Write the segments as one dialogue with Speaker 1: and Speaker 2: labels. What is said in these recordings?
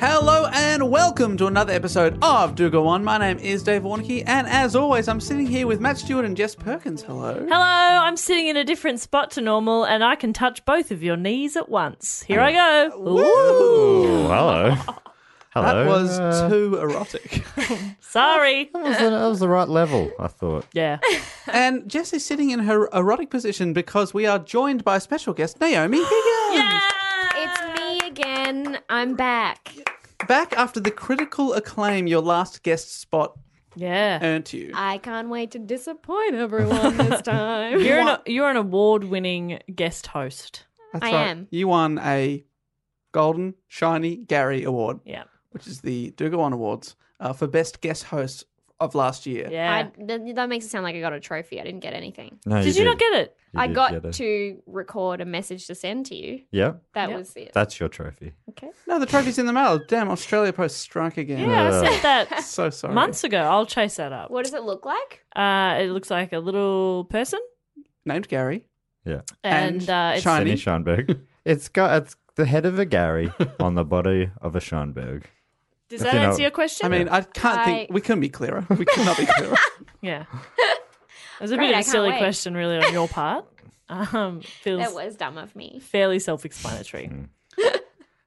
Speaker 1: Hello and welcome to another episode of Do Go On. My name is Dave Warnke, and as always, I'm sitting here with Matt Stewart and Jess Perkins. Hello.
Speaker 2: Hello, I'm sitting in a different spot to normal and I can touch both of your knees at once. Here I go.
Speaker 3: Oh, hello. Hello.
Speaker 1: That was
Speaker 3: Uh,
Speaker 1: too erotic.
Speaker 2: Sorry.
Speaker 3: that, was the, that was the right level, I thought.
Speaker 2: Yeah.
Speaker 1: and Jess is sitting in her erotic position because we are joined by a special guest, Naomi Higgins.
Speaker 4: It's me again. I'm back.
Speaker 1: Back after the critical acclaim your last guest spot
Speaker 2: Yeah.
Speaker 1: earned you.
Speaker 4: I can't wait to disappoint everyone this time.
Speaker 2: You're an, you're an award winning guest host.
Speaker 1: That's
Speaker 4: I
Speaker 1: right.
Speaker 4: am.
Speaker 1: You won a Golden Shiny Gary Award,
Speaker 2: Yeah.
Speaker 1: which is the Do Go On Awards uh, for best guest host of last year.
Speaker 2: Yeah.
Speaker 4: I, th- that makes it sound like I got a trophy. I didn't get anything.
Speaker 3: No,
Speaker 2: Did you not get it?
Speaker 4: I got to record a message to send to you.
Speaker 3: Yeah,
Speaker 4: That
Speaker 2: Yep.
Speaker 4: was it.
Speaker 3: that's your trophy.
Speaker 4: okay.
Speaker 1: No, the trophy's in the mail. Damn, Australia Post strike again.
Speaker 2: Yeah, I
Speaker 3: Uh,
Speaker 2: said that
Speaker 1: So sorry.
Speaker 2: months ago. I'll chase that up.
Speaker 4: What does it look like?
Speaker 2: Uh, it looks like a little person.
Speaker 1: Named Gary.
Speaker 3: Yeah.
Speaker 2: And,
Speaker 1: And
Speaker 2: uh, it's,
Speaker 1: shiny.
Speaker 3: Penny Schoenberg. it's got it's the head of a Gary on the body of a Schoenberg.
Speaker 2: does
Speaker 3: If
Speaker 2: that
Speaker 3: you know-
Speaker 2: answer your question?
Speaker 1: I mean, I can't think.
Speaker 4: I-
Speaker 1: We couldn't be clearer. We could not be clearer.
Speaker 2: yeah. It was a
Speaker 4: Great,
Speaker 2: bit
Speaker 4: I
Speaker 2: of a
Speaker 4: can't
Speaker 2: silly
Speaker 4: wait.
Speaker 2: question, really, on your part. Um,
Speaker 4: That
Speaker 2: feels
Speaker 4: was dumb of me.
Speaker 2: fairly self explanatory.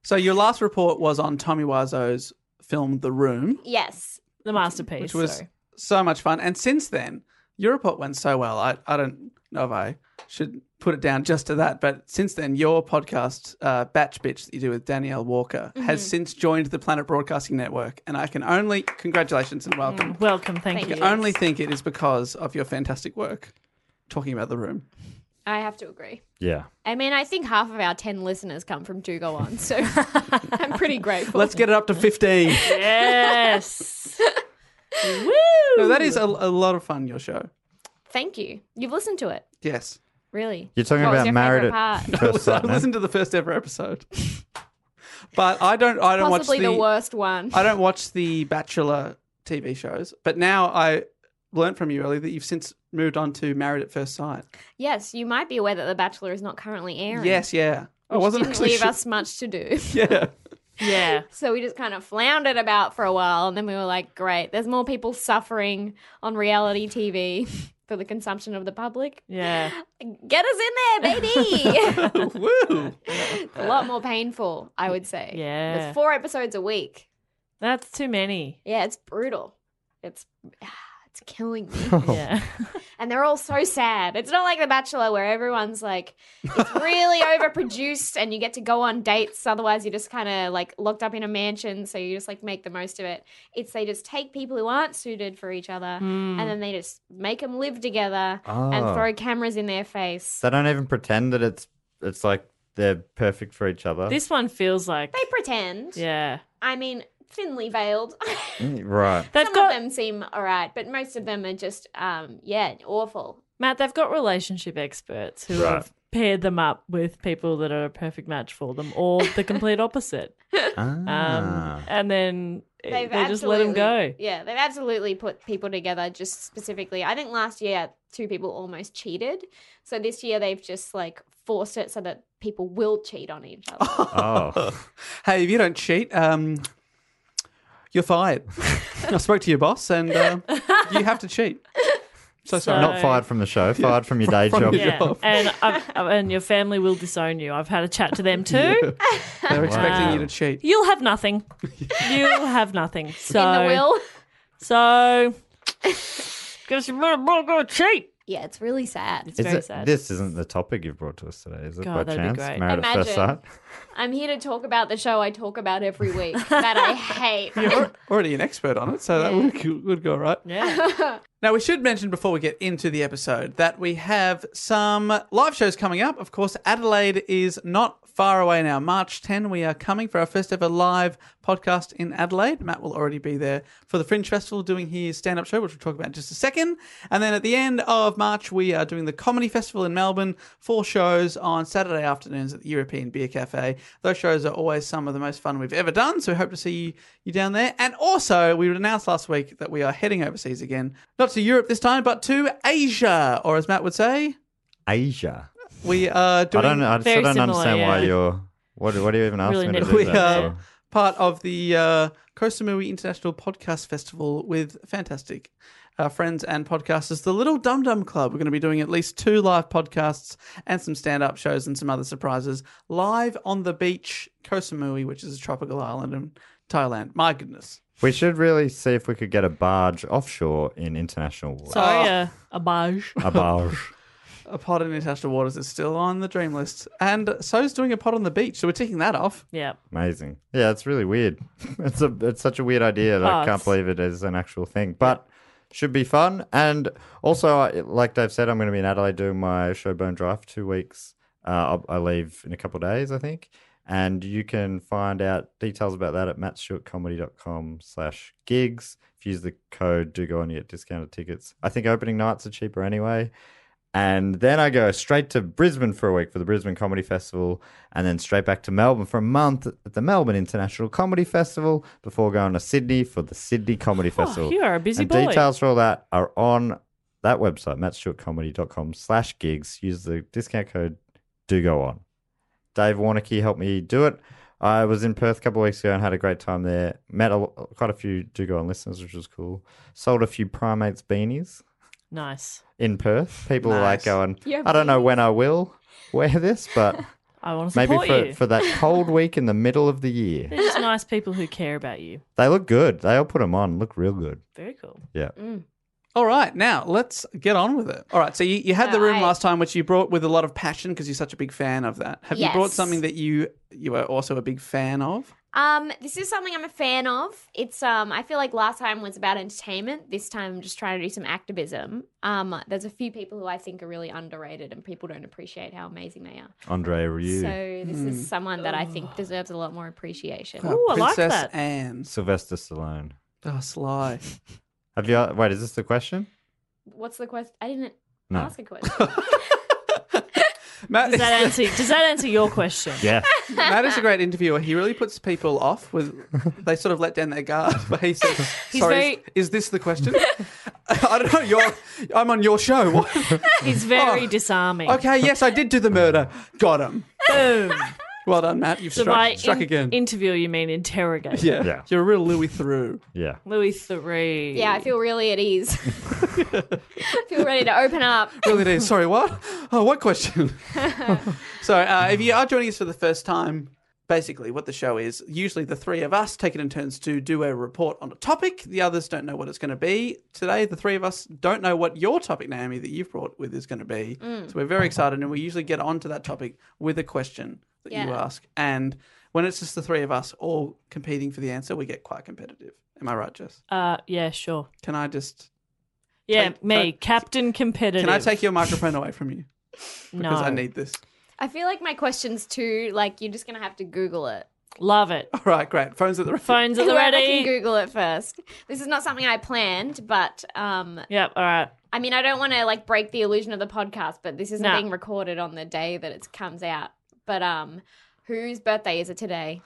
Speaker 1: so your last report was on Tommy Wiseau's film The Room,
Speaker 4: Yes.
Speaker 2: The masterpiece.
Speaker 1: which was
Speaker 2: sorry.
Speaker 1: so much fun. And since then, your report went so well. I, I don't know if I should put it down just to that, but since then, your podcast, uh, Batch Bitch, that you do with Danielle Walker,
Speaker 2: Mm-hmm.
Speaker 1: has since joined the Planet Broadcasting Network, and I can only congratulations and
Speaker 2: Mm.
Speaker 1: welcome.
Speaker 2: Welcome. Thank,
Speaker 4: Thank
Speaker 2: you.
Speaker 1: I
Speaker 4: you.
Speaker 1: can only think it is because of your fantastic work. Talking about the room.
Speaker 4: I have to agree.
Speaker 3: Yeah.
Speaker 4: I mean, I think half of our 10 listeners come from Do Go On, so I'm pretty grateful.
Speaker 1: Let's get it up to 15.
Speaker 2: Yes. Woo!
Speaker 1: No, that is a, a lot of fun, your show.
Speaker 4: Thank you. You've listened to it,
Speaker 1: Yes.
Speaker 4: really.
Speaker 3: You're talking
Speaker 4: What was
Speaker 3: about
Speaker 4: your
Speaker 3: married
Speaker 4: favourite
Speaker 3: at
Speaker 4: part?
Speaker 3: first
Speaker 1: I
Speaker 3: sight. no?
Speaker 1: listened to the first ever episode. But I don't. I don't
Speaker 4: Possibly
Speaker 1: watch
Speaker 4: the,
Speaker 1: the,
Speaker 4: worst one.
Speaker 1: I don't watch the Bachelor TV shows, but now I learned from you earlier that you've since moved on to Married at First Sight.
Speaker 4: Yes, you might be aware that The Bachelor is not currently airing.
Speaker 1: Yes, yeah. I
Speaker 4: which
Speaker 1: wasn't
Speaker 4: didn't
Speaker 1: actually
Speaker 4: leave
Speaker 1: sure.
Speaker 4: us much to do.
Speaker 1: Yeah.
Speaker 2: Yeah.
Speaker 4: So we just kind of floundered about for a while, and then we were like, "Great, there's more people suffering on reality TV for the consumption of the public.
Speaker 2: Yeah.
Speaker 4: Get us in there, baby!
Speaker 1: Woo.
Speaker 4: a lot more painful, I would say.
Speaker 2: Yeah.
Speaker 4: with four episodes a week.
Speaker 2: That's too many.
Speaker 4: Yeah, it's brutal. It's it's killing me.
Speaker 2: Yeah.
Speaker 4: and they're all so sad. It's not like The Bachelor where everyone's like, it's really overproduced and you get to go on dates. Otherwise, you're just kind of like locked up in a mansion. So you just like make the most of it. It's they just take people who aren't suited for each other
Speaker 2: Mm. Hmm.
Speaker 4: and then they just make them live together and
Speaker 3: Ah.
Speaker 4: throw cameras in their face.
Speaker 3: They don't even pretend that it's it's like they're perfect for each other.
Speaker 2: This one feels like.
Speaker 4: They pretend.
Speaker 2: Yeah.
Speaker 4: I mean, thinly veiled.
Speaker 3: Mm, right.
Speaker 2: They've
Speaker 4: Some
Speaker 2: got.
Speaker 4: of them seem all right, but most of them are just, um, yeah, awful.
Speaker 2: Matt, they've got relationship experts who have paired them up with people that are a perfect match for them or the complete opposite. Um,
Speaker 3: Ah.
Speaker 2: And then they just let them go.
Speaker 4: absolutely- Yeah, they've absolutely put people together just specifically. I think last year two people almost cheated, so this year they've just like forced it so that people will cheat on each other.
Speaker 3: oh.
Speaker 1: hey, if you don't cheat, um, you're fired. I spoke to your boss, and uh, you have to cheat. So sorry.
Speaker 3: Not fired from the show, fired from your day
Speaker 1: From
Speaker 3: job.
Speaker 1: your
Speaker 2: Yeah.
Speaker 1: job.
Speaker 2: And I've, and your family will disown you. I've had a chat to them too.
Speaker 1: They're expecting
Speaker 2: Wow.
Speaker 1: you to cheat.
Speaker 2: You'll have nothing. You'll have nothing. So
Speaker 4: In the will,
Speaker 2: So because you might well go cheat.
Speaker 4: yeah, it's really sad.
Speaker 2: It's very
Speaker 3: it-
Speaker 2: sad.
Speaker 3: This isn't the topic you've brought to us today, is it?
Speaker 2: God,
Speaker 3: by
Speaker 2: that'd be
Speaker 3: chance,
Speaker 2: great.
Speaker 3: married at first sight.
Speaker 4: Imagine. I'm here to talk about the show I talk about every week that I hate.
Speaker 1: You're already an expert on it, so that would, would go all right.
Speaker 2: yeah.
Speaker 1: Now, we should mention before we get into the episode that we have some live shows coming up. Of course, Adelaide is not far away now. March 10, we are coming for our first ever live podcast in Adelaide. Matt will already be there for the Fringe Festival doing his stand up show, which we'll talk about in just a second. And then at the end of March, we are doing the Comedy Festival in Melbourne, four shows on Saturday afternoons at the European Beer Cafe. Those shows are always some of the most fun we've ever done, so we hope to see you, you down there. And also, we announced last week that we are heading overseas again, not to Europe this time, but to Asia, or as Matt would say,
Speaker 3: Asia.
Speaker 1: we are
Speaker 3: I
Speaker 1: doing
Speaker 3: don't. I still
Speaker 2: Very
Speaker 3: don't
Speaker 2: similar,
Speaker 3: understand why
Speaker 2: yeah.
Speaker 3: you're. What, what are you even asking
Speaker 2: Really
Speaker 3: me to
Speaker 2: nitpicky.
Speaker 3: do?
Speaker 1: we
Speaker 3: That?
Speaker 1: are
Speaker 3: for?
Speaker 1: part of the uh, Koh Samui International Podcast Festival with fantastic uh, friends and podcasters, the Little Dum Dum Club. We're going to be doing at least two live podcasts and some stand up shows and some other surprises live on the beach, Koh Samui, which is a tropical island in Thailand. My goodness.
Speaker 3: We should really see if we could get a barge offshore in international waters.
Speaker 2: Sorry, uh, a barge.
Speaker 3: a barge.
Speaker 1: A pod in international waters is still on the dream list. And so is doing a pod on the beach. So we're ticking that off.
Speaker 2: Yeah.
Speaker 3: Amazing. Yeah, it's really weird. It's a it's such a weird idea. that
Speaker 2: Oh,
Speaker 3: I can't
Speaker 2: it's-
Speaker 3: believe it is an actual thing, but should be fun. And also, I- like Dave said, I'm going to be in Adelaide doing my Showbone Drive for two weeks. Uh, I'll- I leave in a couple of days, I think. And you can find out details about that at mattstewartcomedy.com slash gigs. If you use the code, do go and you get discounted tickets. I think opening nights are cheaper anyway. And then I go straight to Brisbane for a week for the Brisbane Comedy Festival, and then straight back to Melbourne for a month at the Melbourne International Comedy Festival before going to Sydney for the Sydney Comedy Festival.
Speaker 2: you are Oh, a busy
Speaker 3: and
Speaker 2: boy.
Speaker 3: details for all that are on that website, mattstewartcomedy.com slash gigs. Use the discount code do go on. Dave Warnicky helped me do it. I was in Perth a couple of weeks ago and had a great time there. Met a, lo- quite a few do go on listeners, which was cool. Sold a few primates beanies
Speaker 2: Nice.
Speaker 3: in Perth. People are like
Speaker 1: Nice.
Speaker 3: going,
Speaker 4: Yeah,
Speaker 3: I don't know when I will wear this, but
Speaker 2: I want to
Speaker 3: maybe
Speaker 2: support
Speaker 3: for,
Speaker 2: you.
Speaker 3: for that cold week in the middle of the year.
Speaker 2: They're just nice people who care about you.
Speaker 3: They look good. They all put them on, look real good.
Speaker 2: Very cool.
Speaker 3: Yeah.
Speaker 4: Mm.
Speaker 1: All right, now let's get on with it. All right, so you, you had the
Speaker 4: All
Speaker 1: room
Speaker 4: right.
Speaker 1: last time, which you brought with a lot of passion because you're such a big fan of that. Have you brought
Speaker 4: Yes.
Speaker 1: something that you you are also a big fan of?
Speaker 4: Um, this is something I'm a fan of. It's um, I feel like last time was about entertainment. This time I'm just trying to do some activism. Um, there's a few people who I think are really underrated and people don't appreciate how amazing they are.
Speaker 3: Andrea Ryu,
Speaker 4: So this is someone that I think deserves a lot more appreciation.
Speaker 2: Ooh, I like
Speaker 1: Uh, Princess
Speaker 2: that.
Speaker 1: Anne.
Speaker 3: Sylvester Stallone.
Speaker 1: Oh, Sly.
Speaker 3: Have you, uh, wait, is this the question?
Speaker 4: What's the question? I didn't
Speaker 3: No.
Speaker 4: ask a question.
Speaker 1: Matt
Speaker 2: Does
Speaker 1: is,
Speaker 2: that answer? Does that answer your question?
Speaker 3: Yeah.
Speaker 1: Matt is a great interviewer. He really puts people off with they sort of let down their guard. But he says,
Speaker 2: He's
Speaker 1: "Sorry,
Speaker 2: very-
Speaker 1: is this the question? I don't know. You're, I'm on your show. What?
Speaker 2: He's very disarming.
Speaker 1: Oh. okay, yes, I did do the murder. Got him.
Speaker 2: Boom.
Speaker 1: Well done, Matt. You've
Speaker 2: So
Speaker 1: struck,
Speaker 2: by
Speaker 1: struck
Speaker 2: in-
Speaker 1: again.
Speaker 2: interview, you mean interrogate?
Speaker 1: yeah.
Speaker 3: Yeah.
Speaker 1: you're a real Louis through.
Speaker 3: Yeah.
Speaker 2: Louis three.
Speaker 4: Yeah, I feel really at ease. I feel ready to open up.
Speaker 1: Really it is. Sorry, what? Oh, what question? so, uh, if you are joining us for the first time, basically what the show is usually the three of us take it in turns to do a report on a topic. The others don't know what it's going to be. Today, the three of us don't know what your topic, Naomi, that you've brought with is going to be. So, we're very excited, and we usually get onto that topic with a question that you
Speaker 4: Yeah.
Speaker 1: ask. And when it's just the three of us all competing for the answer, we get quite competitive. Am I right, Jess?
Speaker 2: Uh, yeah, sure.
Speaker 1: Can I just.
Speaker 2: Yeah,
Speaker 1: Take-
Speaker 2: me,
Speaker 1: take-
Speaker 2: Captain Competitive.
Speaker 1: Can I take your microphone away from you?
Speaker 2: No,
Speaker 1: Because I need this.
Speaker 4: I feel like my question's too like you're just gonna have to Google it.
Speaker 2: love it.
Speaker 1: All right, great. Phones at the
Speaker 2: Phones are
Speaker 4: Whoever can
Speaker 2: ready.
Speaker 4: Google it first. This is not something I planned, but um,
Speaker 2: Yep. All right.
Speaker 4: I mean, I don't want to like break the illusion of the podcast, but this isn't
Speaker 2: No.
Speaker 4: being recorded on the day that it comes out. But um, whose birthday is it today?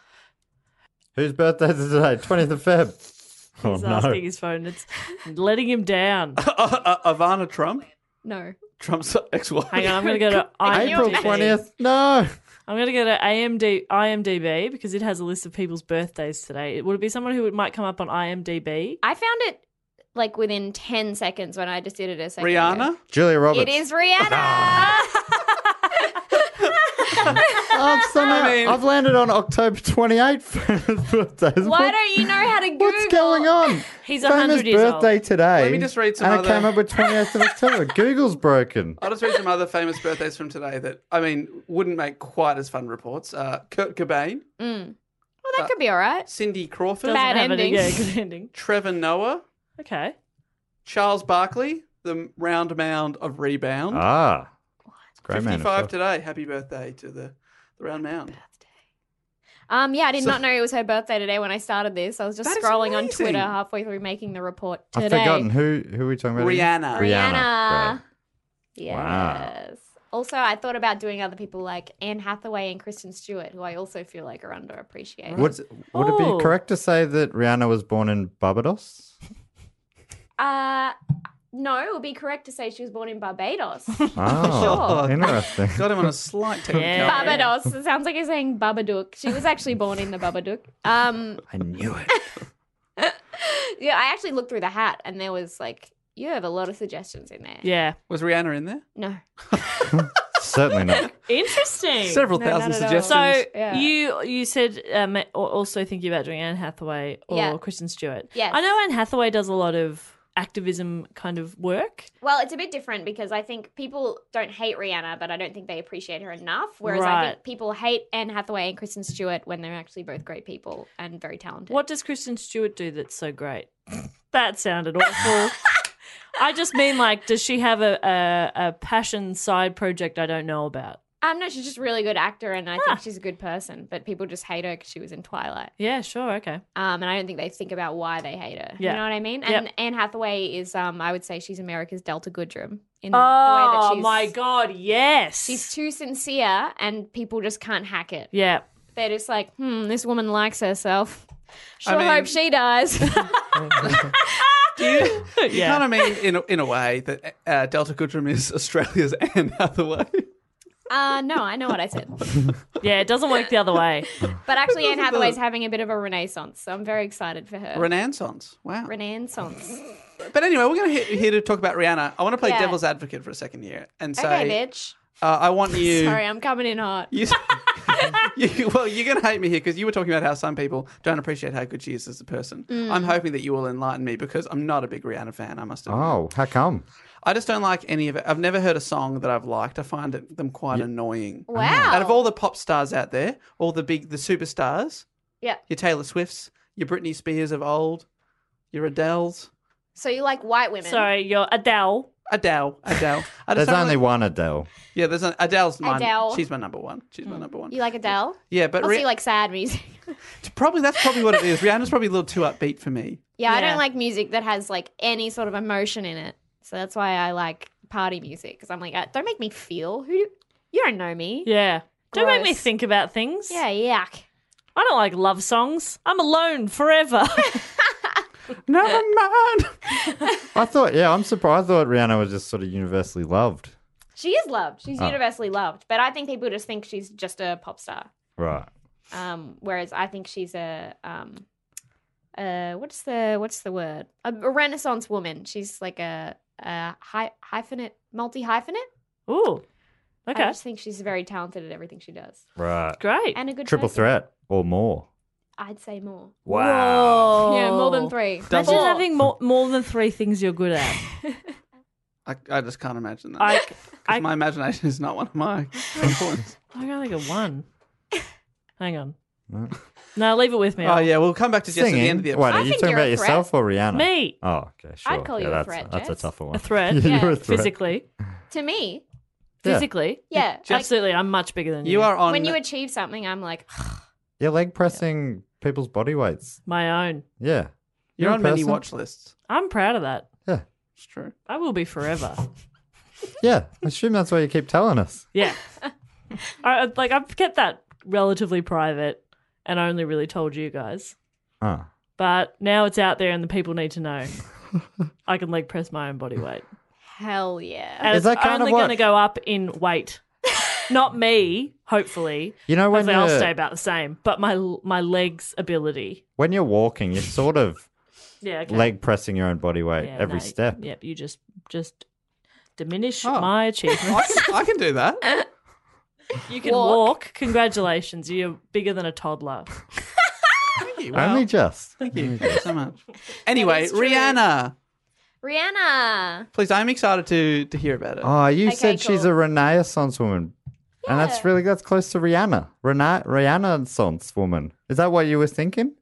Speaker 3: Whose birthday is today? 20th of Feb. Oh,
Speaker 2: He's asking his phone. It's letting him down.
Speaker 1: uh, uh, Ivana Trump,
Speaker 4: No.
Speaker 1: Trump's ex-wife.
Speaker 2: Hang on, I'm going to go to IMDb.
Speaker 3: April 20th? No.
Speaker 2: I'm going to go to AMD, IMDb because it has a list of people's birthdays today. It Would it be someone who might come up on IMDb?
Speaker 4: I found it like within 10 seconds when I just did it a second. ago.
Speaker 1: Rihanna.
Speaker 3: Julia Roberts.
Speaker 4: It is Rihanna.
Speaker 3: I've, somehow,
Speaker 1: I mean-
Speaker 3: I've landed on October 28th for his birthday.
Speaker 4: Why don't you know how to Google?
Speaker 3: What's going on?
Speaker 2: He's
Speaker 3: Famous
Speaker 2: 100 years old.
Speaker 3: birthday today.
Speaker 1: Let me just read some
Speaker 3: And
Speaker 1: other-
Speaker 3: I came up with 28th of October. Google's broken.
Speaker 1: I'll just read some other famous birthdays from today that I mean wouldn't make quite as fun reports. Uh, Kurt Cobain,
Speaker 4: Mm. Well, that could be all right.
Speaker 1: Cindy Crawford,
Speaker 2: Doesn't
Speaker 4: Bad
Speaker 2: have any-
Speaker 4: ending.
Speaker 2: yeah, good ending.
Speaker 1: Trevor Noah,
Speaker 2: Okay.
Speaker 1: Charles Barkley, the round mound of rebound.
Speaker 3: Ah. Great man.
Speaker 1: Fifty-five today. Happy birthday to the, the round mound.
Speaker 4: Um, yeah, I did
Speaker 1: So-
Speaker 4: not know it was her birthday today when I started this. I was just
Speaker 1: That is
Speaker 4: scrolling on
Speaker 1: amazing.
Speaker 4: Twitter halfway through making the report today.
Speaker 3: I've forgotten. Who, who are we talking about?
Speaker 1: Rihanna.
Speaker 3: Rihanna.
Speaker 4: Rihanna. Yes.
Speaker 3: Wow.
Speaker 4: Also, I thought about doing other people like Anne Hathaway and Kristen Stewart, who I also feel like are underappreciated.
Speaker 3: Would, would it
Speaker 2: Oh.
Speaker 3: be correct to say that Rihanna was born in Barbados?
Speaker 4: Uh, no, it would be correct to say she was born in Barbados.
Speaker 3: Oh,
Speaker 1: Sure.
Speaker 3: interesting.
Speaker 1: Got him on a slight technicality.
Speaker 2: Yeah.
Speaker 4: Barbados. It sounds like you're saying Babadook. She was actually born in the Babadook. Um,
Speaker 3: I knew it.
Speaker 4: yeah, I actually looked through the hat, and there was like, you have a lot of suggestions in there.
Speaker 2: Yeah.
Speaker 1: Was Rihanna in there?
Speaker 4: No.
Speaker 3: Certainly not.
Speaker 2: Interesting.
Speaker 1: Several
Speaker 4: No,
Speaker 1: thousand
Speaker 4: not at all.
Speaker 1: suggestions.
Speaker 2: So
Speaker 4: Yeah.
Speaker 2: you you said um, a- also thinking about doing Anne Hathaway or
Speaker 4: Yeah.
Speaker 2: Kristen Stewart.
Speaker 4: Yes.
Speaker 2: I know Anne Hathaway does a lot of activism kind of work.
Speaker 4: Well, it's a bit different because I think people don't hate Rihanna, but I don't think they appreciate her enough. Whereas I
Speaker 2: Right.
Speaker 4: think people hate Anne Hathaway and Kristen Stewart when they're actually both great people and very talented.
Speaker 2: What does Kristen Stewart do that's so great? that sounded awful. I just mean like, does she have a, a, a passion side project I don't know about?
Speaker 4: Um, no, she's just a really good actor, and I
Speaker 2: Ah.
Speaker 4: think she's a good person. But people just hate her because she was in Twilight.
Speaker 2: Yeah, sure, okay.
Speaker 4: Um, and I don't think they think about why they hate her.
Speaker 2: Yeah.
Speaker 4: You know what I mean?
Speaker 2: Yep.
Speaker 4: And Anne Hathaway is, um, I would say, she's America's Delta Goodrum in the way that
Speaker 2: Oh
Speaker 4: she's.
Speaker 2: my god, yes.
Speaker 4: She's too sincere, and people just can't hack it.
Speaker 2: yeah.
Speaker 4: They're just like, hmm, this woman likes herself. Sure
Speaker 1: mean-
Speaker 4: hope she dies.
Speaker 1: You kind of mean in a, in a way that uh, Delta Goodrum is Australia's Anne Hathaway.
Speaker 4: Uh, no, I know what I said.
Speaker 2: yeah, it doesn't work the other way.
Speaker 4: But actually, Anne Hathaway's having a bit of a renaissance, so I'm very excited for her.
Speaker 1: Renaissance. Wow.
Speaker 4: renaissance.
Speaker 1: But anyway, we're going to here to talk about Rihanna. I want to play
Speaker 4: Yeah.
Speaker 1: devil's advocate for a second here and say,
Speaker 4: okay, bitch.
Speaker 1: Uh, I want you.
Speaker 4: Sorry, I'm coming in hot.
Speaker 1: you, you- well, you're going to hate me here because you were talking about how some people don't appreciate how good she is as a person.
Speaker 4: Mm.
Speaker 1: I'm hoping that you will enlighten me because I'm not a big Rihanna fan. I must admit.
Speaker 3: Oh, how come?
Speaker 1: I just don't like any of it. I've never heard a song that I've liked. I find it, them quite annoying.
Speaker 4: Wow.
Speaker 1: Out of all the pop stars out there, all the big, the superstars,
Speaker 4: Yeah.
Speaker 1: your Taylor Swifts, your Britney Spears of old, your Adele's,
Speaker 4: So you like white women?
Speaker 2: Sorry, you're Adele.
Speaker 1: Adele, Adele. I just
Speaker 3: There's
Speaker 1: don't
Speaker 3: only
Speaker 1: really-
Speaker 3: one Adele.
Speaker 1: Yeah, there's an, Adele's mine.
Speaker 4: Adele. Mm.
Speaker 1: She's my number one. She's my number one.
Speaker 4: You like Adele?
Speaker 1: yeah, but
Speaker 4: Also,
Speaker 1: Rih-
Speaker 4: you like sad music.
Speaker 1: probably that's probably what it is. Rihanna's probably a little too upbeat for me.
Speaker 4: yeah, I
Speaker 2: Yeah.
Speaker 4: don't like music that has like any sort of emotion in it. So that's why I like party music because I'm like, uh, don't make me feel. Who? You don't know me.
Speaker 2: Yeah. Don't make me
Speaker 4: Gross.
Speaker 2: think about things.
Speaker 4: Yeah, yuck.
Speaker 2: I don't like love songs. I'm alone forever.
Speaker 1: Never mind.
Speaker 3: I thought, yeah, I'm surprised. I thought Rihanna was just sort of universally loved.
Speaker 4: She is loved. She's
Speaker 3: Oh.
Speaker 4: universally loved. But I think people just think she's just a pop star.
Speaker 3: Right.
Speaker 4: Um, whereas I think she's a um, uh, what's the what's the word? A, a Renaissance woman. She's like a, a hy- hyphenate, multi hyphenate.
Speaker 2: Ooh.
Speaker 4: I
Speaker 2: Okay.
Speaker 4: just think she's very talented at everything she does,
Speaker 3: Right.
Speaker 2: Great.
Speaker 4: and a good
Speaker 3: Triple
Speaker 4: person.
Speaker 3: threat or more.
Speaker 4: I'd say more. Oh.
Speaker 3: Wow.
Speaker 4: Yeah, more
Speaker 2: Whoa.
Speaker 4: than three.
Speaker 2: Imagine
Speaker 1: Double.
Speaker 2: having more, more than three things you're good at.
Speaker 1: I, I just can't imagine that.
Speaker 2: I,
Speaker 1: 'Cause
Speaker 2: I-
Speaker 1: my imagination is not one of my strong points.
Speaker 2: I can only get one. Hang on. No, leave it with me.
Speaker 1: Oh, yeah, we'll come back to Jess at the
Speaker 3: Singing.
Speaker 1: end of the
Speaker 3: Wait,
Speaker 1: episode.
Speaker 3: are
Speaker 4: I
Speaker 3: you
Speaker 4: think
Speaker 3: talking
Speaker 4: you're a
Speaker 3: about yourself or Rihanna?
Speaker 2: Me,
Speaker 3: Oh, okay, sure.
Speaker 4: I'd call
Speaker 3: yeah,
Speaker 4: you a
Speaker 3: that's,
Speaker 4: threat,
Speaker 3: That's a
Speaker 4: Jess.
Speaker 3: tougher one.
Speaker 2: a threat,
Speaker 4: Yeah.
Speaker 3: You're a threat.
Speaker 2: physically.
Speaker 4: to me,
Speaker 3: Yeah.
Speaker 2: Physically.
Speaker 4: yeah. like,
Speaker 2: Absolutely. I'm much bigger than you.
Speaker 1: You are on.
Speaker 4: when you achieve something, I'm like,
Speaker 3: Yeah, leg pressing people's body weights.
Speaker 2: My own.
Speaker 3: Yeah.
Speaker 1: you're
Speaker 3: a
Speaker 1: on many
Speaker 3: person.
Speaker 1: watch lists.
Speaker 2: I'm proud of that.
Speaker 3: Yeah.
Speaker 1: It's true.
Speaker 2: I will be forever.
Speaker 3: Yeah. I assume that's why you keep telling us.
Speaker 2: Yeah. I, I- like, I've kept that relatively private and I only really told you guys.
Speaker 3: Huh.
Speaker 2: But now it's out there and the people need to know. I can leg press my own body weight.
Speaker 4: hell yeah.
Speaker 2: And
Speaker 3: Is
Speaker 2: it's
Speaker 3: that kind of
Speaker 2: only
Speaker 3: what-
Speaker 2: going to go up in weight. Not me, hopefully.
Speaker 3: You know, when
Speaker 2: hopefully I'll stay
Speaker 3: you're,
Speaker 2: about the same, but my my legs ability.
Speaker 3: when you're walking, you're sort of
Speaker 2: Yeah, okay.
Speaker 3: leg pressing your own body weight
Speaker 2: Yeah,
Speaker 3: every
Speaker 2: no,
Speaker 3: step.
Speaker 2: Yep, you just just diminish
Speaker 1: Oh.
Speaker 2: my
Speaker 1: I
Speaker 2: achievements.
Speaker 1: can, I can do that.
Speaker 2: you can walk.
Speaker 4: Walk.
Speaker 2: Congratulations, you're bigger than a toddler.
Speaker 1: Thank you.
Speaker 3: Only
Speaker 1: Wow.
Speaker 3: just.
Speaker 1: Thank you so much. Anyway, Rihanna.
Speaker 4: Rihanna.
Speaker 1: Please, I'm excited to to hear about it.
Speaker 3: Oh, you
Speaker 4: Okay,
Speaker 3: said she's
Speaker 4: cool.
Speaker 3: a Renaissance woman. And that's
Speaker 4: Yeah.
Speaker 3: really that's close to Rihanna. Rena- Renaissance woman. Is that what you were thinking?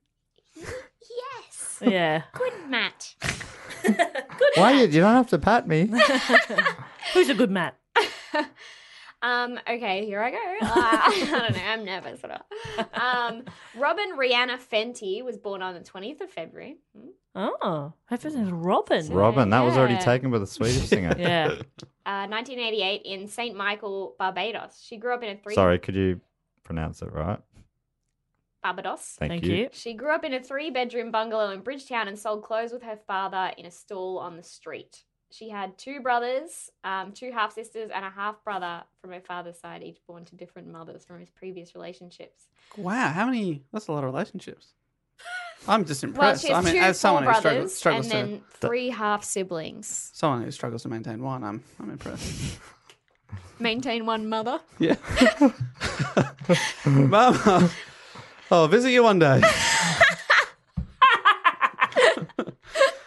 Speaker 4: Yes.
Speaker 2: Yeah.
Speaker 4: Good Matt.
Speaker 3: Why you, you don't have to pat me?
Speaker 2: Who's a good mat?
Speaker 4: Um, okay, here I go. Uh, I don't know. I'm nervous at all. Um, Robin Rihanna Fenty was born on the 20th of February. Hmm.
Speaker 2: Oh, her first name's Robin.
Speaker 3: Robin, that was already
Speaker 4: Yeah.
Speaker 3: taken by the Swedish singer.
Speaker 2: Yeah.
Speaker 4: Uh, 1988 in St. Michael, Barbados. She grew up in a three
Speaker 3: Sorry, could you pronounce it right?
Speaker 4: Barbados.
Speaker 3: Thank,
Speaker 2: Thank
Speaker 3: you.
Speaker 2: you.
Speaker 4: She grew up in a three bedroom bungalow in Bridgetown and sold clothes with her father in a stall on the street. She had two brothers, um, two half sisters, and a half brother from her father's side, each born to different mothers from his previous relationships.
Speaker 1: Wow, how many? That's a lot of relationships. I'm just
Speaker 4: Well,
Speaker 1: impressed.
Speaker 4: she has
Speaker 1: I mean,
Speaker 4: two
Speaker 1: as
Speaker 4: full
Speaker 1: someone who
Speaker 4: brothers
Speaker 1: struggles, struggles to
Speaker 4: and then three half siblings.
Speaker 1: someone who struggles to maintain one, I'm I'm impressed.
Speaker 4: Maintain one mother.
Speaker 1: Yeah, Mum, I'll, I'll visit you one day.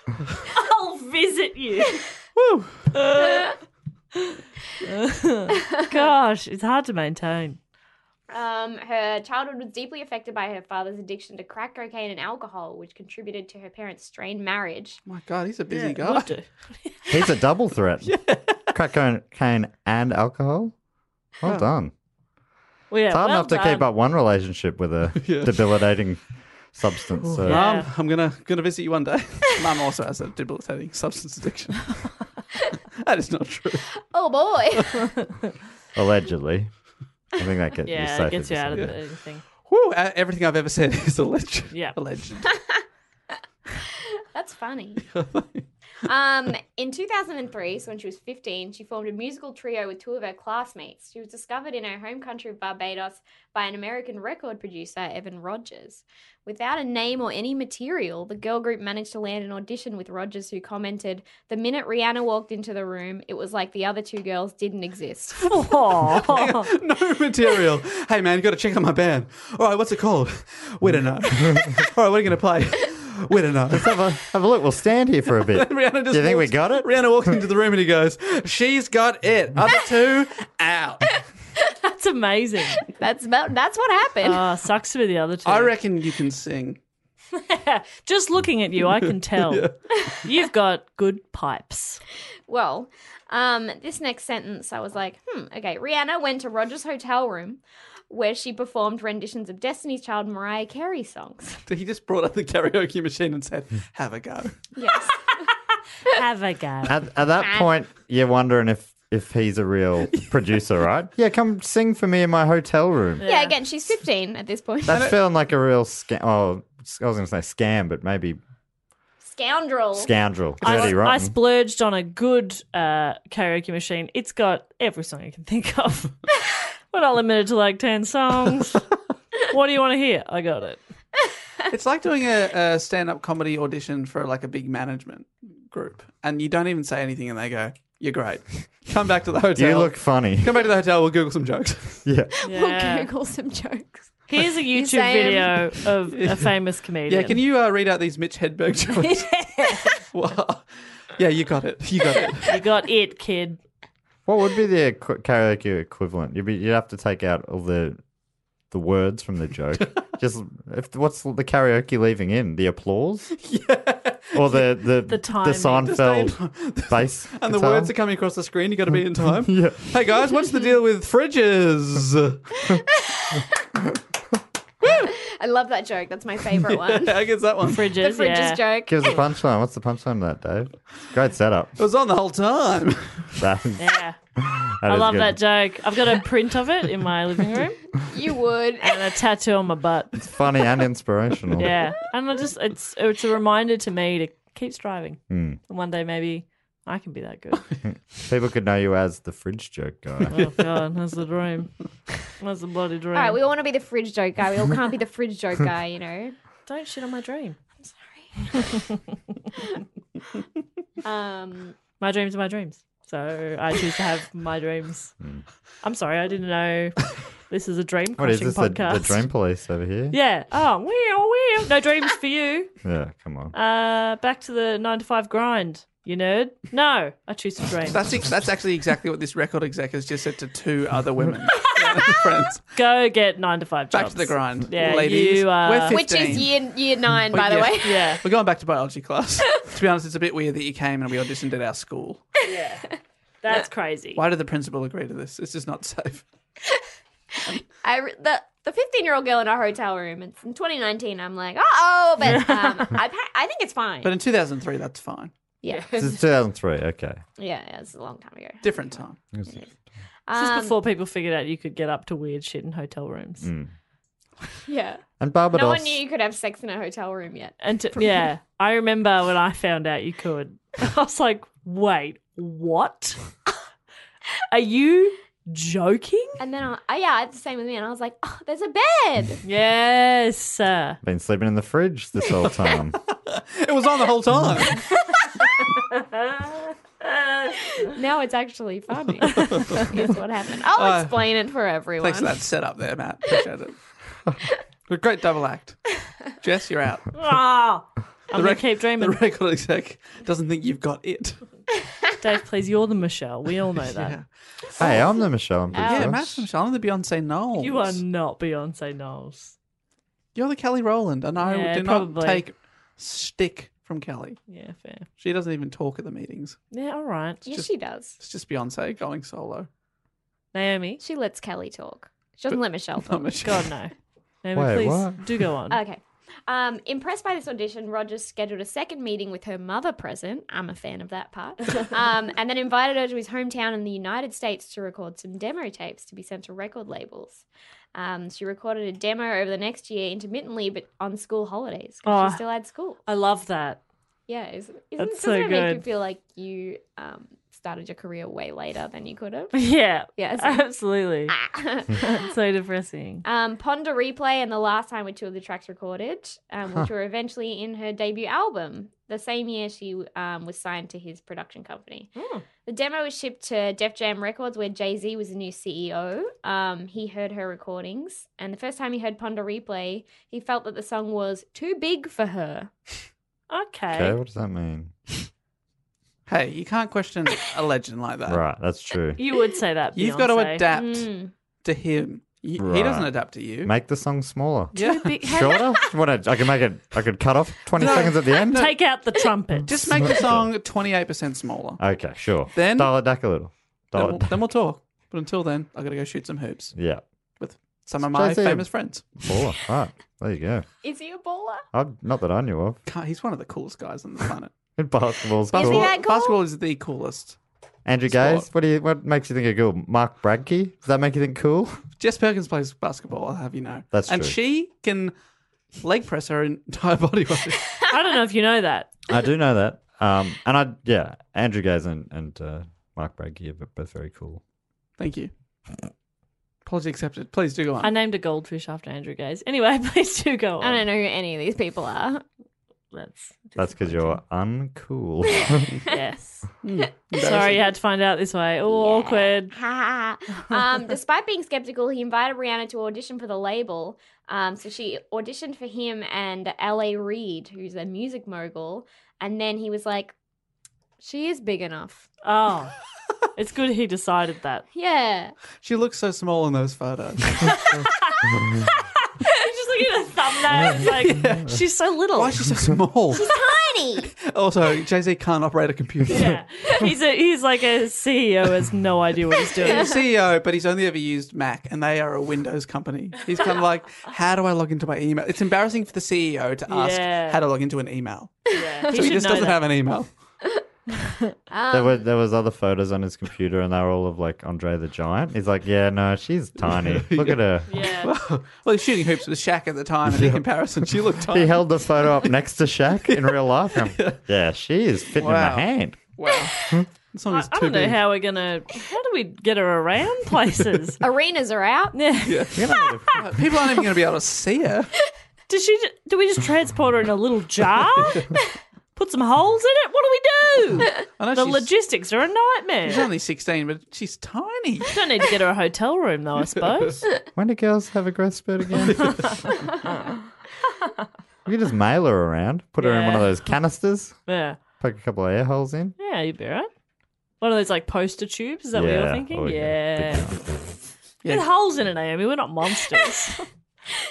Speaker 2: I'll visit you.
Speaker 1: Woo!
Speaker 2: Gosh, it's hard to maintain.
Speaker 4: Um, her childhood was deeply affected by her father's addiction to crack cocaine and alcohol, which contributed to her parents' strained marriage.
Speaker 1: My God, he's a busy guy.
Speaker 2: Would do.
Speaker 3: He's a double threat. Crack cocaine and alcohol. Well done.
Speaker 2: Well, yeah,
Speaker 3: It's hard
Speaker 2: well
Speaker 3: enough to
Speaker 2: done.
Speaker 3: keep up one relationship with a
Speaker 1: Yeah.
Speaker 3: debilitating substance. uh, So.
Speaker 2: Yeah.
Speaker 1: Mum, I'm gonna gonna visit you one day. Mum also has a debilitating substance addiction. that is not true.
Speaker 4: Oh boy.
Speaker 3: Allegedly. I think that gets you
Speaker 2: Yeah,
Speaker 3: safe
Speaker 2: it gets
Speaker 3: if
Speaker 2: you out of
Speaker 3: say
Speaker 2: the
Speaker 3: that.
Speaker 2: anything.
Speaker 1: Woo! uh, Everything I've ever said is alleged.
Speaker 2: Yeah.
Speaker 1: alleged.
Speaker 4: That's funny. um, in 2003, so when she was 15, she formed a musical trio with two of her classmates. She was discovered in her home country of Barbados by an American record producer, Evan Rogers. Without a name or any material, the girl group managed to land an audition with Rogers, who commented, The minute Rihanna walked into the room, it was like the other two girls didn't exist.
Speaker 2: Aw.
Speaker 1: no material. Hey man, you got to check out my band. All right, what's it called? We don't know. All right, what are you gonna play? We don't know.
Speaker 3: Have a, have a look. We'll stand here for a bit.
Speaker 1: Rihanna just
Speaker 3: Do you think we
Speaker 1: walks-
Speaker 3: got it?
Speaker 1: Rihanna walks into the room and he goes, "She's got it." Other two out.
Speaker 2: That's amazing.
Speaker 4: that's about that's what happened.
Speaker 2: Ah, sucks for the other two.
Speaker 1: I reckon you can sing.
Speaker 2: Just looking at you, I can tell. You've got good pipes.
Speaker 4: Well, um, this next sentence, I was like, hmm, okay. Rihanna went to Roger's hotel room where she performed renditions of Destiny's Child and Mariah Carey songs.
Speaker 1: He just brought up the karaoke machine and said, "Have a go."
Speaker 4: Yes.
Speaker 2: Have a go.
Speaker 3: At, at that point, you're wondering if if he's a real producer, right? Yeah, come sing for me in my hotel room.
Speaker 4: Yeah, again, she's 15 at this point.
Speaker 3: That's feeling like a real scam. Oh, I was going to say scam, but maybe
Speaker 4: Scoundrel.
Speaker 3: scoundrel.
Speaker 2: I,
Speaker 3: Dirty rotten.
Speaker 2: I splurged on a good uh, karaoke machine. It's got every song you can think of. We're not limited to like 10 songs. what do you want to hear? I got it.
Speaker 1: It's like doing a, a stand-up comedy audition for like a big management group, and you don't even say anything, and they go, "You're great. Come back to the hotel.
Speaker 3: you look funny.
Speaker 1: Come back to the hotel. We'll Google some jokes."
Speaker 3: yeah.
Speaker 2: Yeah.
Speaker 4: We'll Google some jokes.
Speaker 2: Here's a YouTube
Speaker 4: saying-
Speaker 2: video of a famous
Speaker 1: yeah,
Speaker 2: comedian.
Speaker 1: can you uh, read out these Mitch Hedberg jokes? Wow. Yeah, you got it. You got it.
Speaker 2: You got it, kid.
Speaker 3: What would be the equ- karaoke equivalent? You'd, be, you'd have to take out all the the words from the joke. Just if what's the karaoke leaving in the applause? Or the the the,
Speaker 2: timing.
Speaker 3: Seinfeld bass
Speaker 1: And the
Speaker 3: guitar?
Speaker 1: words are coming across the screen. You got to be in time.
Speaker 3: Yeah.
Speaker 1: Hey guys, what's the deal with fridges?
Speaker 4: I love that joke. That's my favorite one.
Speaker 1: I guess that one.
Speaker 4: The
Speaker 2: Fridges,
Speaker 4: fridges
Speaker 2: yeah.
Speaker 4: joke.
Speaker 3: Give us a punchline. What's the punchline of that, Dave? Great setup.
Speaker 1: It was on the whole time.
Speaker 3: That,
Speaker 2: Yeah. I love that
Speaker 3: Joke.
Speaker 2: joke. I've got a print of it in my living room
Speaker 4: You would.
Speaker 2: and a tattoo on my butt.
Speaker 3: It's funny and inspirational.
Speaker 2: Yeah. And I just it's it's a reminder to me to keep striving.
Speaker 3: Hmm.
Speaker 2: And one day maybe I can be that good.
Speaker 3: People could know you as the fridge joke guy.
Speaker 2: Oh god, that's the dream. That's a bloody dream.
Speaker 4: All right, we all want to be the fridge joke guy. We all can't be the fridge joke guy, you know.
Speaker 2: Don't shit on my dream.
Speaker 4: Um,
Speaker 2: My dreams are my dreams. So I choose to have my dreams. I'm sorry, I didn't know this is a dream
Speaker 3: Hmm. What is
Speaker 2: crushing
Speaker 3: this? The,
Speaker 2: podcast.
Speaker 3: the dream police over here?
Speaker 2: Yeah. Oh, wheel, wheel. No dreams for you.
Speaker 3: Yeah, come on.
Speaker 2: Uh, back to the nine to five grind, you nerd. No, I choose to dream.
Speaker 1: That's ex- that's actually exactly what this record exec has just said to two other women, friends.
Speaker 2: Go get nine to five
Speaker 1: Back
Speaker 2: jobs.
Speaker 1: to the grind,
Speaker 2: Yeah,
Speaker 1: ladies.
Speaker 2: you are-
Speaker 1: We're 15.
Speaker 4: which is year year nine, by the
Speaker 1: yeah.
Speaker 4: way.
Speaker 2: Yeah.
Speaker 1: We're going back to biology class. to be honest, it's a bit weird that you came and we auditioned at our school.
Speaker 2: That's crazy.
Speaker 1: Why did the principal agree to this? It's just not safe.
Speaker 4: I re- the the fifteen year old girl in our hotel room. It's in 2019. I'm like, uh oh, but um, I've ha- I think it's fine.
Speaker 1: But in 2003, that's fine.
Speaker 4: yeah,
Speaker 3: This is 2003. Okay.
Speaker 4: yeah, yeah, it's a long time ago.
Speaker 1: Different time.
Speaker 2: This is
Speaker 4: Um,
Speaker 2: before people figured out you could get up to weird shit in hotel rooms.
Speaker 4: Yeah,
Speaker 3: And Barbados.
Speaker 4: no one knew you could have sex in a hotel room yet.
Speaker 2: And to- yeah, I remember when I found out you could. I was like, wait, what? Are you joking?
Speaker 4: And then I, oh, yeah, it's the same with me. And I was like, oh, there's a bed.
Speaker 2: Yes. Uh,
Speaker 3: Been sleeping in the fridge this whole time.
Speaker 1: It was on the whole time.
Speaker 4: now it's actually funny. is what happened. I'll explain it for everyone.
Speaker 1: Thanks for that setup there, Matt. Appreciate it. A great double act. Jess, you're out.
Speaker 2: ah, I'm going
Speaker 1: rec-
Speaker 2: to keep dreaming.
Speaker 1: The record exec doesn't think you've got it.
Speaker 2: Dave, please, you're the Michelle. We all know that.
Speaker 3: hey, I'm the Michelle. I'm pretty
Speaker 1: Yeah,
Speaker 3: sure.
Speaker 1: Matt from Charlotte, the Beyonce Knowles.
Speaker 2: You are not Beyonce Knowles.
Speaker 1: You're the Kelly Rowland, and I
Speaker 2: Yeah,
Speaker 1: do
Speaker 2: probably.
Speaker 1: not take stick from Kelly.
Speaker 2: Yeah, fair.
Speaker 1: She doesn't even talk at the meetings.
Speaker 2: Yeah, all right.
Speaker 4: Yes, she does.
Speaker 1: It's just Beyonce going
Speaker 2: Oh,
Speaker 1: solo.
Speaker 2: Naomi.
Speaker 4: She lets Kelly talk. She doesn't let Michelle talk.
Speaker 1: Not much.
Speaker 2: God, no. Naomi,
Speaker 3: Wait,
Speaker 2: please
Speaker 3: what?
Speaker 2: do go on.
Speaker 4: Okay. Um, impressed by this audition, Rogers scheduled a second meeting with her mother present. I'm a fan of that part. Um, and then invited her to his hometown in the United States to record some demo tapes to be sent to record labels. Um, she recorded a demo over the next year intermittently, but on school holidays 'cause
Speaker 2: Oh.
Speaker 4: she still had school.
Speaker 2: I love that.
Speaker 4: Yeah, is, isn't,
Speaker 2: That's
Speaker 4: doesn't
Speaker 2: so
Speaker 4: it make you
Speaker 2: good.
Speaker 4: feel like you um, started your career way later than you could have?
Speaker 2: Yeah.
Speaker 4: Yes.
Speaker 2: Absolutely. It's so depressing.
Speaker 4: Um, Ponder Replay and The Last Time were two of the tracks recorded, um, which were eventually in her debut album. The same year, she um, was signed to his production company. The demo was shipped to Def Jam Records, where Jay Z was the new CEO. Um, he heard her recordings, and the first time he heard Ponder Replay, he felt that the song was too big for her.
Speaker 2: Okay.
Speaker 3: Okay, what does that mean?
Speaker 1: Hey, you can't question a legend like that.
Speaker 3: Right, that's true.
Speaker 2: You would say that.
Speaker 1: You've got to
Speaker 2: Beyonce.
Speaker 1: adapt
Speaker 4: Mm.
Speaker 1: to him. You- He
Speaker 3: Right.
Speaker 1: doesn't adapt to you.
Speaker 3: Make the song smaller.
Speaker 1: yeah.
Speaker 3: Shorter? what, I, I could make it, I could cut off 20 seconds at the end?
Speaker 2: Take out the trumpet.
Speaker 1: Just make the song 28% smaller.
Speaker 3: Okay, sure.
Speaker 1: Then-
Speaker 3: Dial it back a little.
Speaker 1: Then
Speaker 3: Dial
Speaker 1: we'll,
Speaker 3: it back.
Speaker 1: then we'll talk. But until then, I've got to go shoot some hoops
Speaker 3: Yeah.
Speaker 1: with some of my
Speaker 3: Jay-Z.
Speaker 1: famous friends.
Speaker 3: Baller. Right. There you go.
Speaker 4: Is he a baller?
Speaker 3: I, not that I knew of.
Speaker 1: God, he's one of the coolest guys on the planet.
Speaker 3: Basketball's
Speaker 1: Basketball,
Speaker 3: cool.
Speaker 4: that cool?
Speaker 1: basketball is the coolest
Speaker 3: Andrew Gaze. What do you? What makes you think of cool? Mark Bradkey. Does that make you think cool?
Speaker 1: Jess Perkins plays basketball, I'll have you know.
Speaker 5: That's
Speaker 1: And
Speaker 5: true.
Speaker 1: she can leg press her entire body weight.
Speaker 2: I don't know if you know that.
Speaker 3: I do know that. Um, and I yeah, Andrew Gaze and and uh, Mark Bradkey are both very cool.
Speaker 1: Thank you. Apology accepted. Please do go on.
Speaker 2: I named a goldfish after Andrew Gaze. Anyway, please do go on.
Speaker 4: I don't know who any of these people are.
Speaker 2: That's
Speaker 3: That's because you're uncool.
Speaker 2: yes. Sorry, you had to find out this way. Oh, awkward.
Speaker 4: Ha ha. ha. um, despite being skeptical, he invited Rihanna to audition for the label. Um, so she auditioned for him and L.A. Reid, who's a music mogul. And then he was like, "She is big enough."
Speaker 2: Oh, it's good he decided that.
Speaker 4: Yeah.
Speaker 1: she looks so small in those photos.
Speaker 2: Just looking at the thumbnail, it's like she's so little.
Speaker 1: Why is she so small?
Speaker 4: Tiny.
Speaker 1: also, Jay Z can't operate a computer.
Speaker 2: yeah, he's a, he's like a CEO has no idea what he's doing.
Speaker 1: He's a CEO, but he's only ever used Mac, and they are a Windows company. He's kind of like, how do I log into my email? It's embarrassing for the CEO to ask
Speaker 2: Yeah.
Speaker 1: how to log into an email.
Speaker 2: Yeah,
Speaker 1: So he
Speaker 2: should
Speaker 1: just
Speaker 2: know
Speaker 1: doesn't
Speaker 2: that.
Speaker 1: have an email.
Speaker 3: there
Speaker 2: Um,
Speaker 3: were there was other photos on his computer, and they were all of like Andre the Giant. He's like, yeah, no, she's tiny. Look at her.
Speaker 2: Yeah,
Speaker 1: well, he's shooting hoops with Shaq at the time, and in comparison, she looked
Speaker 3: He
Speaker 1: tiny.
Speaker 3: held the photo up next to Shaq in real life. and- yeah, she is fitting
Speaker 1: Wow.
Speaker 3: in my hand.
Speaker 1: wow. This song
Speaker 2: I,
Speaker 1: is
Speaker 2: I
Speaker 1: too
Speaker 2: don't know
Speaker 1: big.
Speaker 2: how we're gonna. How do we get her around places?
Speaker 4: Arenas are out.
Speaker 2: Yeah.
Speaker 3: You know,
Speaker 1: People aren't even going to be able to see her.
Speaker 2: Does she? ju- Do we just transport her in a little jar? Put some holes in it. What do we do?
Speaker 1: I know
Speaker 2: The
Speaker 1: she's,
Speaker 2: logistics are a
Speaker 1: she's
Speaker 2: nightmare.
Speaker 1: only 16, but she's tiny.
Speaker 2: Don't need to get her a hotel room though, I suppose.
Speaker 3: when do girls have a growth spurt again? you can just mail her around, put her in one of
Speaker 2: Yeah.
Speaker 3: those canisters,
Speaker 2: Yeah,
Speaker 3: poke a couple of air holes in.
Speaker 2: yeah, you'd be right. One of those like poster tubes. Is that what you're
Speaker 3: Yeah.
Speaker 2: thinking?
Speaker 3: Oh, yeah.
Speaker 2: yeah. There's holes in it, Naomi. We're not monsters.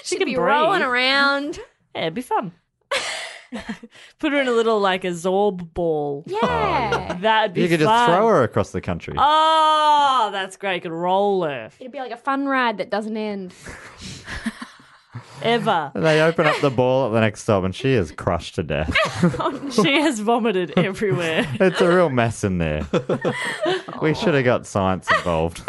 Speaker 4: She
Speaker 2: can
Speaker 4: would be
Speaker 2: breathe.
Speaker 4: rolling around.
Speaker 2: yeah, it'd be fun. Put her in a little like a zorb ball.
Speaker 4: Yeah.
Speaker 2: That'd be
Speaker 3: You could just
Speaker 2: fun.
Speaker 3: throw her across the country.
Speaker 2: Oh, that's great. You could roll her.
Speaker 4: It'd be like a fun ride that doesn't end.
Speaker 2: Ever.
Speaker 3: They open up the ball at the next stop, and she is crushed to death.
Speaker 2: she has vomited everywhere.
Speaker 3: It's a real mess in there. we should have got science involved.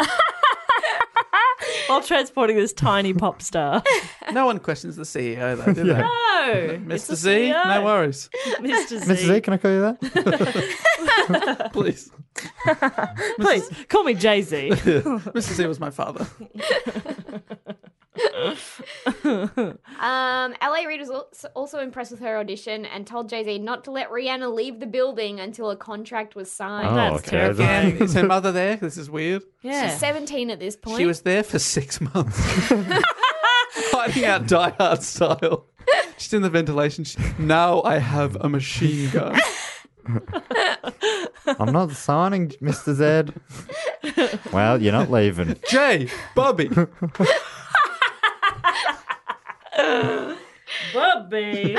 Speaker 2: while transporting this tiny pop star. Oh,
Speaker 1: No one questions the CEO, though, do
Speaker 2: No,
Speaker 1: they? Mr.
Speaker 2: a
Speaker 1: Z, no
Speaker 2: CEO.
Speaker 1: worries.
Speaker 2: Mr. Z.
Speaker 3: Mrs. Z, E, can I call you that?
Speaker 1: Please.
Speaker 2: Please call me Jay Z.
Speaker 1: Mr. Z was my father.
Speaker 4: Um, LA Reid was al- also impressed with her audition and told Jay Z not to let Rihanna leave the building until a contract was signed.
Speaker 2: That's
Speaker 1: Again,
Speaker 2: terrifying.
Speaker 1: is her mother there? This is weird.
Speaker 2: Oh.
Speaker 4: She's 17 at this point.
Speaker 1: She was there for six months. Hiding out Die Hard style. She's in the ventilation. She, now I have a machine gun.
Speaker 3: I'm not signing, Mr. Zed. well, you're not leaving.
Speaker 1: Jay, Bobby.
Speaker 2: Bubby.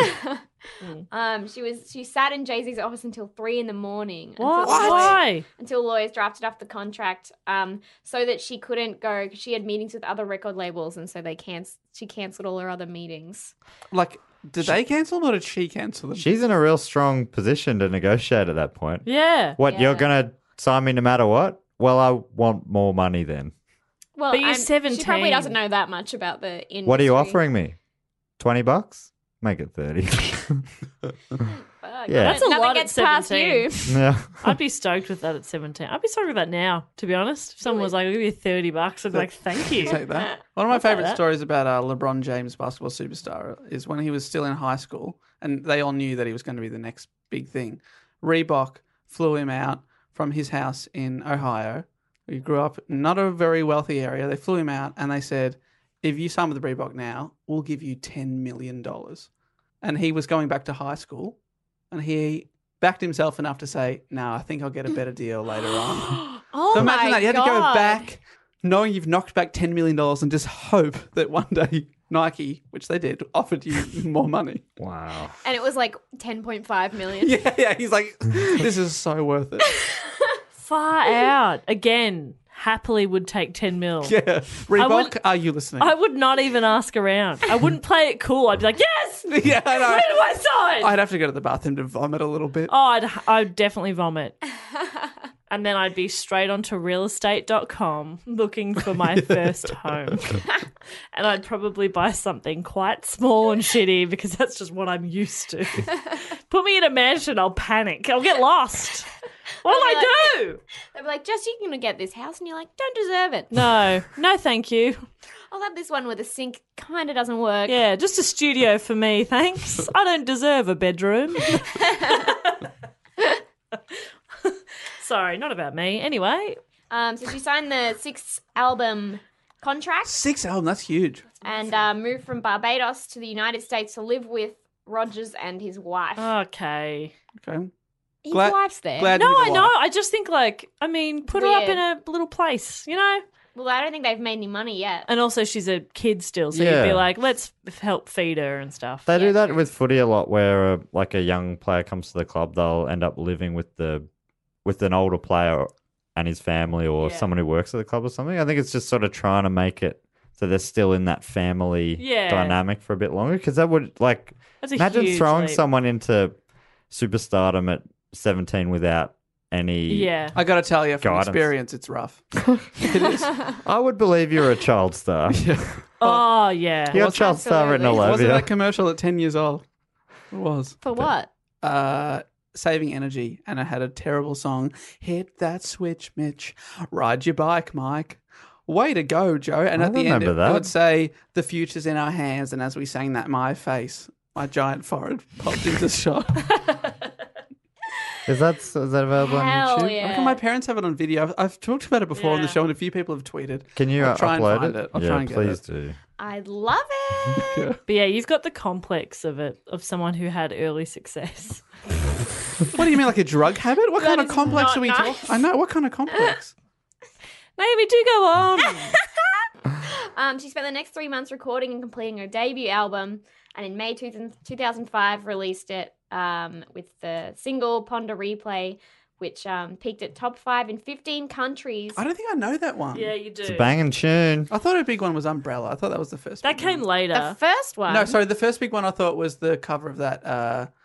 Speaker 4: um, she was she sat in Jay Z's office until three in the morning.
Speaker 2: What?
Speaker 4: Until,
Speaker 2: Why?
Speaker 4: until lawyers drafted up the contract, um, so that she couldn't go because she had meetings with other record labels, and so they canc- she cancelled all her other meetings.
Speaker 1: Like, did they cancel them or did she cancel them?
Speaker 3: She's in a real strong position to negotiate at that point.
Speaker 2: Yeah.
Speaker 3: What, you're
Speaker 4: Yeah.
Speaker 3: going to sign me no matter what? Well, I want more money then.
Speaker 4: Well,
Speaker 2: But you're
Speaker 4: I'm- She probably
Speaker 2: 17.
Speaker 4: doesn't know that much about the industry.
Speaker 3: What are you offering me? 20 bucks? Make it 30.
Speaker 4: Fuck,
Speaker 3: Yeah.
Speaker 2: That's a
Speaker 4: nothing
Speaker 2: lot at
Speaker 4: gets past
Speaker 2: 17.
Speaker 4: you.
Speaker 3: yeah.
Speaker 2: I'd be stoked with that at 17. I'd be stoked with that now, to be honest. If someone was like, I'll give you 30 bucks, I'd be like, thank you.
Speaker 1: Take that. One of my favorite
Speaker 2: that.
Speaker 1: stories about uh, LeBron James, basketball superstar, is when he was still in high school and they all knew that he was going to be the next big thing. Reebok flew him out from his house in Ohio. He grew up in not a very wealthy area. They flew him out and they said, if you sign with the Reebok now, we'll give you $10 million. And he was going back to high school and he backed himself enough to say, no, I think I'll get a better deal later on.
Speaker 4: Oh
Speaker 1: So imagine
Speaker 4: my
Speaker 1: that. You had to go
Speaker 4: God.
Speaker 1: back knowing you've knocked back $10 million and just hope that one day Nike, which they did, offered you more money.
Speaker 3: Wow.
Speaker 4: and it was like 10.5 million.
Speaker 1: Yeah, yeah. He's like, this is so worth it.
Speaker 2: Far out. Again, happily would take 10 mil.
Speaker 1: Yeah. Reebok,
Speaker 2: would-
Speaker 1: are you listening?
Speaker 2: I would not even ask around. I wouldn't play it cool. I'd be like, yes! Where
Speaker 1: yeah, I know.
Speaker 2: do I sign?
Speaker 1: I'd have to go to the bathroom to vomit a little bit.
Speaker 2: Oh, I'd, I'd definitely vomit. and then I'd be straight onto realestate.com looking for my first home. and I'd probably buy something quite small and shitty because that's just what I'm used to. Put me in a mansion, I'll panic. I'll get lost. What will I
Speaker 4: They'll be
Speaker 2: do?
Speaker 4: They'd be like, Jess, you're going to get this house. And you're like, don't deserve it.
Speaker 2: No, no, thank you.
Speaker 4: I'll have this one with a sink. Kind of doesn't work.
Speaker 2: Yeah, just a studio for me, thanks. I don't deserve a bedroom. Sorry, not about me. Anyway,
Speaker 4: Um, so she signed the sixth album contract
Speaker 1: Six albums, that's huge.
Speaker 4: and uh, moved from Barbados to the United States to live with Rogers and his wife.
Speaker 2: okay.
Speaker 1: Okay. Oh,
Speaker 4: his
Speaker 1: glad-
Speaker 4: wife's there.
Speaker 1: glad-
Speaker 2: No,
Speaker 1: Need a
Speaker 2: I know.
Speaker 1: lot.
Speaker 2: I just think like, I mean, put her up in
Speaker 4: Weird.
Speaker 2: a little place, you know.
Speaker 4: Well, I don't think they've made any money yet.
Speaker 1: Uh,
Speaker 2: And also, she's a kid still, so you'd be
Speaker 3: Yeah.
Speaker 2: like, let's f- help feed her and stuff.
Speaker 3: They do that with footy a lot, where uh, like a young player comes to the club, they'll end up living with the with an older player and his family, or
Speaker 2: Yeah.
Speaker 3: someone who works at the club or something. I think it's just sort of trying to make it so they're still in that family
Speaker 2: Yeah.
Speaker 3: dynamic for a bit longer. Because that would like
Speaker 2: That's a
Speaker 3: imagine
Speaker 2: huge
Speaker 3: throwing
Speaker 2: leap.
Speaker 3: someone into superstardom at seventeen without any.
Speaker 2: Yeah.
Speaker 1: I got to tell you, from
Speaker 3: Guidance.
Speaker 1: experience, it's rough.
Speaker 3: I would believe you're a child star.
Speaker 2: Oh, yeah.
Speaker 3: You're a child star written all
Speaker 4: Absolutely.
Speaker 3: over
Speaker 1: Wasn't
Speaker 3: you.
Speaker 1: that commercial at 10 years old? It was.
Speaker 4: For what?
Speaker 1: Uh, saving energy, and I had a terrible song. Hit that switch, Mitch. Ride your bike, Mike. Way to go, Joe. And
Speaker 3: I
Speaker 1: at the end,
Speaker 3: remember
Speaker 1: it,
Speaker 3: that.
Speaker 1: it would say, The future's in our hands. And as we sang that, my face, my giant forehead popped into shot.
Speaker 3: Is that is that available on
Speaker 4: Hell
Speaker 3: YouTube?
Speaker 4: yeah.
Speaker 1: How come my parents have it on video? I've, I've talked about it before on the
Speaker 2: Oh, Yeah.
Speaker 1: show, and a few people have tweeted.
Speaker 3: Can you
Speaker 1: I'll
Speaker 3: uh,
Speaker 1: try and
Speaker 3: upload
Speaker 1: find it. I'll
Speaker 3: yeah,
Speaker 1: try and get
Speaker 3: please
Speaker 1: it.
Speaker 3: do.
Speaker 4: I love it.
Speaker 2: But yeah, you've got the complex of it of someone who had early success.
Speaker 1: What do you mean, like a drug habit? What kind of
Speaker 2: is
Speaker 1: complex
Speaker 2: not
Speaker 1: are we
Speaker 2: nice.
Speaker 1: talking? I know what kind of complex.
Speaker 2: Maybe do go on.
Speaker 4: Um, she spent the next three months recording and completing her debut album, and in May 2000 2005 released it um, with the single Ponder Replay, which um, peaked at top five in 15 countries.
Speaker 1: I don't think I know that one.
Speaker 2: yeah, you do.
Speaker 3: It's a banging tune.
Speaker 1: I thought a big one was Umbrella. I thought that was the first.
Speaker 2: That
Speaker 1: big
Speaker 2: came
Speaker 1: one.
Speaker 4: The
Speaker 2: later.
Speaker 4: first one.
Speaker 1: No, sorry. The first big one I thought was the cover of that. Uh,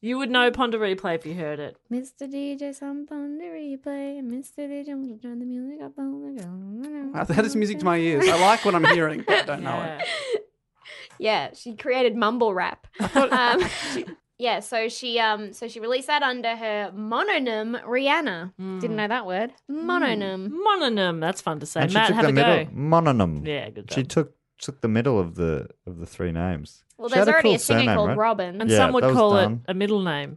Speaker 2: You would know Ponder Replay if you heard it.
Speaker 4: Mr. DJ, some Ponder Replay. Mr. DJ, I'm gonna turn the music up.
Speaker 1: wow, that is music to my ears. I like what I'm hearing, but I don't know
Speaker 2: Yeah.
Speaker 1: it.
Speaker 4: Yeah, she created mumble rap. um, yeah, so she um so she released that under her mononym Rihanna.
Speaker 3: Hmm.
Speaker 4: Didn't know that word. Mononym.
Speaker 2: Mononym. That's fun to say.
Speaker 3: And she
Speaker 2: Matt,
Speaker 3: took
Speaker 2: have
Speaker 3: the
Speaker 2: a
Speaker 3: middle.
Speaker 2: go.
Speaker 3: Mononym.
Speaker 2: Yeah, good
Speaker 3: She
Speaker 2: job.
Speaker 3: took took the middle of the of the three names.
Speaker 4: Well,
Speaker 3: She
Speaker 4: there's
Speaker 3: had a
Speaker 4: already
Speaker 3: cool
Speaker 4: a singer
Speaker 3: surname,
Speaker 4: called
Speaker 3: right?
Speaker 4: Robin.
Speaker 2: And
Speaker 3: Yeah,
Speaker 2: some would
Speaker 3: that was
Speaker 2: call
Speaker 3: done.
Speaker 2: it a middle name.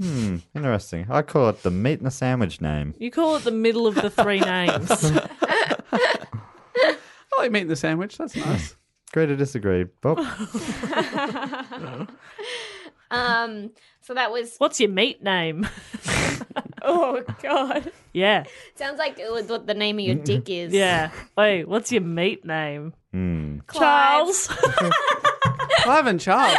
Speaker 3: Hmm, interesting. I call it the meat and the sandwich name.
Speaker 2: You call it the middle of the three names.
Speaker 1: I like meat in the sandwich. That's nice.
Speaker 3: Agree to disagree. Oh,
Speaker 4: Um, so that was
Speaker 2: What's your meat name?
Speaker 4: oh god.
Speaker 2: yeah,
Speaker 4: Sounds like it was what the name of your dick is.
Speaker 2: yeah. Wait, what's your meat name?
Speaker 3: hmm.
Speaker 4: Clive.
Speaker 2: Charles.
Speaker 1: Clive and Charles.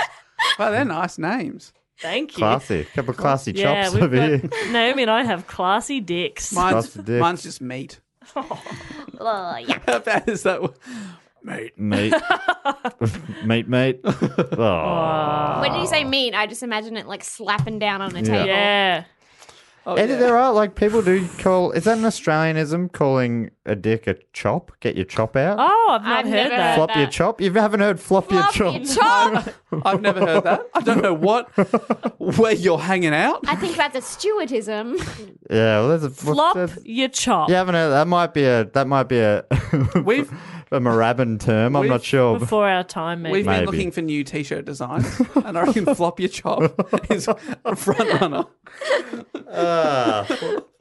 Speaker 1: Wow, they're nice names.
Speaker 2: Thank you.
Speaker 3: classy. couple of classy
Speaker 2: yeah,
Speaker 3: chops
Speaker 2: we've
Speaker 3: over here.
Speaker 2: got Naomi and I have classy dicks.
Speaker 1: Mine's,
Speaker 3: Stuffed dick.
Speaker 1: mine's just meat.
Speaker 4: Oh, yeah.
Speaker 1: How bad is that? one? Meat.
Speaker 3: Meat, meat, meat. Oh.
Speaker 4: When you say meat, I just imagine it like slapping down on a table.
Speaker 2: yeah.
Speaker 1: Oh,
Speaker 3: And
Speaker 1: yeah.
Speaker 3: there are like people do call. Is that an Australianism calling a dick a chop? Get your chop out.
Speaker 2: Oh, I've not
Speaker 4: I've
Speaker 2: heard
Speaker 4: never
Speaker 2: that.
Speaker 3: flop your chop. You haven't heard flop, your
Speaker 4: Fuck
Speaker 3: chop.
Speaker 4: you, Charles.
Speaker 1: I've never heard that. I don't know what where you're hanging out.
Speaker 4: I think that's a stewardism.
Speaker 3: Yeah, well, there's a
Speaker 2: Flop
Speaker 3: there's-
Speaker 2: your chop.
Speaker 3: You haven't heard that might be a that might be a
Speaker 1: We've-
Speaker 3: a Moorabbin term. I'm
Speaker 1: we've-
Speaker 3: not sure.
Speaker 2: Before our time, maybe.
Speaker 1: We've been
Speaker 3: Maybe.
Speaker 1: looking for new t-shirt designs, and I reckon Flop Your Chop is a front runner.
Speaker 4: How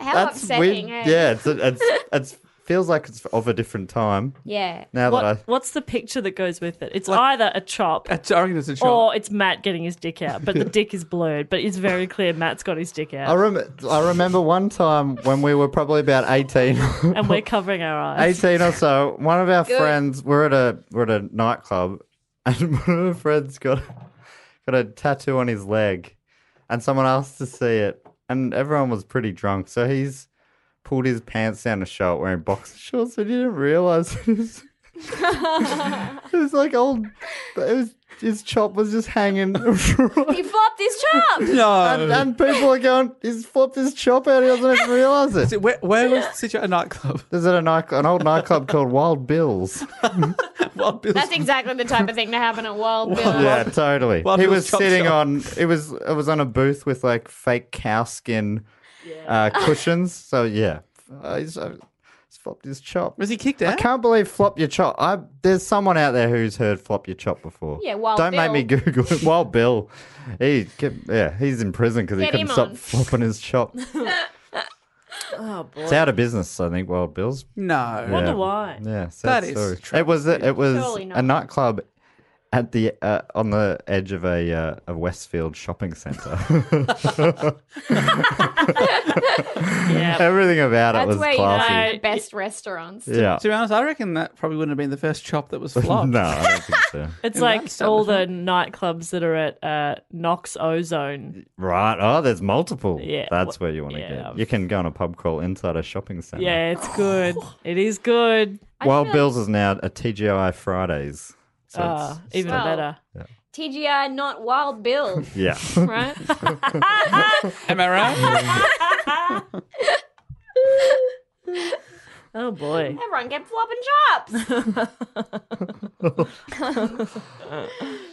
Speaker 3: That's
Speaker 4: upsetting.
Speaker 3: weird.
Speaker 4: hey?
Speaker 3: Yeah, it's it's it's feels like it's of a different time
Speaker 4: Yeah.
Speaker 3: now that I.
Speaker 2: What, what's the picture that goes with it? It's either a chop
Speaker 1: I reckon it's a chop.
Speaker 2: or it's Matt getting his dick out, but the dick is blurred. But it's very clear Matt's got his dick
Speaker 3: I,
Speaker 2: out,
Speaker 3: rem- I remember one time when we were probably about 18,
Speaker 2: and we're covering our eyes.
Speaker 3: 18 or so. One of our friends, we're at a we're at a nightclub, and one of our friends got got a tattoo on his leg, and someone asked to see it, and everyone was pretty drunk, so he's pulled his pants down his shirt wearing boxer shorts, and he didn't realize it was it was like old. It was his chop was just hanging.
Speaker 4: He flopped his chop.
Speaker 3: And, and people are going, he's flipped his chop out. He doesn't even realize it.
Speaker 1: So where, where was the situ- a nightclub?
Speaker 3: There's a night, an old nightclub called Wild Bill's.
Speaker 1: Wild Bill's.
Speaker 4: That's exactly the type of thing to happen at Wild Bill.
Speaker 3: Yeah, totally.
Speaker 1: Wild
Speaker 3: he
Speaker 1: Bill's
Speaker 3: was
Speaker 1: Chop
Speaker 3: sitting
Speaker 1: Shop.
Speaker 3: on. It was it was on a booth with like fake cow skin uh, cushions. So yeah, uh, he's, uh, he's flopped his chop.
Speaker 1: Was he kicked
Speaker 3: I
Speaker 1: out?
Speaker 3: can't believe flop your chop. I there's someone out there who's heard flop your chop before.
Speaker 4: Yeah, Wild
Speaker 3: don't
Speaker 4: Bill.
Speaker 3: make me Google it. Wild Bill, he kept, yeah he's in prison because he
Speaker 4: Get
Speaker 3: couldn't
Speaker 4: him
Speaker 3: stop
Speaker 4: on.
Speaker 3: flopping his chop.
Speaker 2: Oh boy.
Speaker 3: it's out of business, I think. Wild Bill's.
Speaker 1: No.
Speaker 2: Wonder
Speaker 3: Yeah.
Speaker 2: why.
Speaker 3: Yeah, sad
Speaker 1: That is
Speaker 3: story.
Speaker 1: true.
Speaker 3: It was a, it was
Speaker 4: Surely
Speaker 3: a
Speaker 4: not.
Speaker 3: nightclub at the uh, on the edge of a uh, a Westfield shopping centre.
Speaker 2: Yeah.
Speaker 3: Everything about it
Speaker 4: That's
Speaker 3: was
Speaker 4: where you
Speaker 3: classy.
Speaker 4: know the best restaurants.
Speaker 3: Yeah.
Speaker 1: To be honest, I reckon that probably wouldn't have been the first chop that was flopped.
Speaker 3: no, I don't think so.
Speaker 2: It's
Speaker 1: In that
Speaker 2: like all the nightclubs that are at uh, Knox Ozone.
Speaker 3: Right. Oh, there's multiple.
Speaker 2: Yeah,
Speaker 3: That's
Speaker 2: wh-
Speaker 3: where you want to
Speaker 2: yeah,
Speaker 3: get.
Speaker 2: I've-
Speaker 3: You can go on a pub crawl inside a shopping centre.
Speaker 2: Yeah, it's good. it is good.
Speaker 3: Wild Bill's is now a TGI Fridays. So
Speaker 2: Ah,
Speaker 3: it's-
Speaker 2: even
Speaker 4: Well,
Speaker 2: better.
Speaker 4: TGI, not Wild Bill,
Speaker 3: yeah.
Speaker 4: right?
Speaker 1: Am I right?
Speaker 2: Oh boy.
Speaker 4: Everyone get flopping chops.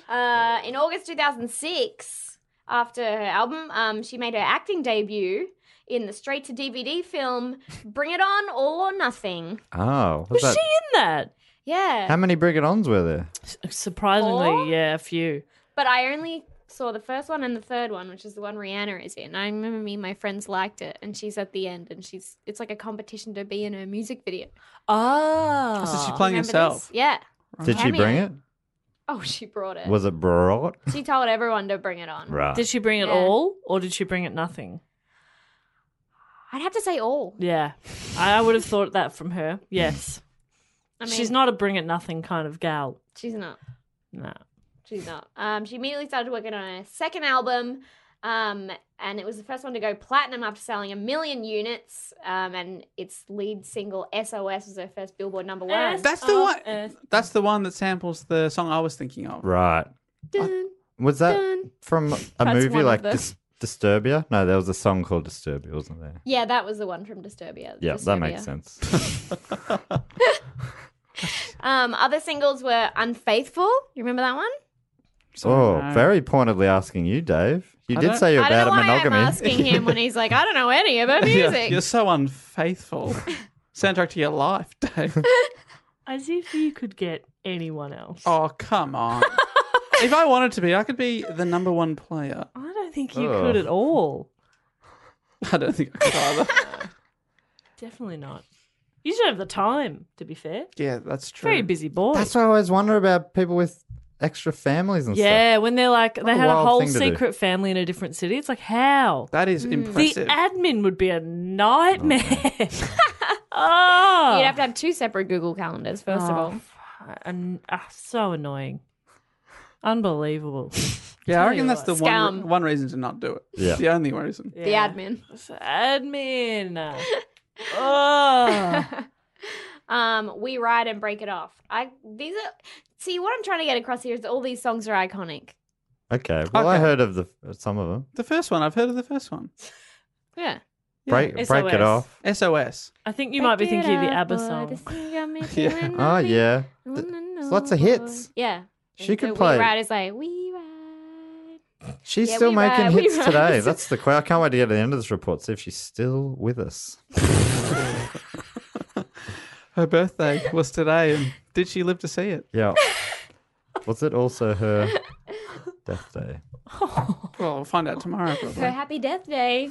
Speaker 4: uh, in August 2006, after her album, um, she made her acting debut in the straight to DVD film Bring It On, All or Nothing.
Speaker 3: Oh. Was
Speaker 2: Was
Speaker 3: that,
Speaker 2: she in that?
Speaker 4: Yeah.
Speaker 3: how many Brigadons were there?
Speaker 2: Surprisingly,
Speaker 4: Four?
Speaker 2: yeah, a few.
Speaker 4: But I only saw the first one and the third one, which is the one Rihanna is in. I remember me and my friends liked it, and she's at the end, and she's it's like a competition to be in a music video.
Speaker 2: Ah.
Speaker 1: so she playing
Speaker 4: Remember this?
Speaker 1: herself.
Speaker 4: Yeah.
Speaker 3: Did she bring it?
Speaker 4: Oh, she brought it.
Speaker 3: Was it brought?
Speaker 4: she told everyone to bring it on.
Speaker 3: Right.
Speaker 2: Did she bring it
Speaker 4: Yeah.
Speaker 2: all or did she bring it nothing?
Speaker 4: I'd have to say all.
Speaker 2: Yeah. I would have thought that from her. Yes.
Speaker 4: I mean,
Speaker 2: She's not a bring it nothing kind of gal.
Speaker 4: She's not.
Speaker 2: No.
Speaker 4: She's not. Um, she immediately started working on her second album, um, and it was the first one to go platinum after selling a million units. Um, and its lead single "SOS" was her first Billboard number one.
Speaker 1: That's the one. That's the one that samples the song I was thinking of.
Speaker 3: Right.
Speaker 4: Dun,
Speaker 3: Was that
Speaker 4: dun.
Speaker 3: from a
Speaker 2: That's one
Speaker 3: movie
Speaker 2: of
Speaker 3: like
Speaker 2: them.
Speaker 3: Dis- Disturbia? No, there was a song called Disturbia, wasn't there?
Speaker 4: Yeah, that was the one from Disturbia.
Speaker 3: Yeah, that makes
Speaker 4: Disturbia.
Speaker 3: sense.
Speaker 4: Um, other singles were "Unfaithful." You remember that one?
Speaker 1: So,
Speaker 3: oh,
Speaker 1: no.
Speaker 3: very pointedly asking you, Dave. You
Speaker 1: I
Speaker 3: did
Speaker 1: don't-
Speaker 3: say you're
Speaker 4: I don't
Speaker 3: bad
Speaker 4: know
Speaker 3: at
Speaker 4: why
Speaker 3: monogamy.
Speaker 4: I'm asking him when he's like, I don't know any of her
Speaker 1: You're-
Speaker 4: music.
Speaker 1: You're so unfaithful. Soundtrack to your life, Dave.
Speaker 2: As if you could get anyone else.
Speaker 1: Oh, come on. if I wanted to be, I could be the number one player.
Speaker 2: I don't think you
Speaker 3: Ugh.
Speaker 2: could at all.
Speaker 1: I don't think I could either.
Speaker 2: Definitely not. You should have the time, to be fair.
Speaker 1: yeah, that's true.
Speaker 2: Very busy boy.
Speaker 3: That's what I always wonder about people with extra families and
Speaker 2: yeah, when they're like,
Speaker 3: a
Speaker 2: they had a
Speaker 3: wild
Speaker 2: whole
Speaker 3: thing to do.
Speaker 2: secret family in a different city. It's like, how?
Speaker 1: That
Speaker 4: Mm.
Speaker 1: is
Speaker 2: The
Speaker 1: impressive.
Speaker 2: admin would be a nightmare. oh.
Speaker 4: You'd have to have two separate Google calendars, first of all.
Speaker 2: Oh, And ah, so annoying. Unbelievable.
Speaker 1: yeah,
Speaker 2: Tell
Speaker 1: I
Speaker 2: you
Speaker 1: reckon that's the
Speaker 2: what.
Speaker 1: one,
Speaker 4: Scam.
Speaker 1: one reason to not do it.
Speaker 3: Yeah.
Speaker 1: The only reason.
Speaker 4: The
Speaker 2: Yeah.
Speaker 4: admin.
Speaker 2: It's admin. oh.
Speaker 4: Um, we ride and break it off. I these are see what I'm trying to get across here is all these songs are iconic.
Speaker 3: stuff. Okay. Well, I
Speaker 1: Okay.
Speaker 3: heard of the some of them.
Speaker 1: The first one, I've heard of the first one.
Speaker 4: Yeah.
Speaker 1: Yeah.
Speaker 3: Break break it
Speaker 2: SOS.
Speaker 3: off.
Speaker 1: SOS.
Speaker 2: I think you might be thinking of the ABBA song.
Speaker 1: Yeah.
Speaker 3: Oh
Speaker 4: Mm-hmm.
Speaker 3: yeah. Th- lots of hits.
Speaker 4: Yeah.
Speaker 3: She
Speaker 4: And
Speaker 3: could
Speaker 4: so
Speaker 3: play.
Speaker 4: We ride is like we ride.
Speaker 3: She's
Speaker 4: Yeah,
Speaker 3: still
Speaker 4: we
Speaker 3: making
Speaker 4: ride, we
Speaker 3: hits
Speaker 4: ride.
Speaker 3: today. That's the question. I can't wait to get to the end of this report. See if she's still with us.
Speaker 1: Her birthday was today, and did she live to see it?
Speaker 3: Yeah. Was it also her death day?
Speaker 1: Well, we'll find out tomorrow,
Speaker 4: Her
Speaker 1: probably.
Speaker 4: happy death day.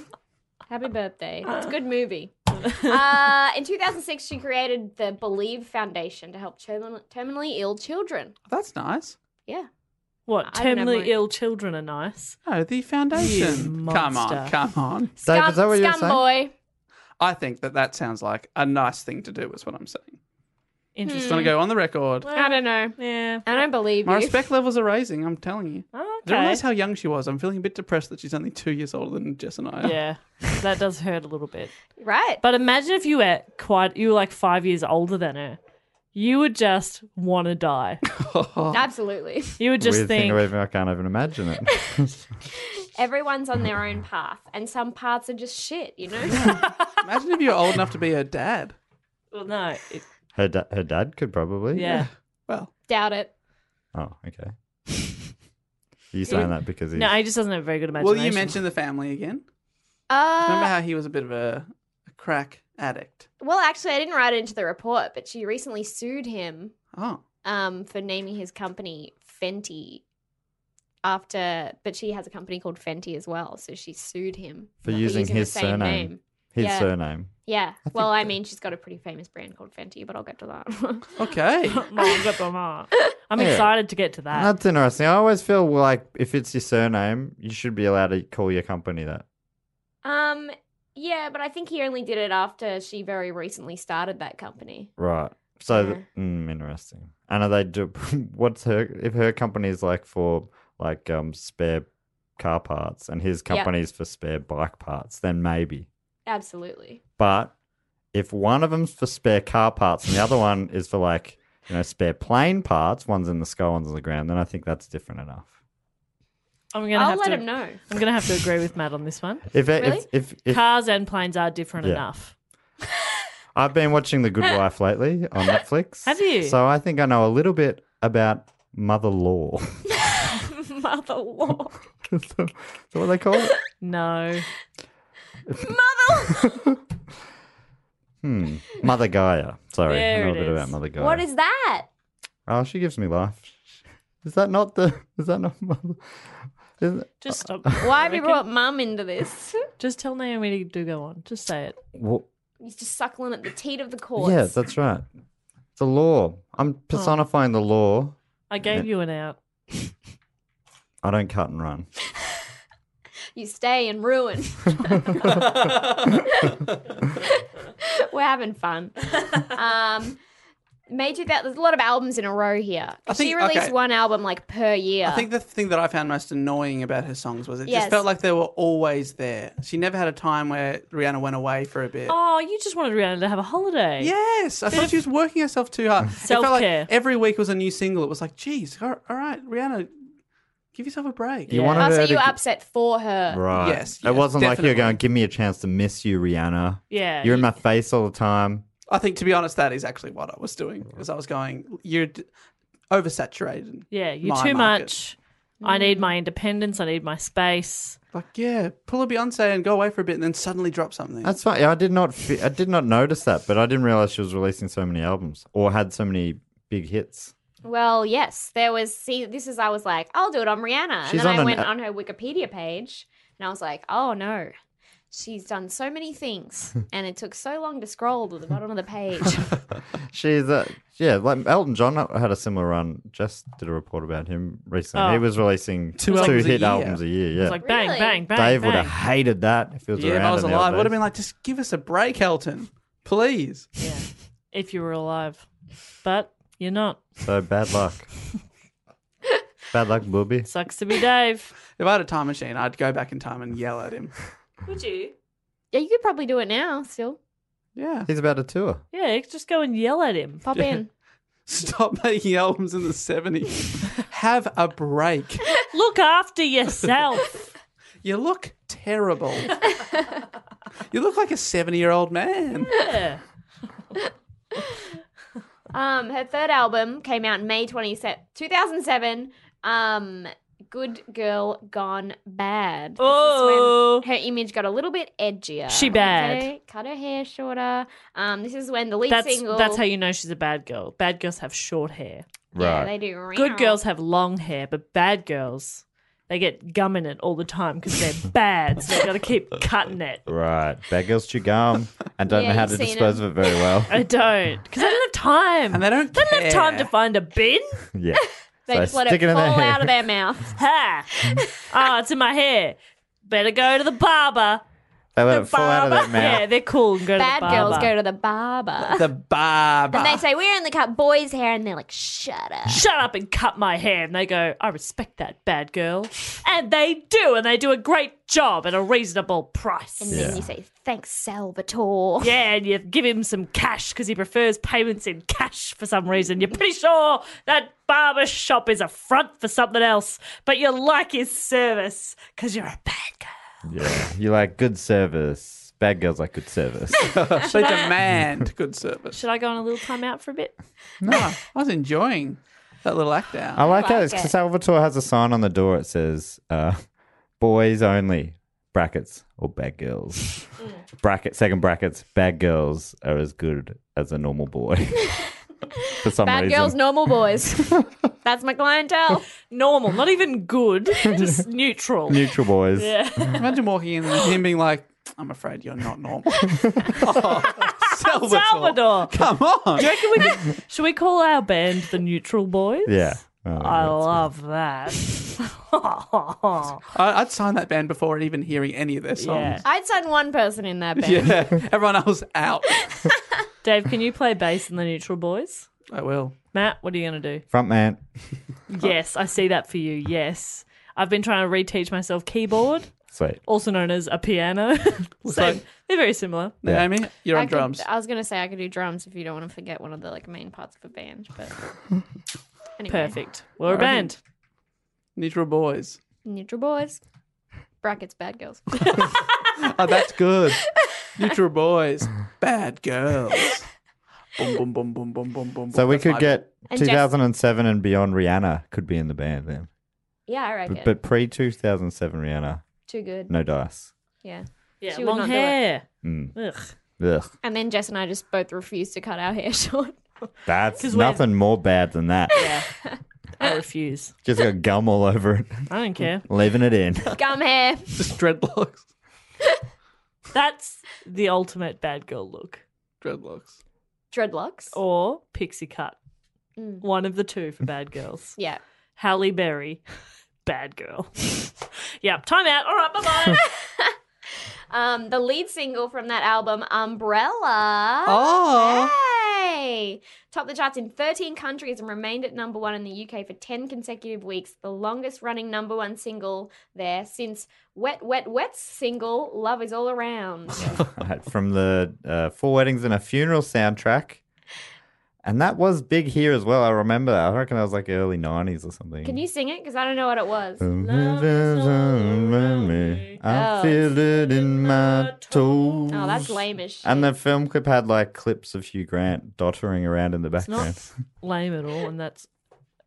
Speaker 4: Happy birthday. It's a good movie. uh, in 2006, she created the Believe Foundation to help termin- terminally ill children.
Speaker 1: That's nice.
Speaker 4: Yeah.
Speaker 2: What?
Speaker 4: I don't have
Speaker 2: Terminally
Speaker 4: mine.
Speaker 2: ill children are nice.
Speaker 1: No, Oh, the foundation.
Speaker 2: You
Speaker 1: Come on,
Speaker 2: monster.
Speaker 1: come on.
Speaker 3: Dave, is that what you're
Speaker 4: scum
Speaker 3: saying?
Speaker 4: boy.
Speaker 1: I think that that sounds like a nice thing to do, is what I'm saying. Just
Speaker 2: Interesting.
Speaker 1: going to go on the record.
Speaker 4: I don't know.
Speaker 2: Yeah.
Speaker 4: I don't believe
Speaker 1: My
Speaker 4: you.
Speaker 1: respect levels are raising, I'm telling you.
Speaker 2: Oh,
Speaker 1: Did you
Speaker 2: okay.
Speaker 1: realize how young she was? I'm feeling a bit depressed that she's only two years older than Jess and I. are.
Speaker 2: yeah. That does hurt a little bit.
Speaker 4: Right.
Speaker 2: But imagine if you were quite, you were like five years older than her. you would just want to die.
Speaker 4: Absolutely.
Speaker 2: You would just
Speaker 3: Weird thing
Speaker 2: think,
Speaker 3: of even- I can't even imagine it.
Speaker 4: Everyone's on their own path, and some paths are just shit, you know?
Speaker 1: Imagine if you're old enough to be a dad.
Speaker 2: well, no, it,
Speaker 3: her, da- her dad could probably.
Speaker 2: yeah.
Speaker 1: Well,
Speaker 4: Doubt it.
Speaker 3: Oh, okay. Are you saying that because he's
Speaker 2: No, he just doesn't have a very good
Speaker 1: will
Speaker 2: imagination.
Speaker 1: you mention the family again? Remember
Speaker 4: Uh,
Speaker 1: how he was a bit of a, a crack addict?
Speaker 4: well, actually, I didn't write it into the report, but she recently sued him
Speaker 1: Oh,
Speaker 4: um, for naming his company Fenty after, but she has a company called Fenty as well, so she sued him
Speaker 3: for using
Speaker 4: the
Speaker 3: his
Speaker 4: same
Speaker 3: surname?
Speaker 4: name.
Speaker 3: His
Speaker 4: Yeah.
Speaker 3: surname.
Speaker 4: Yeah. well, I mean, she's got a pretty famous brand called Fenty, but I'll get to that.
Speaker 1: okay.
Speaker 2: Mom got the mark. I'm
Speaker 3: Yeah.
Speaker 2: excited to get to that.
Speaker 3: That's interesting. I always feel like if it's your surname, you should be allowed to call your company that.
Speaker 4: um, yeah, but I think he only did it after she very recently started that company.
Speaker 3: Right. So, th- mm, interesting. And are they do? What's her? If her company is like for like um spare car parts, and his
Speaker 4: Yeah.
Speaker 3: company's for spare bike parts, then maybe.
Speaker 4: Absolutely.
Speaker 3: But if one of them's for spare car parts and the other one is for like you know spare plane parts, one's in the sky, one's on the ground, then I think that's different enough.
Speaker 2: I'm gonna
Speaker 4: I'll
Speaker 2: have
Speaker 4: let
Speaker 2: to,
Speaker 4: him know.
Speaker 2: I'm gonna have to agree with Matt on this one.
Speaker 3: If it,
Speaker 4: Really?
Speaker 3: if, if, if
Speaker 2: Cars and planes are different
Speaker 3: Yeah.
Speaker 2: enough.
Speaker 3: I've been watching The Good Wife lately on Netflix,
Speaker 2: Have you?
Speaker 3: So I think I know a little bit about mother law.
Speaker 4: Mother law.
Speaker 3: Is that what they call it?
Speaker 2: No.
Speaker 3: Hmm. Mother Gaia. Sorry,
Speaker 2: There
Speaker 3: I know a
Speaker 2: it
Speaker 3: bit
Speaker 2: is.
Speaker 3: about Mother Gaia.
Speaker 4: What is that?
Speaker 3: Oh, she gives me life. Is that not the? Is that not mother? Is,
Speaker 2: Just stop.
Speaker 4: Why have you
Speaker 2: Reckon-
Speaker 4: brought mum into this?
Speaker 2: Just tell Naomi to do go on. Just say it.
Speaker 3: well,
Speaker 4: He's just suckling at the teat of the courts.
Speaker 3: yeah, that's right. The law. I'm
Speaker 4: Oh.
Speaker 3: personifying the law.
Speaker 2: I gave you an out.
Speaker 3: I don't cut and run.
Speaker 4: You stay and ruin. We're having fun. Um, May 2000, there's a lot of albums in a row here.
Speaker 1: I think-
Speaker 4: she released
Speaker 1: okay.
Speaker 4: one album like per year.
Speaker 1: I think the thing that I found most annoying about her songs was it
Speaker 4: Yes.
Speaker 1: just felt like they were always there. She never had a time where Rihanna went away for a bit.
Speaker 2: Oh, you just wanted Rihanna to have a holiday.
Speaker 1: Yes, I thought she was working herself too hard. It felt
Speaker 2: Self-care.
Speaker 1: like every week was a new single. It was like, geez, all all right, Rihanna, give yourself a break.
Speaker 3: You wanted
Speaker 4: Oh, so
Speaker 3: her
Speaker 4: you were
Speaker 3: to-
Speaker 4: upset for her.
Speaker 3: Right.
Speaker 1: Yes,
Speaker 3: it
Speaker 1: yes,
Speaker 3: wasn't like you're
Speaker 1: definitely.
Speaker 3: going, give me a chance to miss you, Rihanna.
Speaker 2: Yeah.
Speaker 3: You're in my face all the time.
Speaker 1: I think, to be honest, that is actually what I was doing. Is I was going, you're d- oversaturated.
Speaker 2: yeah. You're
Speaker 1: my
Speaker 2: too
Speaker 1: market."
Speaker 2: much. I need my independence. I need my space.
Speaker 1: Like, yeah, pull a Beyonce and go away for a bit, and then suddenly drop something.
Speaker 3: That's fine. Yeah, I did not. Fi- I did not notice that, but I didn't realize she was releasing so many albums or had so many big hits.
Speaker 4: Well, yes, there was. See, this is I was like, I'll do it on Rihanna,
Speaker 3: She's
Speaker 4: and then
Speaker 3: on
Speaker 4: I
Speaker 3: an
Speaker 4: went
Speaker 3: a-
Speaker 4: on her Wikipedia page, and I was like, oh no, she's done so many things, and it took so long to scroll to the bottom of the page.
Speaker 3: She's uh, yeah, like Elton John had a similar run. Jess did a report about him recently.
Speaker 2: Oh.
Speaker 3: He was releasing two,
Speaker 1: albums a
Speaker 3: hit
Speaker 1: year.
Speaker 3: albums a year. Yeah,
Speaker 2: It's like bang,
Speaker 4: Really?
Speaker 2: bang, bang.
Speaker 3: Dave
Speaker 2: bang.
Speaker 3: would have hated that if he was
Speaker 1: yeah, if
Speaker 3: around.
Speaker 1: I was
Speaker 3: in the old
Speaker 1: alive, would have
Speaker 3: days.
Speaker 1: been like, just give us a break, Elton, please.
Speaker 2: If you were alive. But you're not.
Speaker 3: So bad luck. bad luck, booby.
Speaker 2: Sucks to be Dave.
Speaker 1: If I had a time machine, I'd go back in time and yell at him.
Speaker 2: Would you?
Speaker 4: yeah, you could probably do it now. Still,
Speaker 1: Yeah,
Speaker 3: He's about to tour.
Speaker 2: Yeah, just go and yell at him.
Speaker 4: pop in.
Speaker 1: stop making albums in the seventies. have a break.
Speaker 2: Look after yourself.
Speaker 1: You look terrible. you look like a seventy-year-old man.
Speaker 2: yeah.
Speaker 4: Um, her third album came out in May 20, 2007. Um, Good Girl Gone Bad. This is when
Speaker 2: Oh.
Speaker 4: her image got a little bit edgier.
Speaker 2: She bad.
Speaker 4: Okay? Cut her hair shorter. Um, this is when the lead
Speaker 2: That's
Speaker 4: single.
Speaker 2: that's how you know she's a bad girl. Bad girls have short hair.
Speaker 4: Yeah, they do.
Speaker 2: Good girls have long hair, but bad girls they get gum in it all the time because they're bad. So they got to keep cutting it.
Speaker 3: Right, bad girls chew gum and don't
Speaker 4: Yeah,
Speaker 3: know how
Speaker 4: you've
Speaker 3: to
Speaker 4: seen
Speaker 3: dispose
Speaker 4: him.
Speaker 3: of it very well.
Speaker 2: I don't because I don't have time.
Speaker 1: And they don't
Speaker 2: They don't have time
Speaker 1: care.
Speaker 2: to find a bin.
Speaker 3: yeah,
Speaker 4: They
Speaker 3: So
Speaker 4: just let it
Speaker 3: stick it in their
Speaker 4: fall
Speaker 3: hair.
Speaker 4: out of their mouth.
Speaker 2: ah, Ha! Ah, it's in my hair. Better go to the barber.
Speaker 3: They let it fall out of their
Speaker 2: Yeah,
Speaker 3: mouth.
Speaker 2: they're cool. And go to
Speaker 4: Bad
Speaker 2: the
Speaker 4: girls
Speaker 2: barber.
Speaker 4: go to the barber.
Speaker 1: The barber.
Speaker 4: and they say, We only cut boys' hair. And they're like, Shut up.
Speaker 2: Shut up and cut my hair. And they go, I respect that bad girl. And they do. And they do a great job at a reasonable price.
Speaker 4: And then you say, Thanks, Salvatore.
Speaker 2: Yeah, and you give him some cash because he prefers payments in cash for some reason. You're pretty sure that barber shop is a front for something else, but you like his service because you're a bad girl.
Speaker 3: Yeah. You like good service. Bad girls like good service.
Speaker 1: they demand good service.
Speaker 2: Should I go on a little time out for a bit?
Speaker 1: No, I was enjoying that little act
Speaker 3: I
Speaker 1: out.
Speaker 3: like
Speaker 4: like
Speaker 3: how it's-
Speaker 4: it.
Speaker 3: Salvatore has a sign on the door. It says, uh, "Boys only." Brackets or bad girls.
Speaker 4: Mm.
Speaker 3: Bracket second brackets. Bad girls are as good as a normal boy. For some
Speaker 4: Bad
Speaker 3: reason,
Speaker 4: girls, normal boys. That's my clientele.
Speaker 2: Normal, not even good, just neutral.
Speaker 3: neutral boys.
Speaker 1: Imagine walking in and him being like, I'm afraid you're not normal. Oh, Salvatore.
Speaker 2: Salvador.
Speaker 1: Come on.
Speaker 2: Can we get- should we call our band the Neutral Boys?
Speaker 3: Yeah. Oh,
Speaker 2: I
Speaker 3: yeah.
Speaker 2: love that.
Speaker 1: I, I'd sign that band before even hearing any of their songs.
Speaker 4: I'd sign one person in that band.
Speaker 1: Yeah. Everyone else out.
Speaker 2: Dave, can you play bass in the Neutral Boys?
Speaker 1: I will.
Speaker 2: Matt, what are you going to do?
Speaker 3: Front man.
Speaker 2: Yes, I see that for you. Yes. I've been trying to reteach myself keyboard,
Speaker 3: Sweet.
Speaker 2: also known as a piano. Same.
Speaker 1: like-
Speaker 2: They're very similar.
Speaker 3: Yeah.
Speaker 1: Naomi, you're
Speaker 4: I
Speaker 1: on
Speaker 4: could-
Speaker 1: drums.
Speaker 4: I was gonna say I could do drums if you don't want to forget one of the like main parts of a band, but anyway.
Speaker 2: Perfect. We're a band.
Speaker 1: Neutral boys.
Speaker 4: Neutral boys. Brackets bad girls.
Speaker 1: Oh, that's good. Neutral boys. Bad girls. Boom, boom, boom, boom, boom, boom, boom.
Speaker 3: So
Speaker 1: boom.
Speaker 3: we
Speaker 1: That's
Speaker 3: could
Speaker 1: my-
Speaker 3: get
Speaker 4: And Jeff-
Speaker 3: 2007 and beyond. Rihanna could be in the band then,
Speaker 4: Yeah, I reckon.
Speaker 3: but, but pre 2007 Rihanna,
Speaker 4: Too good.
Speaker 3: no dice.
Speaker 4: Yeah.
Speaker 2: Yeah,
Speaker 4: She would
Speaker 2: long
Speaker 4: not do
Speaker 2: hair.
Speaker 3: Mm.
Speaker 2: Ugh.
Speaker 3: Ugh.
Speaker 4: And then Jess and I just both refused to cut our hair short.
Speaker 3: That's
Speaker 2: 'Cause we're-
Speaker 3: nothing more bad than that.
Speaker 2: Yeah. I refuse.
Speaker 3: Just got gum all over it,
Speaker 2: I don't care.
Speaker 3: leaving it in.
Speaker 4: Gum hair.
Speaker 1: Just dreadlocks.
Speaker 2: That's the ultimate bad girl look.
Speaker 1: Dreadlocks.
Speaker 4: Dreadlocks.
Speaker 2: Or pixie cut.
Speaker 4: Mm.
Speaker 2: One of the two for bad girls.
Speaker 4: Yeah.
Speaker 2: Halle Berry, bad girl. yep, time out. All right, bye bye.
Speaker 4: Um, the lead single from that album, Umbrella.
Speaker 1: Oh.
Speaker 4: Hey! Topped the charts in 13 countries and remained at number one in the UK for 10 consecutive weeks, the longest running number one single there since Wet, Wet, Wet's single, Love Is All Around.
Speaker 3: Right, from the uh, Four Weddings and a Funeral soundtrack. And that was big here as well. I remember that. I reckon that was like early 90s or something.
Speaker 4: Can you sing it? Because I don't know what it was.
Speaker 3: Love is all around me. I
Speaker 4: Oh.
Speaker 3: feel it in my toes.
Speaker 4: Oh, that's lame as shit.
Speaker 3: And the film clip had like clips of Hugh Grant dottering around in the
Speaker 2: not-
Speaker 3: background.
Speaker 2: Lame at all, and that's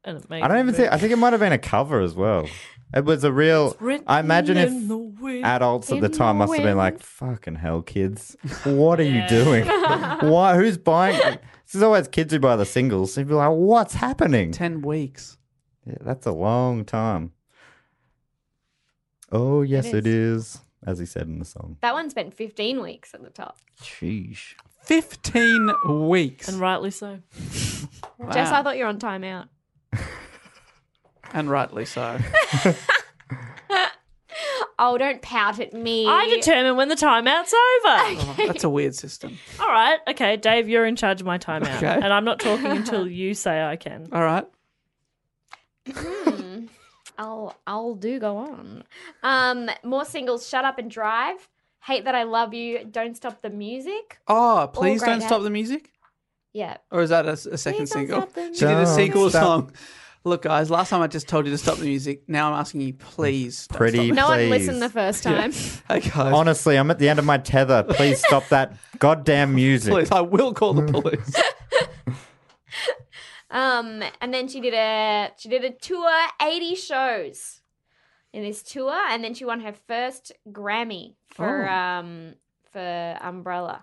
Speaker 2: an amazing.
Speaker 3: I don't even think, I think it might have been a cover as well. It was a real.
Speaker 2: written
Speaker 3: I imagine if
Speaker 2: in the wind.
Speaker 3: adults at the
Speaker 4: In
Speaker 3: time
Speaker 4: the
Speaker 3: must have been like,
Speaker 4: wind.
Speaker 3: "Fucking hell, kids! What are you doing? Why? Who's buying?" This is always kids who buy the singles. They'd be like, "What's happening?"
Speaker 1: 10 weeks.
Speaker 3: Yeah, that's a long time. Oh yes, it is. as he said in the song.
Speaker 4: That one spent 15 weeks at the top.
Speaker 3: Sheesh.
Speaker 1: 15 weeks.
Speaker 2: and rightly so.
Speaker 4: Jess, I thought you were on timeout.
Speaker 1: And rightly so.
Speaker 4: Oh, don't pout at me.
Speaker 2: I determine when the timeout's over.
Speaker 1: That's a weird system.
Speaker 2: all right, okay, Dave, you're in charge of my timeout,
Speaker 1: Okay.
Speaker 2: and I'm not talking until you say I can.
Speaker 1: All right.
Speaker 4: I'll I'll do go on. Um, more singles, Shut Up and Drive. Hate That I Love You, Don't Stop the Music.
Speaker 1: Oh, please
Speaker 4: great
Speaker 1: don't stop
Speaker 4: app.
Speaker 1: the music.
Speaker 4: Yeah.
Speaker 1: Or is that a, a second
Speaker 4: Please don't
Speaker 1: single?
Speaker 4: stop the
Speaker 1: She did a
Speaker 3: Don't
Speaker 1: sequel
Speaker 3: stop.
Speaker 1: song. Look, guys, last time I just told you to stop the music. Now I'm asking you, please. Don't
Speaker 3: Pretty
Speaker 1: Stop
Speaker 4: No one
Speaker 3: Please.
Speaker 4: listened the first time.
Speaker 1: the- hey, guys.
Speaker 3: Honestly, I'm at the end of my tether. Please stop that goddamn music.
Speaker 1: Please, I will call the police.
Speaker 4: Um, and then she did a she did a tour, eighty shows in this tour, and then she won her first Grammy for
Speaker 1: Oh.
Speaker 4: um for Umbrella.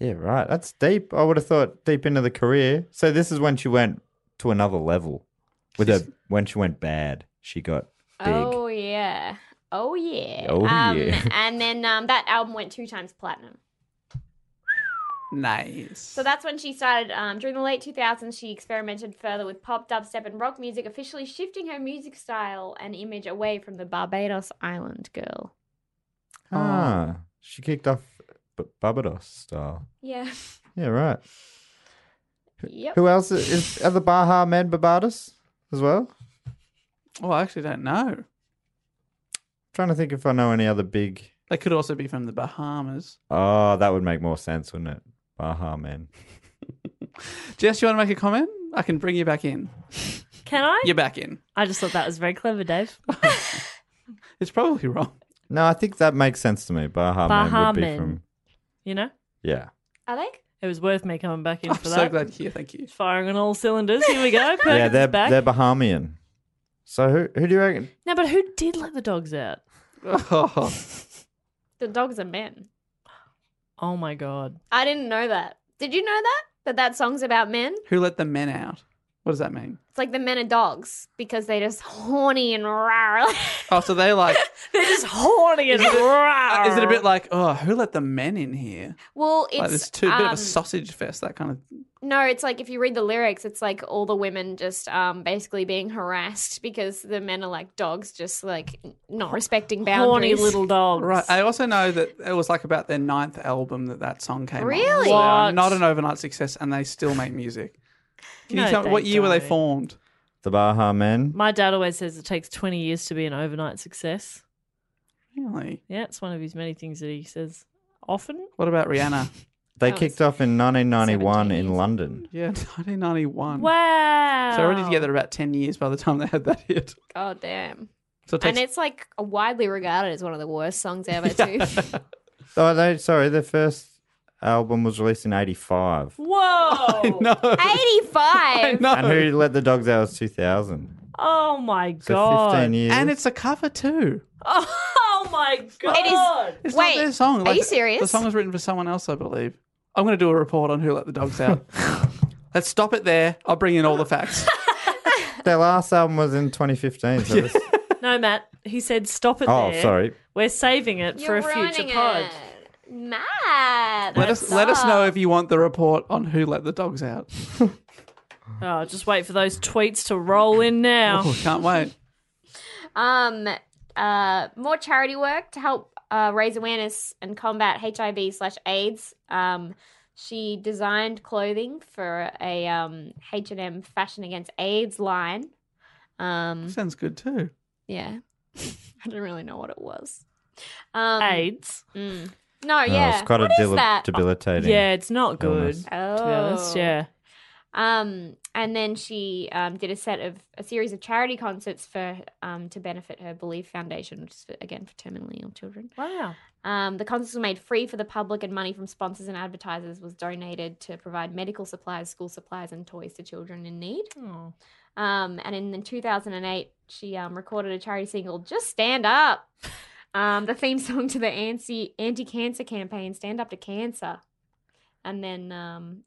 Speaker 3: Yeah, right. That's deep. I would have thought deep into the career. So this is when she went to another level. With her, when she went bad, she got big.
Speaker 4: Oh yeah. Oh yeah.
Speaker 3: Oh,
Speaker 4: um,
Speaker 3: yeah.
Speaker 4: and then um, that album went two times platinum.
Speaker 1: nice.
Speaker 4: So that's when she started. Um, during the late 2000s, she experimented further with pop, dubstep, and rock music, officially shifting her music style and image away from the Barbados Island girl.
Speaker 3: Ah, She kicked off B- Barbados style.
Speaker 4: Yeah.
Speaker 3: Yeah, right.
Speaker 4: Yep.
Speaker 3: Who else is, is are the Baja men Barbados as well?
Speaker 1: Oh, I actually don't know.
Speaker 3: trying to think if I know any other big.
Speaker 1: They could also be from the Bahamas.
Speaker 3: Oh, that would make more sense, wouldn't it? Baja men.
Speaker 1: Jess, you want to make a comment? I can bring you back in.
Speaker 2: Can I?
Speaker 1: You're back in.
Speaker 2: I just thought that was very clever, Dave.
Speaker 1: It's probably wrong.
Speaker 3: No, I think that makes sense to me. Baja,
Speaker 2: Baja
Speaker 3: men would be
Speaker 2: men.
Speaker 3: from.
Speaker 2: You know,
Speaker 3: Yeah.
Speaker 4: Are they?
Speaker 2: it was worth me coming back in
Speaker 1: I'm
Speaker 2: for
Speaker 1: so
Speaker 2: that.
Speaker 1: glad you're here. Thank you.
Speaker 2: Firing on all cylinders. Here we go.
Speaker 3: yeah,
Speaker 2: Perkins
Speaker 3: they're
Speaker 2: back.
Speaker 3: they're Bahamian. So who who do you reckon?
Speaker 2: No, but who did let the dogs out?
Speaker 1: Oh,
Speaker 4: The dogs are men.
Speaker 2: Oh my god.
Speaker 4: I didn't know that. Did you know that? That that song's about men?
Speaker 1: who let the men out? What does that mean?
Speaker 4: It's like the men are dogs because they're just horny and rah.
Speaker 1: Oh, so they like.
Speaker 2: They're just horny and raw.
Speaker 1: is it a bit like, oh, who let the men in here?
Speaker 4: well, it's
Speaker 1: like, there's too bit of
Speaker 4: um,
Speaker 1: a sausage fest, that kind of.
Speaker 4: No, it's like if you read the lyrics, it's like all the women just um basically being harassed because the men are like dogs, just like not respecting boundaries.
Speaker 2: horny little dogs?
Speaker 1: Right. I also know that it was like about their ninth album that that song came out.
Speaker 4: Really?
Speaker 1: So they are
Speaker 2: What?
Speaker 1: not an overnight success, and they still make music. Can you
Speaker 2: No,
Speaker 1: tell me
Speaker 2: they
Speaker 1: what year were they
Speaker 2: don't.
Speaker 1: formed?
Speaker 3: The Baja men.
Speaker 2: My dad always says it takes 20 years to be an overnight success.
Speaker 1: Really?
Speaker 2: Yeah, it's one of his many things that he says often.
Speaker 1: What about Rihanna?
Speaker 3: They
Speaker 4: Oh,
Speaker 3: kicked off in 1991
Speaker 4: 17
Speaker 3: in
Speaker 4: years.
Speaker 3: London.
Speaker 1: yeah, 1991.
Speaker 2: Wow.
Speaker 1: Um, So already together about 10 years by the time they had that hit.
Speaker 4: God damn.
Speaker 1: So it
Speaker 4: And
Speaker 1: takes,
Speaker 4: it's like widely regarded as one of the worst songs ever, too.
Speaker 3: Oh, they sorry, their first album was released in 85.
Speaker 2: Whoa.
Speaker 1: no.
Speaker 4: 85.
Speaker 1: No.
Speaker 3: And who let the dogs out was 2000.
Speaker 2: Oh my
Speaker 3: So
Speaker 2: god.
Speaker 3: 15 years.
Speaker 1: And it's a cover too.
Speaker 2: Oh my god.
Speaker 4: It
Speaker 1: It's
Speaker 4: Wait,
Speaker 1: not their song.
Speaker 4: are
Speaker 1: Like,
Speaker 4: you serious?
Speaker 1: The song was written for someone else, I believe. I'm going to do a report on who let the dogs out. Let's stop it there. I'll bring in all the facts.
Speaker 3: their last album was in 2015. So this-
Speaker 2: No, Matt. He said stop it
Speaker 3: oh,
Speaker 2: there.
Speaker 3: sorry.
Speaker 2: We're saving it for
Speaker 4: You're
Speaker 2: a future
Speaker 4: ruining
Speaker 2: pod.
Speaker 4: it. Matt.
Speaker 1: let us let us
Speaker 4: sucks.
Speaker 1: know if you want the report on who let the dogs out.
Speaker 2: Oh, just wait for those tweets to roll in now.
Speaker 1: Oh, can't wait.
Speaker 4: Um, uh, more charity work to help uh, raise awareness and combat HIV slash AIDS. Um, she designed clothing for a um, H&M Fashion Against AIDS line. Um,
Speaker 1: Sounds good too.
Speaker 4: yeah. I didn't really know what it was. Um,
Speaker 2: AIDS.
Speaker 4: mm. No,
Speaker 3: Oh,
Speaker 4: yeah.
Speaker 3: it's quite a
Speaker 4: What is
Speaker 3: deli-
Speaker 4: that?
Speaker 3: debilitating.
Speaker 2: Yeah, it's not good.
Speaker 3: Illness.
Speaker 2: To
Speaker 4: Oh.
Speaker 2: be honest, yeah.
Speaker 4: Um, and then she um, did a set of a series of charity concerts for um, to benefit her Believe Foundation, which is for, again for terminally ill children.
Speaker 2: Wow.
Speaker 4: Um, the concerts were made free for the public, and money from sponsors and advertisers was donated to provide medical supplies, school supplies, and toys to children in need.
Speaker 2: Oh.
Speaker 4: Um, and in, 2008, she um, recorded a charity single, Just Stand Up, um, the theme song to the anti cancer campaign, Stand Up to Cancer. And then, um,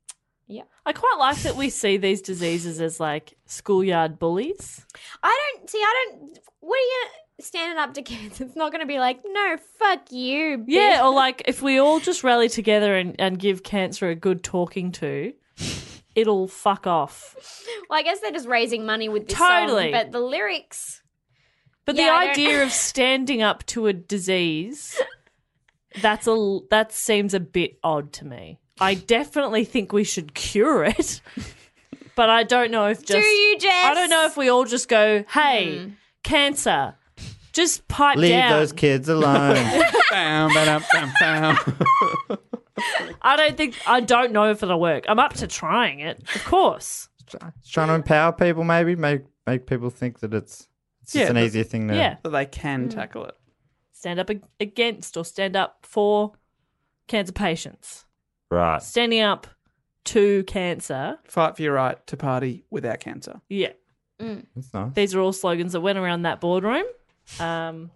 Speaker 2: I quite like that we see these diseases as like schoolyard bullies.
Speaker 4: I don't see, I don't, what are you gonna- standing up to cancer? It's not going to be like, no, fuck you. Bitch.
Speaker 2: Yeah, or like if we all just rally together and, and give cancer a good talking to, it'll fuck off.
Speaker 4: Well, I guess they're just raising money with this
Speaker 2: Totally.
Speaker 4: song, but the lyrics.
Speaker 2: But
Speaker 4: Yeah, I
Speaker 2: the
Speaker 4: don't-
Speaker 2: idea of standing up to a disease that's a that seems a bit odd to me. I definitely think we should cure it. But I don't know if just
Speaker 4: Do you, Jess?
Speaker 2: I don't know if we all just go, "Hey, cancer, just pipe
Speaker 3: Leave
Speaker 2: down."
Speaker 3: those kids alone.
Speaker 1: bam, bam, bam, bam.
Speaker 2: I don't think I don't know if it'll work. I'm up to trying it, of course.
Speaker 3: It's trying to empower people, maybe make make people think that it's it's just
Speaker 1: Yeah,
Speaker 3: an
Speaker 1: but-
Speaker 3: easier thing to.
Speaker 2: Yeah.
Speaker 1: But they
Speaker 2: Mm.
Speaker 1: can tackle it.
Speaker 2: Stand up ag- against or stand up for cancer patients.
Speaker 3: Right.
Speaker 2: Standing up to cancer.
Speaker 1: Fight for your right to party without cancer.
Speaker 2: Yeah.
Speaker 3: That's nice.
Speaker 2: These are all slogans that went around that boardroom. Um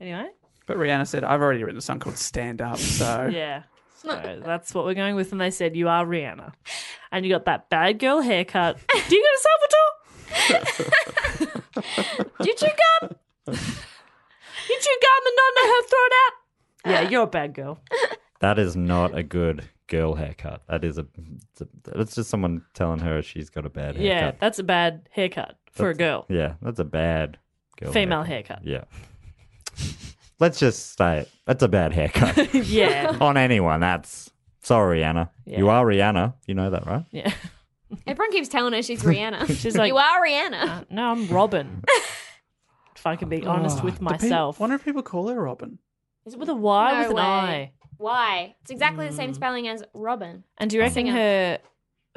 Speaker 2: anyway.
Speaker 1: But Rihanna said, I've already written a song called Stand Up. So
Speaker 2: Yeah. So that's what we're going with. And they said, You are Rihanna. And you got that bad girl haircut. Do you go to Salvatore? Did you gum? Did you gum and not know how to throw it out?
Speaker 3: Ah.
Speaker 2: Yeah, you're a bad girl.
Speaker 3: That is not a good girl haircut. That is a. It's, a, it's just someone telling her she's got a bad haircut.
Speaker 2: Yeah, that's a bad haircut for a girl.
Speaker 3: Yeah, that's a bad girl.
Speaker 2: Female
Speaker 3: haircut.
Speaker 2: haircut.
Speaker 3: Yeah. Let's just say it. That's a bad haircut.
Speaker 2: yeah.
Speaker 3: On anyone, that's sorry, Rihanna. You
Speaker 2: Yeah.
Speaker 3: are Rihanna. You know that, right?
Speaker 2: Yeah.
Speaker 4: Everyone keeps telling her she's Rihanna.
Speaker 2: She's like,
Speaker 4: you are Rihanna.
Speaker 2: Uh, No, I'm Robin. if I can be honest
Speaker 1: Oh,
Speaker 2: with
Speaker 1: do people-
Speaker 2: myself.
Speaker 1: wonder if people call her Robin.
Speaker 2: Is it with a Y or
Speaker 4: No
Speaker 2: with an
Speaker 4: way.
Speaker 2: I?
Speaker 4: Why? It's exactly the same spelling as Robin.
Speaker 2: And do you reckon
Speaker 4: Singer.
Speaker 2: her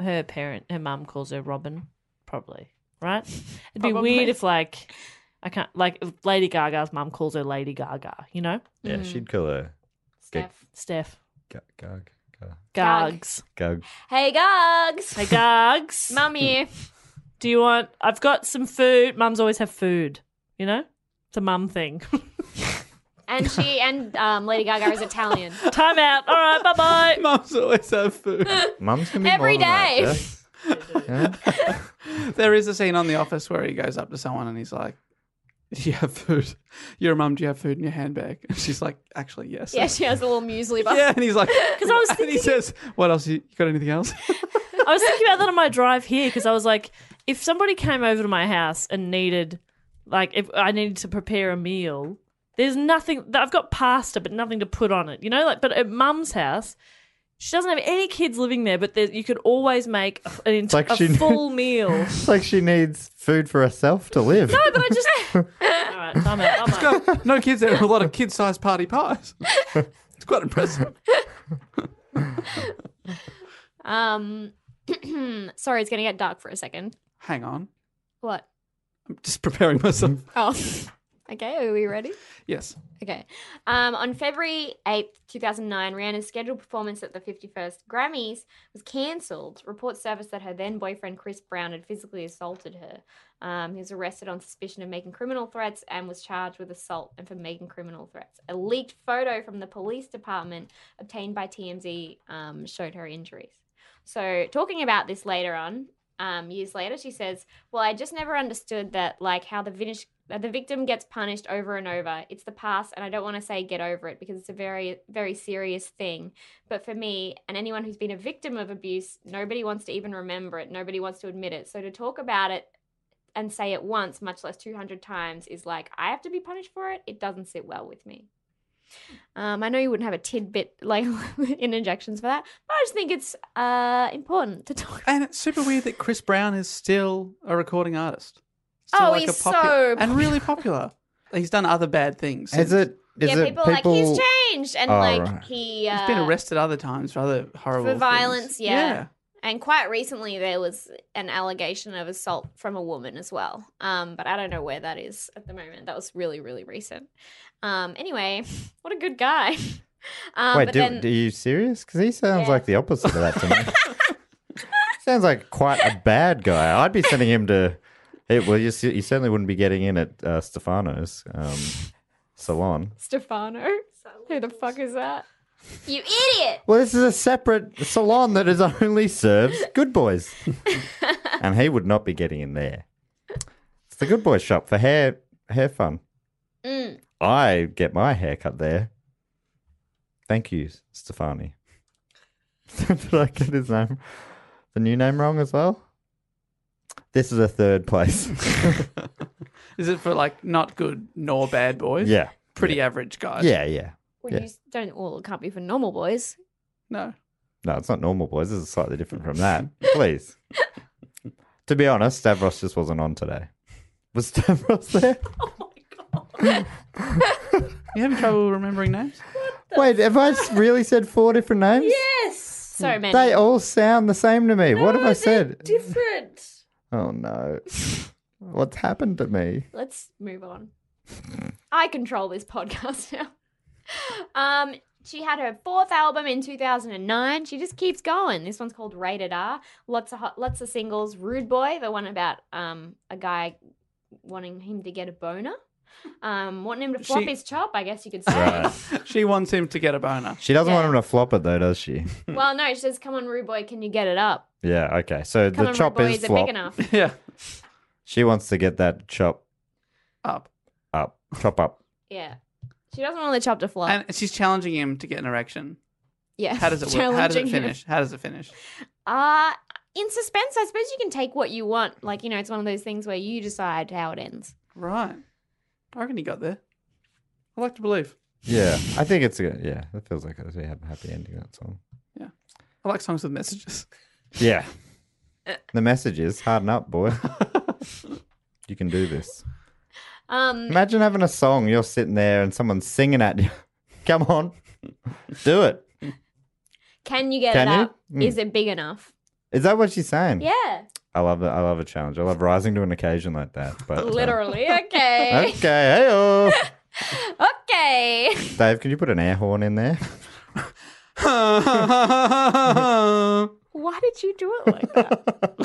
Speaker 2: her parent her mum calls her Robin? Probably. Right? It'd be
Speaker 4: Probably.
Speaker 2: weird if like I can't like if Lady Gaga's mum calls her Lady Gaga, you know?
Speaker 5: Yeah,
Speaker 4: Mm.
Speaker 5: she'd call her
Speaker 4: Steph.
Speaker 2: Steph.
Speaker 5: Gug. Gug. Gug.
Speaker 4: Gag.
Speaker 2: Gags.
Speaker 5: Gug.
Speaker 4: Hey, Gogs.
Speaker 2: Hey Gags.
Speaker 4: Mum here.
Speaker 2: Do you want? I've got some food. Mums always have food. You know, it's a mum thing.
Speaker 4: And she and um, Lady Gaga is Italian.
Speaker 2: Time out. All right. Bye bye.
Speaker 1: Mums always have food.
Speaker 3: Mum's gonna be
Speaker 4: Every
Speaker 3: more than that,
Speaker 4: day.
Speaker 3: Jess. Yeah?
Speaker 1: there is a scene on The Office where he goes up to someone and he's like, "Do you have food? You're a mum. Do you have food in your handbag?" And she's like, "Actually, yes."
Speaker 4: yeah, she has a little muesli bar.
Speaker 1: Yeah, and he's like, "Because
Speaker 2: I was
Speaker 1: And he says, "What else? You you got anything else?"
Speaker 2: I was thinking about that on my drive here because I was like, if somebody came over to my house and needed, like, if I needed to prepare a meal, there's nothing. I've got pasta, but nothing to put on it. You know, like, but at mum's house. She doesn't have any kids living there, but there, you could always make an ent-
Speaker 3: like
Speaker 2: a
Speaker 3: she-
Speaker 2: full meal. No,
Speaker 3: It's like she needs food for herself to live. No,
Speaker 2: but I just. All right, time out. I'm out.
Speaker 1: no kids. There are a lot of kid-sized party pies. it's quite impressive.
Speaker 4: Um, sorry, it's gonna get dark for a second.
Speaker 1: Hang on,
Speaker 4: What?
Speaker 1: I'm just preparing myself.
Speaker 4: Oh, okay. Are we ready?
Speaker 1: Yes.
Speaker 4: Okay. Um, on February 8th, 2009, Rihanna's scheduled performance at the 51st Grammys was cancelled. Reports surfaced that her then boyfriend Chris Brown had physically assaulted her. Um, he was arrested on suspicion of making criminal threats and was charged with assault and for making criminal threats. A leaked photo from the police department obtained by TMZ um, showed her injuries. So, talking about this later on, um, years later, she says, "Well, I just never understood that, like how the vinish- uh, the victim gets punished over and over. It's the past, and I don't want to say get over it because it's a very, very serious thing. But for me and anyone who's been a victim of abuse, nobody wants to even remember it. Nobody wants to admit it. So to talk about it." And say it once, much less 200 times, is like, I have to be punished for it. It doesn't sit well with me. Um, I know you wouldn't have a tidbit like in injections for that, but I just think it's uh, important to talk
Speaker 1: And it's super weird that Chris Brown is still a recording artist.
Speaker 4: Oh, he's so
Speaker 1: and really popular. He's done other bad things.
Speaker 5: Is
Speaker 1: since.
Speaker 5: it? Is
Speaker 4: yeah,
Speaker 5: it
Speaker 4: people, are like he's changed and
Speaker 5: Oh,
Speaker 4: like
Speaker 5: right.
Speaker 4: he uh,
Speaker 1: He's been arrested other times for other horrible things.
Speaker 4: violence, yeah. And quite recently, there was an allegation of assault from a woman as well. Um, but I don't know where that is at the moment. That was really, really recent. Um, anyway, what a good guy. Um,
Speaker 5: Wait,
Speaker 4: but
Speaker 5: do,
Speaker 4: then
Speaker 5: are you serious? Because he sounds
Speaker 4: Yeah.
Speaker 5: like the opposite of that to me. sounds like quite a bad guy. I'd be sending him to. Hey, well, you, s- you certainly wouldn't be getting in at uh, Stefano's um, salon.
Speaker 4: Stefano, who the fuck is that? You idiot!
Speaker 5: Well, this is a separate salon that is only serves good boys, and he would not be getting in there. It's the good boy shop for hair hair fun.
Speaker 4: Mm.
Speaker 5: I get my hair cut there. Thank you, Stefani. Did I get his name, the new name wrong as well? This is a third place.
Speaker 1: Is it for like not good nor bad boys?
Speaker 5: yeah,
Speaker 1: Pretty average guys.
Speaker 5: yeah, yeah.
Speaker 4: Well,
Speaker 5: Yeah.
Speaker 4: you s- don't. Well, it can't be for normal boys.
Speaker 1: No.
Speaker 5: No, it's not normal boys. This is slightly different from that. Please. to be honest, Stavros just wasn't on today. Was Stavros there?
Speaker 1: You having trouble remembering names?
Speaker 5: Wait, have I s- really said four different names?
Speaker 2: Yes.
Speaker 4: So many.
Speaker 5: They all sound the same to me. what have I said?
Speaker 2: Different.
Speaker 5: oh no. What's happened to me?
Speaker 4: let's move on. I control this podcast now. Um, she had her fourth album in 2009. She just keeps going. This one's called Rated R. Lots of hot, lots of singles. Rude Boy, the one about um a guy wanting him to get a boner, um wanting him to flop
Speaker 1: She-
Speaker 4: his chop. I guess you could say.
Speaker 1: She wants him to get a boner.
Speaker 5: She doesn't want
Speaker 4: Yeah.
Speaker 5: him to flop it though, does she?
Speaker 4: Well, no, she says, "Come on, Rude Boy, can you get it up?
Speaker 5: Yeah, okay. So
Speaker 4: Come
Speaker 5: the
Speaker 4: on,
Speaker 5: chop
Speaker 4: Rude Boy,
Speaker 5: is
Speaker 4: is it
Speaker 5: flop.
Speaker 4: big enough?"
Speaker 1: Yeah.
Speaker 5: She wants to get that chop
Speaker 1: Up.
Speaker 5: up. Chop up.
Speaker 4: Yeah, she doesn't want the chop to flop.
Speaker 1: And she's challenging him to get an erection.
Speaker 4: yeah,
Speaker 1: How does it work? How does it
Speaker 4: Challenging him.
Speaker 1: finish? How does it finish?
Speaker 4: Uh in suspense, I suppose you can take what you want. Like, you know, it's one of those things where you decide how it ends.
Speaker 1: Right. I reckon he got there. I like to believe.
Speaker 3: Yeah, I think it's a good. Yeah, it feels like it's a happy ending. That song.
Speaker 1: Yeah. I like songs with messages.
Speaker 3: Yeah. The message is harden up, boy. you can do this.
Speaker 4: Um,
Speaker 3: Imagine having a song, you're sitting there and someone's singing at you. Come on, do it.
Speaker 4: can you get
Speaker 3: Can
Speaker 4: it
Speaker 3: you?
Speaker 4: up?
Speaker 3: Mm.
Speaker 4: Is it big enough?
Speaker 3: Is that what she's saying?
Speaker 4: Yeah,
Speaker 3: I love it. I love a challenge. I love rising to an occasion like that. But uh,
Speaker 4: literally. Okay.
Speaker 3: okay, hey
Speaker 4: okay.
Speaker 3: Dave, can you put an air horn in there?
Speaker 1: what
Speaker 4: Why did you do it like that?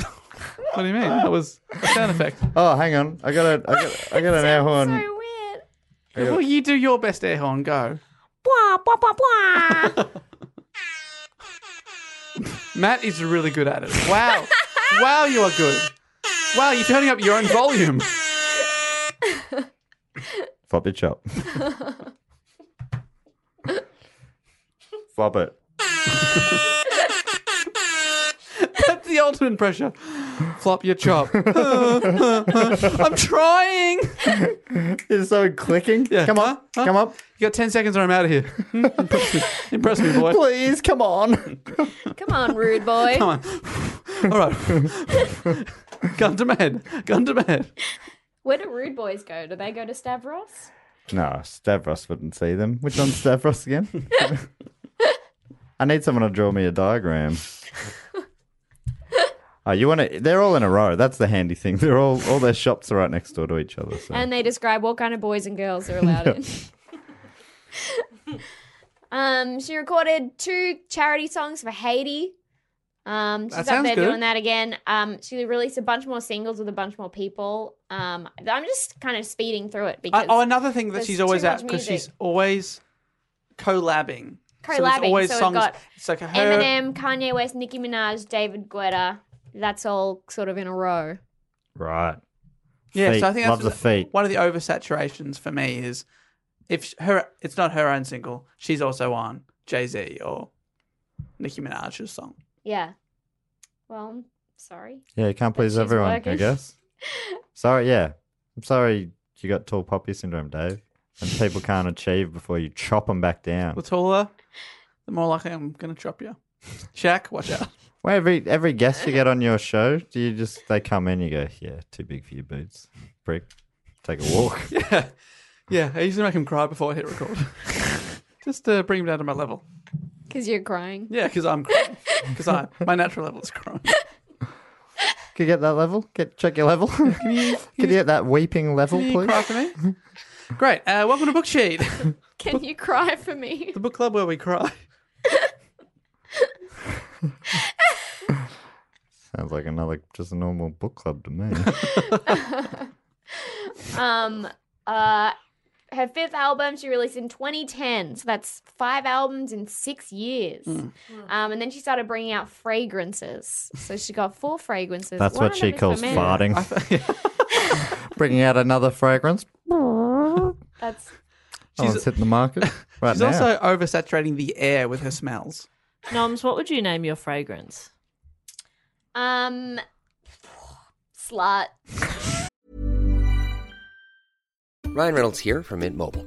Speaker 1: do you mean? That was a sound effect.
Speaker 3: Oh, hang on. I got a. I got, I got an air horn.
Speaker 4: so weird.
Speaker 1: Well, you do your best, air horn. Go.
Speaker 4: Blah blah blah blah.
Speaker 1: Matt is really good at it. Wow. wow, you are good. Wow, you're turning up your own volume.
Speaker 3: Flop it, chop. Flop it.
Speaker 1: That's the ultimate pressure. Flop your chop. I'm trying. You
Speaker 3: It's so clicking.
Speaker 1: Yeah.
Speaker 3: Come on.
Speaker 1: Huh?
Speaker 3: Come up.
Speaker 1: got 10 seconds or I'm out of here. Impress me, Impress me boy.
Speaker 3: Please, come on.
Speaker 4: Come on, rude boy.
Speaker 1: Come on. All right. Gun to my head. Gun to my head.
Speaker 4: Where do rude boys go? Do they go to Stavros?
Speaker 3: No, Stavros wouldn't see them. Which one's Stavros again? I need someone to draw me a diagram. Oh, you want to? They're all in a row. That's the handy thing. They're all all their shops are right next door to each other. So
Speaker 4: And they describe what kind of boys and girls are allowed in. um, she recorded two charity songs for Haiti. Um, she's
Speaker 1: That
Speaker 4: up
Speaker 1: sounds
Speaker 4: there
Speaker 1: good.
Speaker 4: doing that again. Um, she released a bunch more singles with a bunch more people. Um, I'm just kind of speeding through it because
Speaker 1: I, oh, another thing that
Speaker 4: there's
Speaker 1: she's
Speaker 4: too
Speaker 1: always
Speaker 4: much
Speaker 1: at because
Speaker 4: music.
Speaker 1: she's always collabing. So there's
Speaker 4: Collabing,
Speaker 1: always
Speaker 4: so we've
Speaker 1: songs.
Speaker 4: got
Speaker 1: it's like her.
Speaker 4: Eminem, Kanye West, Nicki Minaj, David Guetta. That's all sort of in a row.
Speaker 3: right,
Speaker 1: Yeah,
Speaker 3: Feet.
Speaker 1: so I think that's
Speaker 3: Love the feet.
Speaker 1: one of the oversaturations for me is if sh- her it's not her own single, she's also on Jay Z or Nicki Minaj's song.
Speaker 4: Yeah. Well, I'm sorry.
Speaker 3: yeah, you can't please
Speaker 4: she's
Speaker 3: everyone. I
Speaker 4: working.
Speaker 3: guess. Sorry, yeah, I'm sorry. You got tall poppy syndrome, Dave, and people can't achieve before you chop them back down.
Speaker 1: The taller, the more likely I'm gonna drop you. Shaq, watch out.
Speaker 3: Well, every every guest you get on your show, do you just they come in, you go, yeah, too big for your boots, brick, take a walk.
Speaker 1: yeah, yeah. I usually make him cry before I hit record, just to bring him down to my level.
Speaker 4: Because you're crying.
Speaker 1: Yeah, because I'm crying. Because I my natural level is crying.
Speaker 3: Can you get that level? Get check your level. Can you get that weeping level,
Speaker 1: Can you
Speaker 3: please?
Speaker 1: cry for me? Great. Uh, welcome to Book Sheet, the
Speaker 4: Can you cry for me?
Speaker 1: book club where we cry.
Speaker 3: Sounds like another just a normal book club to me.
Speaker 4: Um, uh, her fifth album she released in 2010, so that's five albums in six years.
Speaker 3: Hmm.
Speaker 4: Um, and then she started bringing out fragrances. So she got four fragrances.
Speaker 3: That's
Speaker 4: One
Speaker 3: what
Speaker 4: of
Speaker 3: she
Speaker 4: them is for
Speaker 3: calls
Speaker 4: men.
Speaker 3: farting. Bringing out another fragrance.
Speaker 4: That's
Speaker 3: Someone's hitting the market right
Speaker 1: She's
Speaker 3: now.
Speaker 1: also oversaturating the air with her smells.
Speaker 2: Noms, what would you name your fragrance?
Speaker 4: um, slut.
Speaker 6: Ryan Reynolds here from Mint Mobile.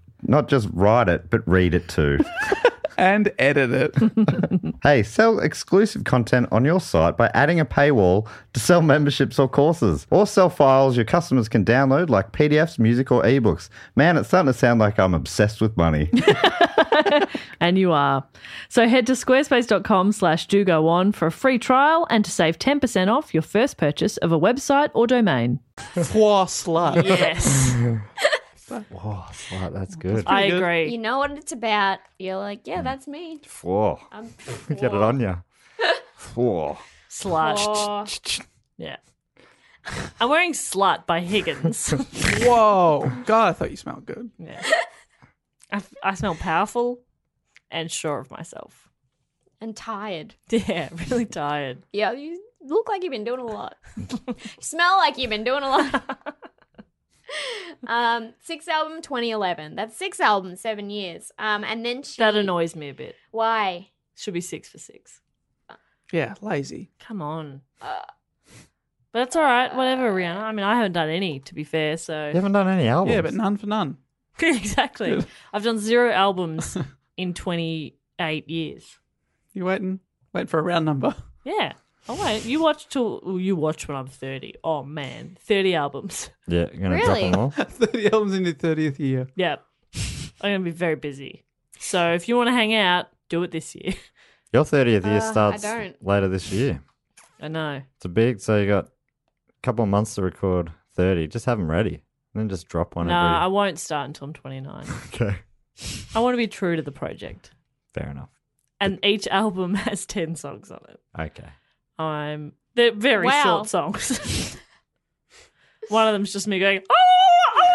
Speaker 5: not just write it, but read it too.
Speaker 1: and edit it.
Speaker 5: hey, sell exclusive content on your site by adding a paywall to sell memberships or courses, or sell files your customers can download like PDFs, music, or ebooks. Man, it's starting to sound like I'm obsessed with money.
Speaker 7: and you are. So head to squarespace.com slash do go on for a free trial and to save 10% off your first purchase of a website or domain.
Speaker 1: Poor slut.
Speaker 7: Yes.
Speaker 3: Whoa, slut, that's good.
Speaker 2: I agree.
Speaker 4: You know what it's about. You're like, yeah, that's me.
Speaker 3: Whoa.
Speaker 4: I'm
Speaker 3: Get it on you. Whoa.
Speaker 2: Slut. yeah. I'm wearing Slut by Higgins.
Speaker 1: Whoa. God, I thought you smelled good.
Speaker 2: yeah. I, I smell powerful and sure of myself.
Speaker 4: and tired.
Speaker 2: Yeah, really tired.
Speaker 4: Yeah, you look like you've been doing a lot. you smell like you've been doing a lot. um, sixth album, 2011. That's six albums, seven years. Um, and then she.
Speaker 2: That annoys me a bit.
Speaker 4: Why?
Speaker 2: Should be six for six. Uh.
Speaker 1: Yeah, lazy.
Speaker 2: Come on. but that's all right. Whatever, Rihanna. I mean, I haven't done any, to be fair. So
Speaker 3: You haven't done any albums.
Speaker 1: Yeah, but none for none.
Speaker 2: exactly. I've done zero albums in 28 years.
Speaker 1: You waiting? Waiting for a round number.
Speaker 2: Yeah. Oh wait, you watch till ooh, you watch when I'm 30. Oh man, 30 albums.
Speaker 3: Yeah, you're
Speaker 2: gonna drop Really? 'em all?
Speaker 1: 30 albums in your 30th year.
Speaker 2: Yeah. I'm gonna be very busy. So if you want to hang out, do it this year.
Speaker 3: Your 30th
Speaker 2: Uh, I
Speaker 3: year starts
Speaker 2: don't.
Speaker 3: later this year.
Speaker 2: I know.
Speaker 3: It's a big, so you got a couple of months to record 30. Just have them ready. And then just drop one
Speaker 2: No, I won't start until I'm 29.
Speaker 3: every. Okay.
Speaker 2: I want to be true to the project.
Speaker 3: Fair enough.
Speaker 2: And each album has 10 songs on it.
Speaker 3: Okay.
Speaker 2: I'm they're very
Speaker 4: Wow.
Speaker 2: short songs. One of them's just me going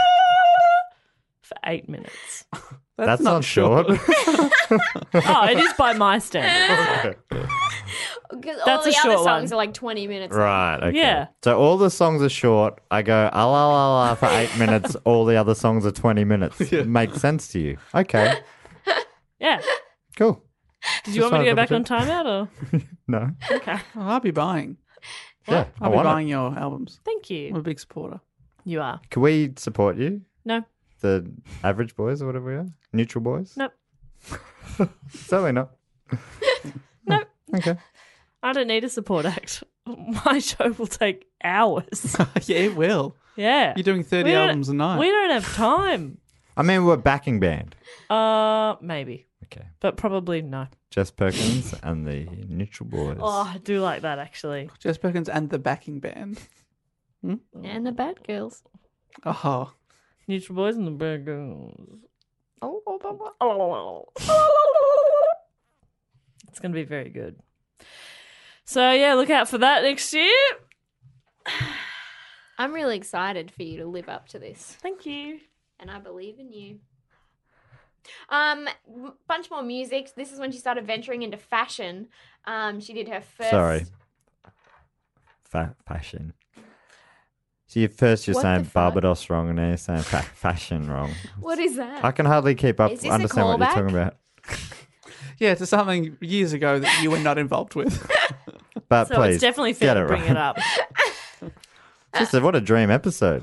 Speaker 2: "Ah!" for 8 minutes.
Speaker 3: That's, not, short.
Speaker 2: oh, it is by my standards.
Speaker 4: Because all
Speaker 2: That's
Speaker 4: the
Speaker 2: a
Speaker 4: other
Speaker 2: short
Speaker 4: songs
Speaker 2: one.
Speaker 4: are like 20 minutes. long.
Speaker 3: right. Okay.
Speaker 2: Yeah.
Speaker 3: So all the songs are short. I go la la la la for eight minutes. All the other songs are 20 minutes. Makes sense to you. Okay.
Speaker 2: Yeah.
Speaker 3: Cool.
Speaker 2: Did you want me to
Speaker 3: Just
Speaker 2: go back
Speaker 3: wanted
Speaker 2: on
Speaker 3: to
Speaker 2: timeout
Speaker 3: No.
Speaker 2: or okay?
Speaker 1: Well, I'll be buying.
Speaker 3: Yeah. I
Speaker 1: I'll be
Speaker 3: want it.
Speaker 1: buying your albums.
Speaker 2: Thank you.
Speaker 3: Mm.
Speaker 1: I'm a big supporter.
Speaker 2: You are.
Speaker 3: Can we support you?
Speaker 2: No.
Speaker 3: The average boys or whatever we are? Neutral boys?
Speaker 2: Nope.
Speaker 3: Certainly not. nope. Okay.
Speaker 2: I don't need a support act. My show will take hours.
Speaker 1: yeah, it will.
Speaker 2: Yeah.
Speaker 1: You're doing 30
Speaker 2: We don't-
Speaker 1: albums a night.
Speaker 2: We don't have time.
Speaker 3: I mean, we're backing band.
Speaker 2: Uh, maybe.
Speaker 3: Okay.
Speaker 2: But probably no.
Speaker 3: Jess Perkins and the Neutral Boys.
Speaker 2: Oh, I do like that actually.
Speaker 1: Jess Perkins and the backing band.
Speaker 4: And the bad girls.
Speaker 1: Oh.
Speaker 2: Neutral Boys and the Bad Girls.
Speaker 4: Oh, oh, oh, oh.
Speaker 2: It's going to be very good. So, yeah, look out for that next year.
Speaker 4: I'm really excited for you to live up to this.
Speaker 2: Thank you.
Speaker 4: And I believe in you. Um, m- bunch more music. This is when she started venturing into fashion. Um, she did her first.
Speaker 3: Sorry. Fa- fashion. So you first you're
Speaker 4: What the
Speaker 3: saying Barbados wrong, and now you're saying fa- fashion wrong.
Speaker 4: What is that?
Speaker 3: I can hardly keep up.
Speaker 4: Is this a
Speaker 3: Understand what you're
Speaker 4: callback?
Speaker 3: talking about.
Speaker 1: Yeah, to something years ago that you were not involved with.
Speaker 3: But
Speaker 2: So
Speaker 3: Uh, please,
Speaker 2: it's definitely fair
Speaker 3: get
Speaker 2: to
Speaker 3: it
Speaker 2: bring
Speaker 3: right.
Speaker 2: it up.
Speaker 3: Just a- what a dream episode.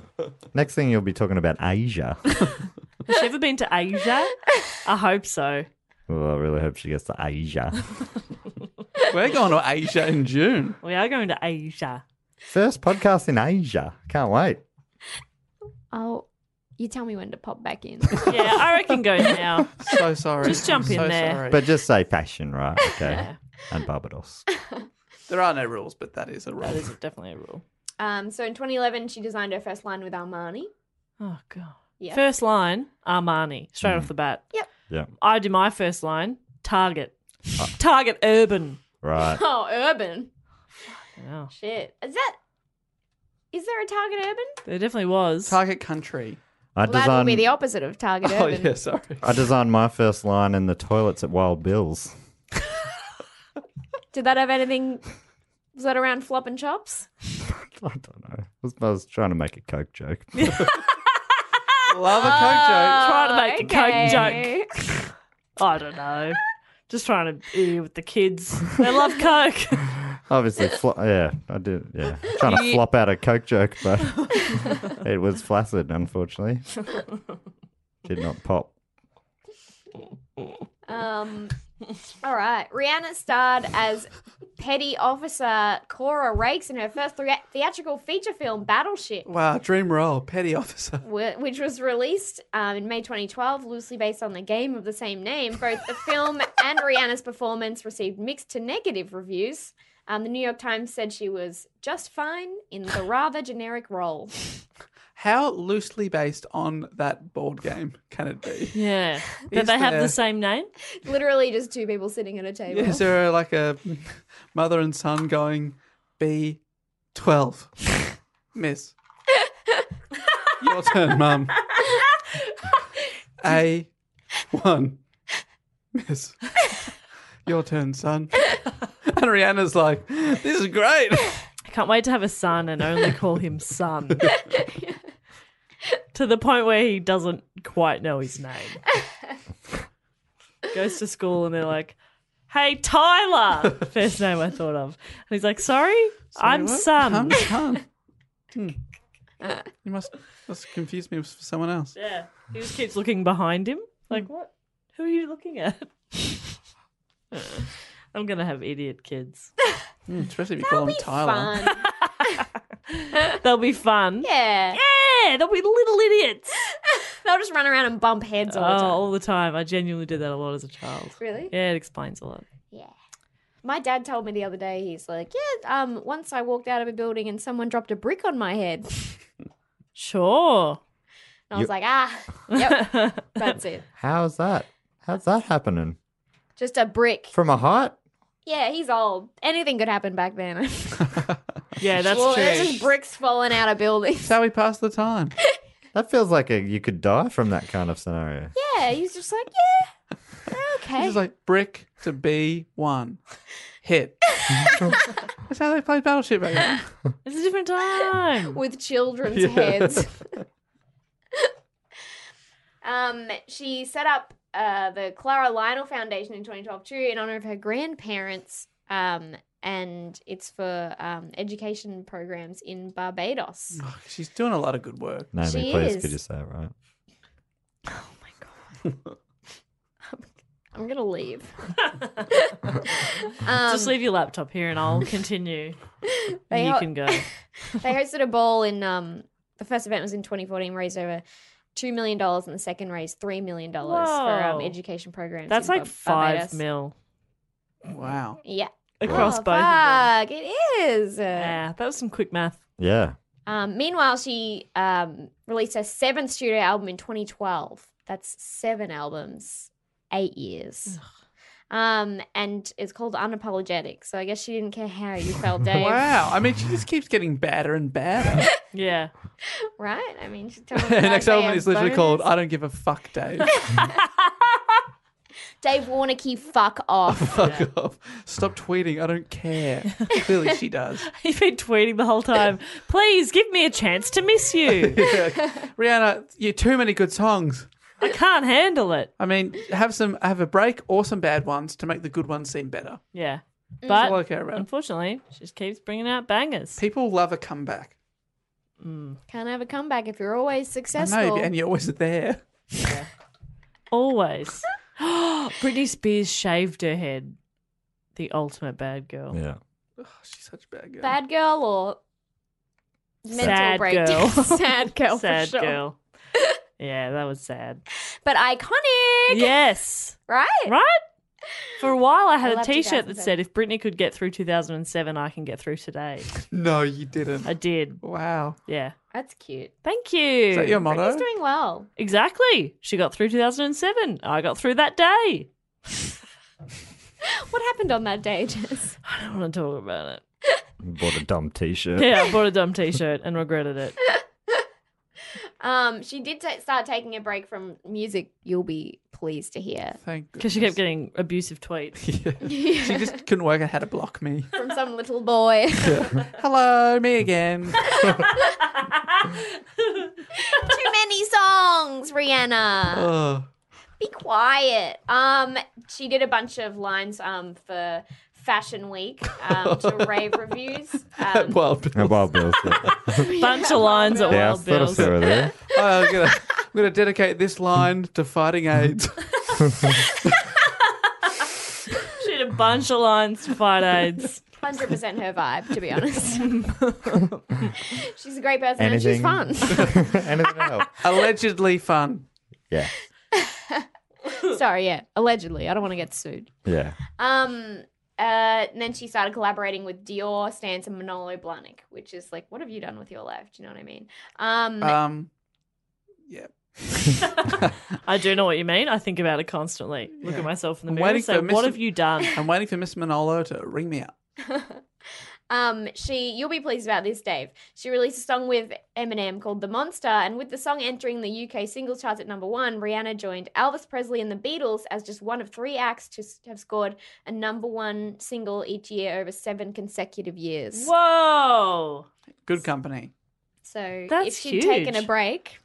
Speaker 3: Next thing you'll be talking about Asia.
Speaker 2: Has she ever been to Asia? I hope so.
Speaker 3: Well, I really hope she gets to Asia.
Speaker 1: we're going to Asia in June.
Speaker 2: We are going to Asia.
Speaker 3: First podcast in Asia. Can't wait.
Speaker 4: Oh, you tell me when to pop back in.
Speaker 2: Yeah, I reckon go now.
Speaker 1: So sorry.
Speaker 2: Just jump in
Speaker 1: so
Speaker 2: there.
Speaker 1: sorry.
Speaker 3: But just say fashion, right? Okay. and Barbados.
Speaker 1: there are no rules, but that is a rule.
Speaker 2: That is definitely a rule.
Speaker 4: um, so in 2011, she designed her first line with Armani.
Speaker 2: Oh, God.
Speaker 4: Yeah.
Speaker 2: First line, Armani, straight off the bat.
Speaker 4: Yep.
Speaker 3: Yeah.
Speaker 2: I do my first line, Target. Target Urban.
Speaker 3: Right.
Speaker 4: Oh, urban.
Speaker 2: Yeah,
Speaker 4: Shit. Is that? Is there a Target Urban?
Speaker 2: there definitely was.
Speaker 1: Target country.
Speaker 3: I
Speaker 4: Well, that will
Speaker 3: designed.
Speaker 4: be the opposite of Target
Speaker 1: Oh,
Speaker 4: Urban.
Speaker 1: yeah, sorry.
Speaker 3: I designed my first line in the toilets at Wild Bill's.
Speaker 4: Did that have anything? Was that around flop and chops?
Speaker 3: I don't know. I was, I was trying to make a Coke joke.
Speaker 1: Love a Coke joke.
Speaker 2: Trying to make a Coke
Speaker 4: Okay.
Speaker 2: joke. I don't know. Just trying to be with the kids. They love Coke.
Speaker 3: Obviously, flo- yeah, I did. Yeah, trying to
Speaker 2: You-
Speaker 3: flop out a coke joke, but it was flaccid. Unfortunately, did not pop.
Speaker 4: Um, all right. Rihanna starred as petty officer Cora Rakes in her first thre- theatrical feature film, Battleship.
Speaker 1: Wow, dream role, petty officer.
Speaker 4: wh- Which was released um, in May 2012, loosely based on the game of the same name. Both the film and Rihanna's performance received mixed to negative reviews. Um, the New York Times said she was just fine in the rather generic role.
Speaker 1: How loosely based on that board game can it be?
Speaker 2: Yeah.
Speaker 1: Is
Speaker 2: That they have
Speaker 1: there-
Speaker 2: the same name?
Speaker 4: Literally just two people sitting at a table.
Speaker 1: Is there like a mother and son going B twelve? Miss. Your turn, Mum. A one. Miss. Your turn, son. And Rihanna's like, this is great.
Speaker 2: I can't wait to have a son and only call him son. to the point where he doesn't quite know his name. Goes to school and they're like, hey, Tyler. First name I thought of. And he's like, sorry, I'm
Speaker 1: what?
Speaker 2: son.
Speaker 1: I'm son. Hmm. You must must confuse me with someone else.
Speaker 2: Yeah. He just keeps looking behind him. Like, what? Who are you looking at? I'm going to have idiot kids.
Speaker 1: Hmm, especially if you call him Tyler.
Speaker 2: They'll be fun.
Speaker 4: Yeah.
Speaker 2: Yeah, they'll be little idiots.
Speaker 4: They'll just run around and bump heads
Speaker 2: Oh,
Speaker 4: all the time.
Speaker 2: all the time. I genuinely did that a lot as a child.
Speaker 4: Really?
Speaker 2: Yeah, it explains a lot.
Speaker 4: My dad told me the other day, he's like, Yeah, um, once I walked out of a building and someone dropped a brick on my head.
Speaker 2: Sure.
Speaker 4: And I was
Speaker 3: You-
Speaker 4: like, Ah, yep, that's it.
Speaker 3: How's that? How's that happening?
Speaker 4: Just a brick.
Speaker 3: From a height?
Speaker 4: Yeah, he's old. Anything could happen back then.
Speaker 2: Yeah, that's
Speaker 4: well,
Speaker 2: true.
Speaker 4: There's just bricks falling out of buildings.
Speaker 1: That's how we pass the time.
Speaker 3: That feels like a you could die from that kind of scenario.
Speaker 4: Yeah, he's just like, Yeah, okay.
Speaker 1: It's just like brick to B one. Hit. That's how they played Battleship back then.
Speaker 2: It's a different time.
Speaker 4: with children's
Speaker 1: Yeah.
Speaker 4: heads. um, she set up uh, the Clara Lionel Foundation in 2012 too in honor of her grandparents, um, and it's for um, education programs in Barbados.
Speaker 1: Oh, she's doing a lot of good work.
Speaker 3: Naomi,
Speaker 4: She
Speaker 3: please,
Speaker 4: is.
Speaker 3: could you say it right?
Speaker 4: I'm gonna leave.
Speaker 2: just leave your laptop here and I'll continue.
Speaker 4: um,
Speaker 2: and
Speaker 4: They
Speaker 2: you
Speaker 4: ho-
Speaker 2: can go.
Speaker 4: they hosted a ball in um the first event was in 2014 raised over two million dollars and the second raised three million dollars for um,
Speaker 2: Whoa.
Speaker 4: education programs
Speaker 2: That's
Speaker 4: in
Speaker 2: like
Speaker 4: Bar-
Speaker 2: five
Speaker 4: Barbados.
Speaker 2: mil
Speaker 1: Wow.
Speaker 4: yeah
Speaker 2: across
Speaker 4: Oh,
Speaker 2: both. Of them.
Speaker 4: fuck, it is
Speaker 2: Yeah, that was some quick math.
Speaker 3: Yeah.
Speaker 4: um meanwhile she um released her seventh studio album in 2012 that's seven albums eight years um and it's called unapologetic so i guess she didn't care how you felt dave
Speaker 1: Wow. I mean, she just keeps getting badder and badder.
Speaker 2: Yeah.
Speaker 4: right i mean she told
Speaker 1: Her next album is literally called I Don't Give a Fuck, Dave.
Speaker 4: dave warnicky fuck off
Speaker 1: Fuck off. Stop tweeting. I don't care. Clearly, she does.
Speaker 2: You've been tweeting the whole time. Please give me a chance to miss you.
Speaker 1: Yeah. Rihanna, you too many good songs.
Speaker 2: I can't handle it.
Speaker 1: I mean, have some, have a break or some bad ones to make the good ones seem better.
Speaker 2: Yeah.
Speaker 4: Mm.
Speaker 1: That's all I
Speaker 2: But
Speaker 1: care about.
Speaker 2: unfortunately, she just keeps bringing out bangers.
Speaker 1: People love a comeback.
Speaker 4: Can't have a comeback if you're always
Speaker 1: I know,
Speaker 4: successful.
Speaker 1: and you're always there.
Speaker 2: Always. Britney Spears shaved her head. The ultimate bad girl.
Speaker 3: Yeah.
Speaker 1: Oh, she's such a bad girl.
Speaker 4: Bad girl or mental
Speaker 2: Sad
Speaker 4: breakdown.
Speaker 2: girl.
Speaker 4: sad girl.
Speaker 2: Sad
Speaker 4: for sure.
Speaker 2: girl. Yeah, that was sad.
Speaker 4: But iconic,
Speaker 2: yes.
Speaker 4: right?
Speaker 2: Right? For a while, I
Speaker 4: I
Speaker 2: had a
Speaker 4: love
Speaker 2: t shirt that
Speaker 4: 2007.
Speaker 2: said, if Britney could get through 2007, I can get through today.
Speaker 1: No, you didn't.
Speaker 2: I did.
Speaker 1: Wow.
Speaker 2: Yeah.
Speaker 4: That's cute.
Speaker 2: Thank you.
Speaker 1: Is that your
Speaker 4: She's
Speaker 1: motto?
Speaker 4: doing well.
Speaker 2: exactly. She got through 2007. I got through that day.
Speaker 4: What happened on that day, Jess?
Speaker 2: I don't want to talk about it.
Speaker 3: Bought a dumb T-shirt.
Speaker 2: Yeah, I bought a dumb t shirt and regretted it.
Speaker 4: Um, she did ta start taking a break from music. You'll be pleased to hear
Speaker 1: Thank
Speaker 2: Because she kept getting abusive tweets.
Speaker 1: goodness. She just couldn't work out how to block me.
Speaker 4: from some little boy.
Speaker 1: Hello, me again.
Speaker 4: Too many songs, Rihanna.
Speaker 1: Oh,
Speaker 4: be quiet. Um, she did a bunch of lines um for Fashion Week um, to rave reviews.
Speaker 1: At Wild Bills.
Speaker 3: At Wild Bills.
Speaker 2: Bunch of lines at
Speaker 3: Yeah, I
Speaker 2: Wild
Speaker 3: thought I
Speaker 2: Bills.
Speaker 3: saw it there.
Speaker 1: Oh, I'm gonna, I'm gonna dedicate this line to fighting AIDS.
Speaker 2: She had a bunch of lines to fight AIDS.
Speaker 4: Hundred percent her vibe, to be honest. she's a great person
Speaker 3: Anything.
Speaker 4: and she's fun.
Speaker 3: Anything else?
Speaker 1: Allegedly fun.
Speaker 3: Yeah.
Speaker 4: Sorry, yeah, allegedly. I don't want to get sued.
Speaker 3: Yeah.
Speaker 4: Um, uh, and then she started collaborating with Dior, Stance, and Manolo Blahnik, which is like, what have you done with your life? Do you know what I mean? Um,
Speaker 1: Um,
Speaker 2: I do know what you mean. I think about it constantly. Look at myself in the
Speaker 1: I'm
Speaker 2: mirror
Speaker 1: waiting
Speaker 2: and say,
Speaker 1: for
Speaker 2: what
Speaker 1: Mr.
Speaker 2: have you done?
Speaker 1: I'm waiting for Miss Manolo to ring me up.
Speaker 4: um, she, you'll be pleased about this, Dave. She released a song with Eminem called "The Monster," and with the song entering the UK singles charts at number one, Rihanna joined Elvis Presley and the Beatles as just one of three acts to s- have scored a number one single each year over seven consecutive years.
Speaker 2: Whoa.
Speaker 1: Good company.
Speaker 4: So
Speaker 2: That's
Speaker 4: if she'd taken a
Speaker 2: huge.
Speaker 4: break,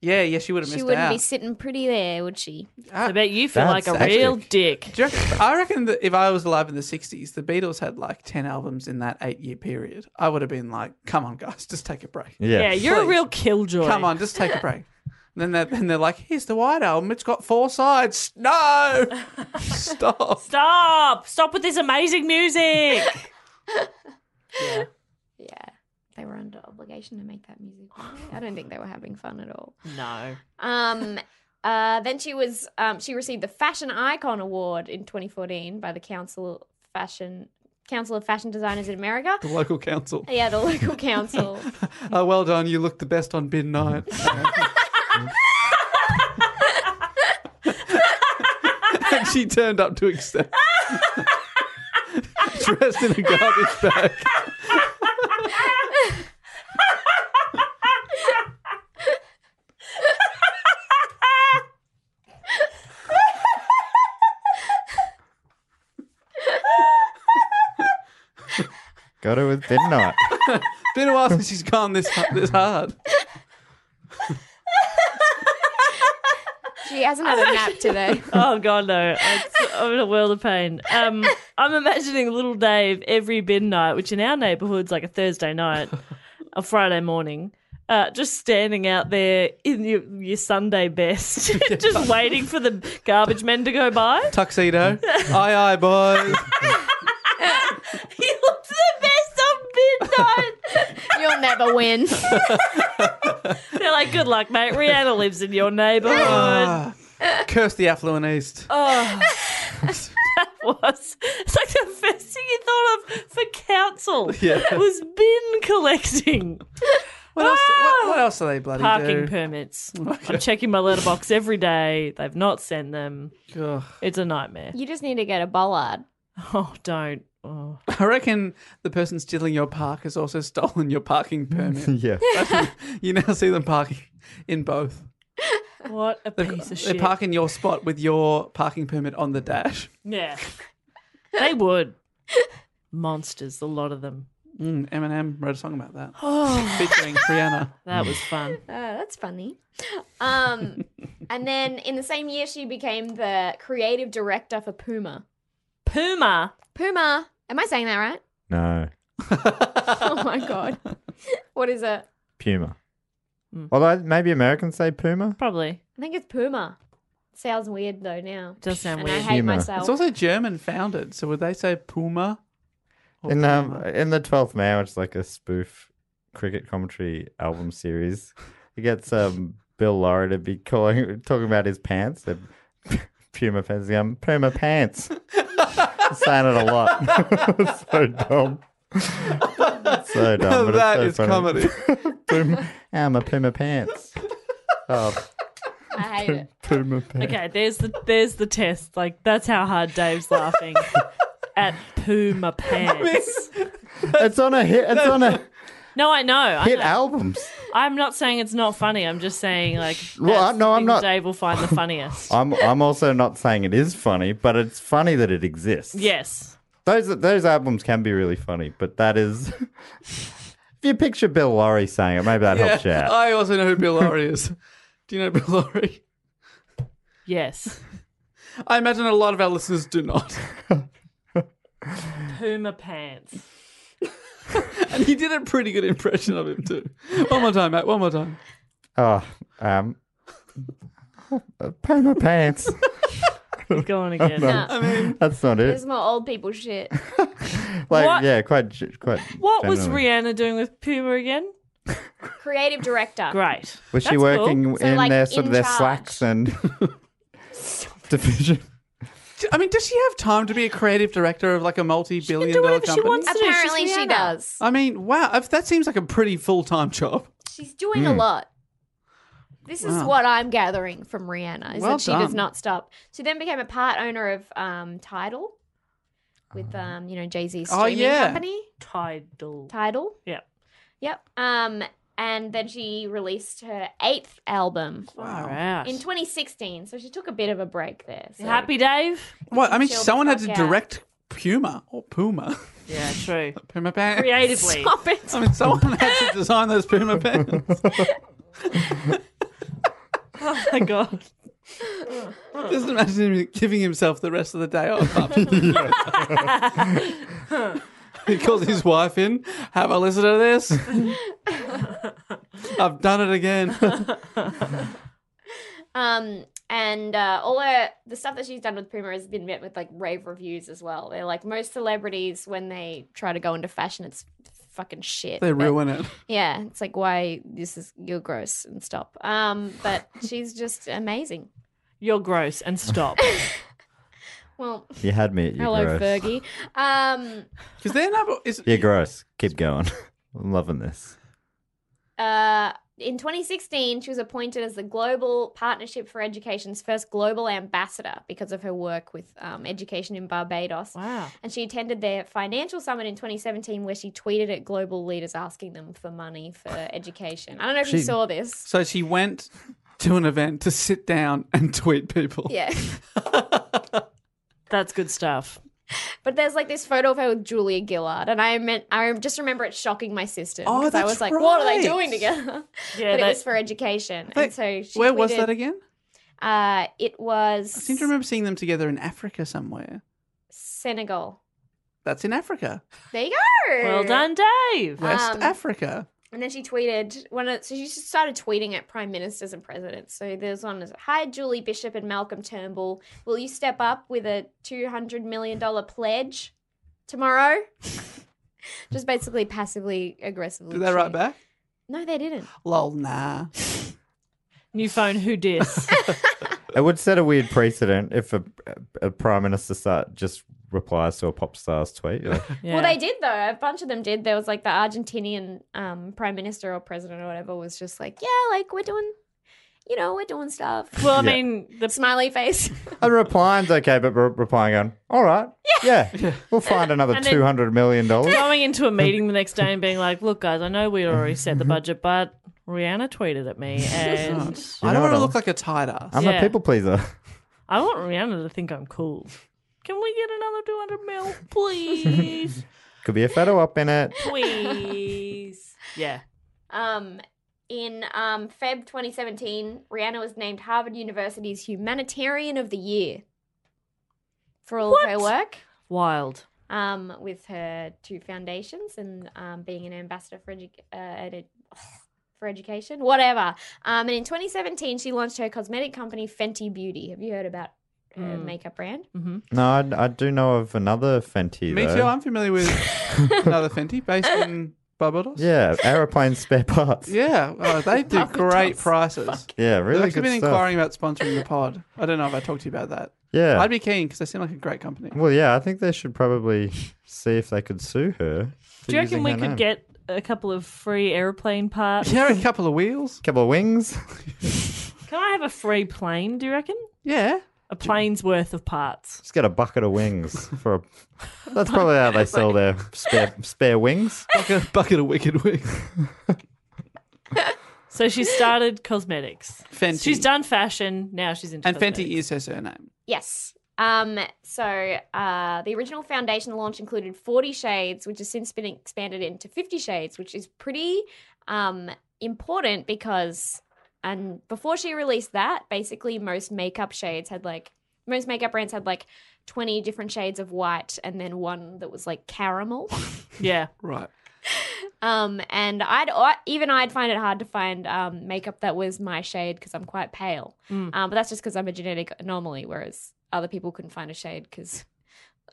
Speaker 1: Yeah, yeah, she would have
Speaker 4: she
Speaker 1: missed
Speaker 4: wouldn't
Speaker 1: out.
Speaker 4: be sitting pretty there, would she?
Speaker 1: Ah,
Speaker 2: I bet you feel like
Speaker 3: That's
Speaker 2: a
Speaker 3: hectic.
Speaker 2: real dick.
Speaker 1: Do you reckon- I reckon that if I was alive in the 60s, the Beatles had like 10 albums in that eight year period. I would have been like, come on, guys, just take a break.
Speaker 3: Yeah.
Speaker 2: Yeah, you're a
Speaker 1: Please.
Speaker 2: real killjoy.
Speaker 1: Come on, just take a break. And then they're, then they're like, here's the White Album. It's got four sides. No! Stop.
Speaker 2: Stop. Stop with this amazing music.
Speaker 4: Yeah. They were under obligation to make that music. I don't think they were having fun at all.
Speaker 2: no.
Speaker 4: Um, uh, then she was um, she received the Fashion Icon Award in 2014 by the Council Fashion Council of Fashion Designers in America.
Speaker 1: The local council.
Speaker 4: Yeah, the local council.
Speaker 1: Oh, well done. You look the best on bin night. and she turned up to accept. Dressed in a garbage bag.
Speaker 3: Got it with midnight.
Speaker 1: Been a while since she's gone this this hard.
Speaker 4: She hasn't had a nap today.
Speaker 2: Oh god, no! It's, I'm in a world of pain. Um, I'm imagining little Dave every bin night, which in our neighbourhood's like a Thursday night, a Friday morning, uh, just standing out there in your, your Sunday best, just waiting for the garbage men to go by.
Speaker 1: Tuxedo. aye aye boys.
Speaker 2: he looks the best on bin night.
Speaker 4: You'll never win.
Speaker 2: They're like, "Good luck, mate. Rihanna lives in your neighbourhood."
Speaker 1: Ah, curse the affluent east.
Speaker 2: Oh. That was it's like the first thing you thought of for council
Speaker 1: Yeah.
Speaker 2: was bin collecting.
Speaker 1: What else? What, what else are they bloody
Speaker 2: parking
Speaker 1: do?
Speaker 2: permits. I'm checking my letterbox every day. They've not sent them.
Speaker 1: Ugh.
Speaker 2: It's a nightmare.
Speaker 4: You just need to get a bollard.
Speaker 2: Oh, don't. Oh.
Speaker 1: I reckon the person stealing your park has also stolen your parking
Speaker 3: Mm.
Speaker 1: permit.
Speaker 3: yeah.
Speaker 1: you now see them parking in both.
Speaker 2: What a piece of
Speaker 1: They
Speaker 2: shit.
Speaker 1: park in your spot with your parking permit on the dash.
Speaker 2: yeah. They would. Monsters, a lot of them.
Speaker 1: Mm, Eminem wrote a song about that,
Speaker 2: Oh,
Speaker 1: featuring Rihanna.
Speaker 2: that was fun.
Speaker 4: Oh, that's funny. Um, and then in the same year, she became the creative director for Puma.
Speaker 2: Puma.
Speaker 4: Puma. Am I saying that right?
Speaker 3: No.
Speaker 4: Oh my god. what is it?
Speaker 3: Puma.
Speaker 1: Hmm.
Speaker 3: Although maybe Americans say Puma.
Speaker 2: Probably.
Speaker 4: I think it's Puma. Sounds weird though now.
Speaker 2: Does sound
Speaker 4: and I
Speaker 2: weird.
Speaker 4: hate
Speaker 3: Puma.
Speaker 4: myself.
Speaker 1: It's also German founded, so would they say Puma? or
Speaker 3: In um
Speaker 1: Puma?
Speaker 3: in the Twelfth Man, which is like a spoof cricket commentary album series, he gets um Bill Lorry to be calling talking about his pants, the Puma pants, um, Puma pants. Saying it a lot. It's so dumb. It's so dumb. Oh, but it's
Speaker 1: that
Speaker 3: so
Speaker 1: is
Speaker 3: funny.
Speaker 1: comedy.
Speaker 3: Puma, I'm a Puma pants. Oh,
Speaker 4: I hate it.
Speaker 3: Puma pants.
Speaker 2: Okay, there's the there's the test. Like that's how hard Dave's laughing at Puma pants.
Speaker 3: It's on a hit. It's on a
Speaker 2: No, I know. I
Speaker 3: hit
Speaker 2: know.
Speaker 3: albums.
Speaker 2: I'm not saying it's not funny. I'm just saying like
Speaker 3: Well, I-
Speaker 2: that's
Speaker 3: no,
Speaker 2: the
Speaker 3: I'm
Speaker 2: thing that
Speaker 3: not-
Speaker 2: Dave will find the funniest.
Speaker 3: I'm I'm also not saying it is funny, but it's funny that it exists.
Speaker 2: yes.
Speaker 3: Those those albums can be really funny, but that is if you picture Bill Laurie saying it, maybe that helps you
Speaker 1: Yeah,
Speaker 3: out.
Speaker 1: I also know who Bill Laurie is. Do you know Bill Laurie?
Speaker 2: Yes.
Speaker 1: I imagine a lot of our listeners do not.
Speaker 2: Puma pants.
Speaker 1: And he did a pretty good impression of him too. One more time, mate. One more time.
Speaker 3: Oh, um, pay my pants.
Speaker 2: going
Speaker 3: again. No,
Speaker 4: I
Speaker 2: mean-
Speaker 3: that's not it.
Speaker 4: There's more old people shit.
Speaker 3: Like,
Speaker 2: What-
Speaker 3: yeah, quite, ge- quite.
Speaker 2: What was
Speaker 3: genuinely.
Speaker 2: Rihanna doing with Puma again?
Speaker 4: Creative director.
Speaker 2: Great.
Speaker 3: Was she
Speaker 2: That's
Speaker 3: working
Speaker 2: cool.
Speaker 3: in their sort of their slacks and division?
Speaker 1: D- I mean, does she have time to be a creative director of like a multi-billion
Speaker 2: do
Speaker 1: dollar
Speaker 2: whatever she
Speaker 1: company?
Speaker 2: wants to do. She's
Speaker 4: Apparently she
Speaker 2: Rihanna.
Speaker 4: does.
Speaker 1: I mean, wow, if- that seems like a pretty full-time job.
Speaker 4: She's doing a
Speaker 1: Hmm.
Speaker 4: lot. This is
Speaker 1: Wow.
Speaker 4: what I'm gathering from Rihanna is
Speaker 1: Well
Speaker 4: that she does
Speaker 1: done.
Speaker 4: not stop. She then became a part owner of um, Tidal with um, you know Jay Z's
Speaker 2: Oh,
Speaker 4: streaming
Speaker 2: yeah.
Speaker 4: company
Speaker 2: Tidal.
Speaker 4: Tidal.
Speaker 2: Yep.
Speaker 4: Yep. Um, and then she released her eighth album
Speaker 2: Far out.
Speaker 4: in 2016. So she took a bit of a break there. So.
Speaker 2: Happy Dave?
Speaker 1: Well, I mean,
Speaker 4: Chill the
Speaker 1: someone had
Speaker 4: fuck
Speaker 1: to
Speaker 4: out.
Speaker 1: direct Puma or Puma.
Speaker 2: Yeah, true.
Speaker 1: Puma pants.
Speaker 2: Creatively. Stop
Speaker 4: it.
Speaker 1: I mean, someone had to design those Puma pants.
Speaker 2: Oh my god.
Speaker 1: Just imagine him giving himself the rest of the day off. he calls his wife in. Have a listen to this. I've done it again.
Speaker 4: Um, and uh, all her, the stuff that she's done with Puma has been met with like rave reviews as well. They're like most celebrities when they try to go into fashion, it's fucking shit.
Speaker 1: they
Speaker 4: But-
Speaker 1: ruin it.
Speaker 4: Yeah, it's like why this is you're gross and stop. Um, but she's just amazing.
Speaker 2: You're gross and stop.
Speaker 4: Well,
Speaker 5: You had me. at You're
Speaker 4: hello
Speaker 5: gross.
Speaker 4: Fergie. Um,
Speaker 1: Because they're not. Is,
Speaker 5: You're gross. Keep going. I'm loving this.
Speaker 4: uh, in 2016, she was appointed as the Global Partnership for Education's first global ambassador because of her work with um, education in Barbados.
Speaker 2: Wow.
Speaker 4: And she attended their financial summit in 2017, where she tweeted at global leaders asking them for money for education. I don't know if you
Speaker 1: She-
Speaker 4: saw this.
Speaker 1: So she went to an event to sit down and tweet people.
Speaker 4: Yeah.
Speaker 2: That's good stuff.
Speaker 4: But there's like this photo of her with Julia Gillard, and I meant I just remember it shocking my sister
Speaker 2: Oh,
Speaker 4: because I
Speaker 2: that's
Speaker 4: was like, "What are they
Speaker 2: right.
Speaker 4: doing together?"
Speaker 2: Yeah, that-
Speaker 4: but it was for education,
Speaker 1: They-
Speaker 4: and so she
Speaker 1: Where was
Speaker 4: tweeted-
Speaker 1: that again?
Speaker 4: Uh, it
Speaker 1: I seem
Speaker 4: was
Speaker 1: to remember seeing them together in Africa somewhere.
Speaker 4: Senegal.
Speaker 1: That's in Africa,
Speaker 4: There you go.
Speaker 2: Well done, Dave.
Speaker 1: West
Speaker 4: Um,
Speaker 1: Africa.
Speaker 4: And then she tweeted one of so she just started tweeting at prime ministers and presidents. So there's one is hi Julie Bishop and Malcolm Turnbull. Will you step up with a two hundred million dollar pledge tomorrow? just basically passively aggressively.
Speaker 1: Did they write
Speaker 4: tweeting.
Speaker 1: back?
Speaker 4: No, they didn't.
Speaker 1: Lol, nah.
Speaker 2: New phone, who dis?
Speaker 3: It would set a weird precedent if a, a prime minister start just replies to a pop star's tweet. You're like,
Speaker 4: Well, they did though. A bunch of them did. There was like the Argentinian um, prime minister or president or whatever was just like, yeah, like we're doing, you know, we're doing stuff.
Speaker 2: Well, I
Speaker 3: Yeah.
Speaker 2: mean, the
Speaker 4: smiley face.
Speaker 3: and replying's okay, but re- replying on, all right, yeah, we'll find another
Speaker 2: And then-
Speaker 3: two hundred million dollars.
Speaker 2: going into a meeting the next day and being like, "Look, guys, I know we already set the budget, but Rihanna tweeted at me,
Speaker 3: You
Speaker 2: and
Speaker 3: know
Speaker 1: I don't want
Speaker 3: what
Speaker 1: to
Speaker 3: I-
Speaker 1: look like a tight ass.
Speaker 3: I'm a
Speaker 2: Yeah.
Speaker 3: people pleaser.
Speaker 2: I want Rihanna to think I'm cool." Can we get another 200 mil, please?
Speaker 3: Could be a photo up in it.
Speaker 2: please. Yeah.
Speaker 4: Um, in um, Feb 2017, Rihanna was named Harvard University's Humanitarian of the Year for all of her work
Speaker 2: Wild.
Speaker 4: um, with her two foundations and um, being an ambassador for, edu- uh, at ed- for education, whatever. Um, and in 2017, she launched her cosmetic company, Fenty Beauty. Have you heard about her
Speaker 2: Mm.
Speaker 4: makeup brand?
Speaker 2: Mm-hmm.
Speaker 3: No, I, I do know of another Fenty.
Speaker 1: Me
Speaker 3: though.
Speaker 1: too. I'm familiar with another Fenty based in Barbados.
Speaker 3: Yeah, aeroplane spare parts.
Speaker 1: Yeah, oh, they do great prices.
Speaker 3: Yeah,
Speaker 1: I've
Speaker 3: really
Speaker 1: actually
Speaker 3: good
Speaker 1: been
Speaker 3: stuff.
Speaker 1: inquiring about sponsoring the pod. I don't know if I talked to you about that.
Speaker 3: Yeah.
Speaker 1: I'd be keen because they seem like a great company.
Speaker 3: Well, yeah, I think they should probably see if they could sue her. for
Speaker 2: Do you
Speaker 3: using
Speaker 2: reckon we
Speaker 3: her
Speaker 2: could
Speaker 3: name.
Speaker 2: get a couple of free airplane parts?
Speaker 1: Yeah, a couple of wheels.
Speaker 3: couple of wings?
Speaker 2: Can I have a free plane, do you reckon?
Speaker 1: Yeah.
Speaker 2: A plane's worth of parts.
Speaker 3: Just get a bucket of wings for a. That's probably how they sell their spare spare wings.
Speaker 1: Bucket, bucket of wicked wings.
Speaker 2: So she started cosmetics.
Speaker 1: Fenty.
Speaker 2: She's done fashion. Now she's into
Speaker 1: And
Speaker 2: cosmetics.
Speaker 1: Fenty is her surname.
Speaker 4: Yes. Um, so uh, the original foundation launch included 40 shades, which has since been expanded into 50 shades, which is pretty um, important because and before she released that, basically most makeup shades had like most makeup brands had like 20 different shades of white and then one that was like caramel.
Speaker 2: Yeah.
Speaker 1: Right.
Speaker 4: um, and I'd I, even I'd find it hard to find um, makeup that was my shade because I'm quite pale.
Speaker 2: Mm.
Speaker 4: Um, but that's just because I'm a genetic anomaly, whereas other people couldn't find a shade because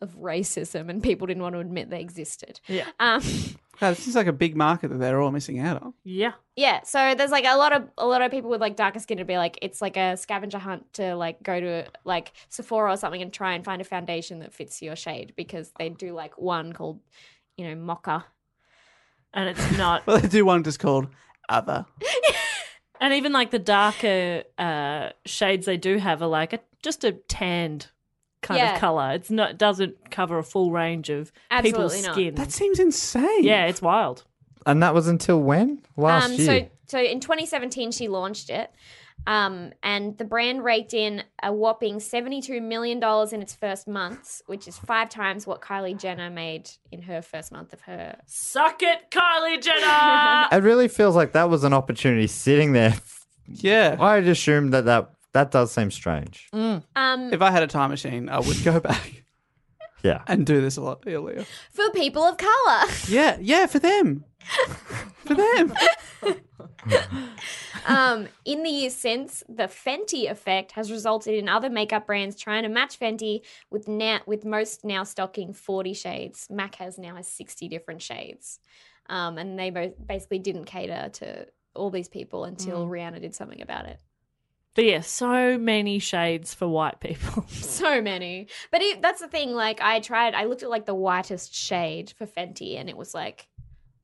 Speaker 4: of racism and people didn't want to admit they existed.
Speaker 2: Yeah.
Speaker 4: Um,
Speaker 1: No, this is like a big market that they're all missing out on.
Speaker 2: Yeah.
Speaker 4: yeah, so there's like a lot of a lot of people with like darker skin to be like it's like a scavenger hunt to like go to like Sephora or something and try and find a foundation that fits your shade because they do like one called you know mocha
Speaker 2: and it's not
Speaker 1: Well, they do one just called Other.
Speaker 2: and even like the darker uh shades they do have are like a, just a tanned kind
Speaker 4: Yeah.
Speaker 2: of color it's not doesn't cover a full range of
Speaker 4: Absolutely
Speaker 2: people's
Speaker 4: not.
Speaker 2: skin
Speaker 1: That seems insane.
Speaker 2: yeah it's wild
Speaker 3: And that was until when? Last
Speaker 4: um,
Speaker 3: year.
Speaker 4: So, so in 2017, she launched it. Um, and the brand raked in a whopping $72 million in its first month, which is five times what Kylie Jenner made in her first month of her.
Speaker 2: Suck it, Kylie Jenner!
Speaker 3: It really feels like that was an opportunity sitting there.
Speaker 1: Yeah.
Speaker 3: I had assumed that that, that does seem strange.
Speaker 4: Um,
Speaker 1: If I had a time machine, I would go back.
Speaker 3: Yeah.
Speaker 1: And do this a lot earlier.
Speaker 4: for people of color.
Speaker 1: Yeah, yeah, for them. for them.
Speaker 4: um, in the years since, the Fenty effect has resulted in other makeup brands trying to match Fenty, with now with most now stocking forty shades. Mac has now has sixty different shades, um, and they both basically didn't cater to all these people until Rihanna did something about it.
Speaker 2: but yeah so many shades for white people
Speaker 4: So many, but it, that's the thing. Like I tried, I looked at like the whitest shade for Fenty, and it was like.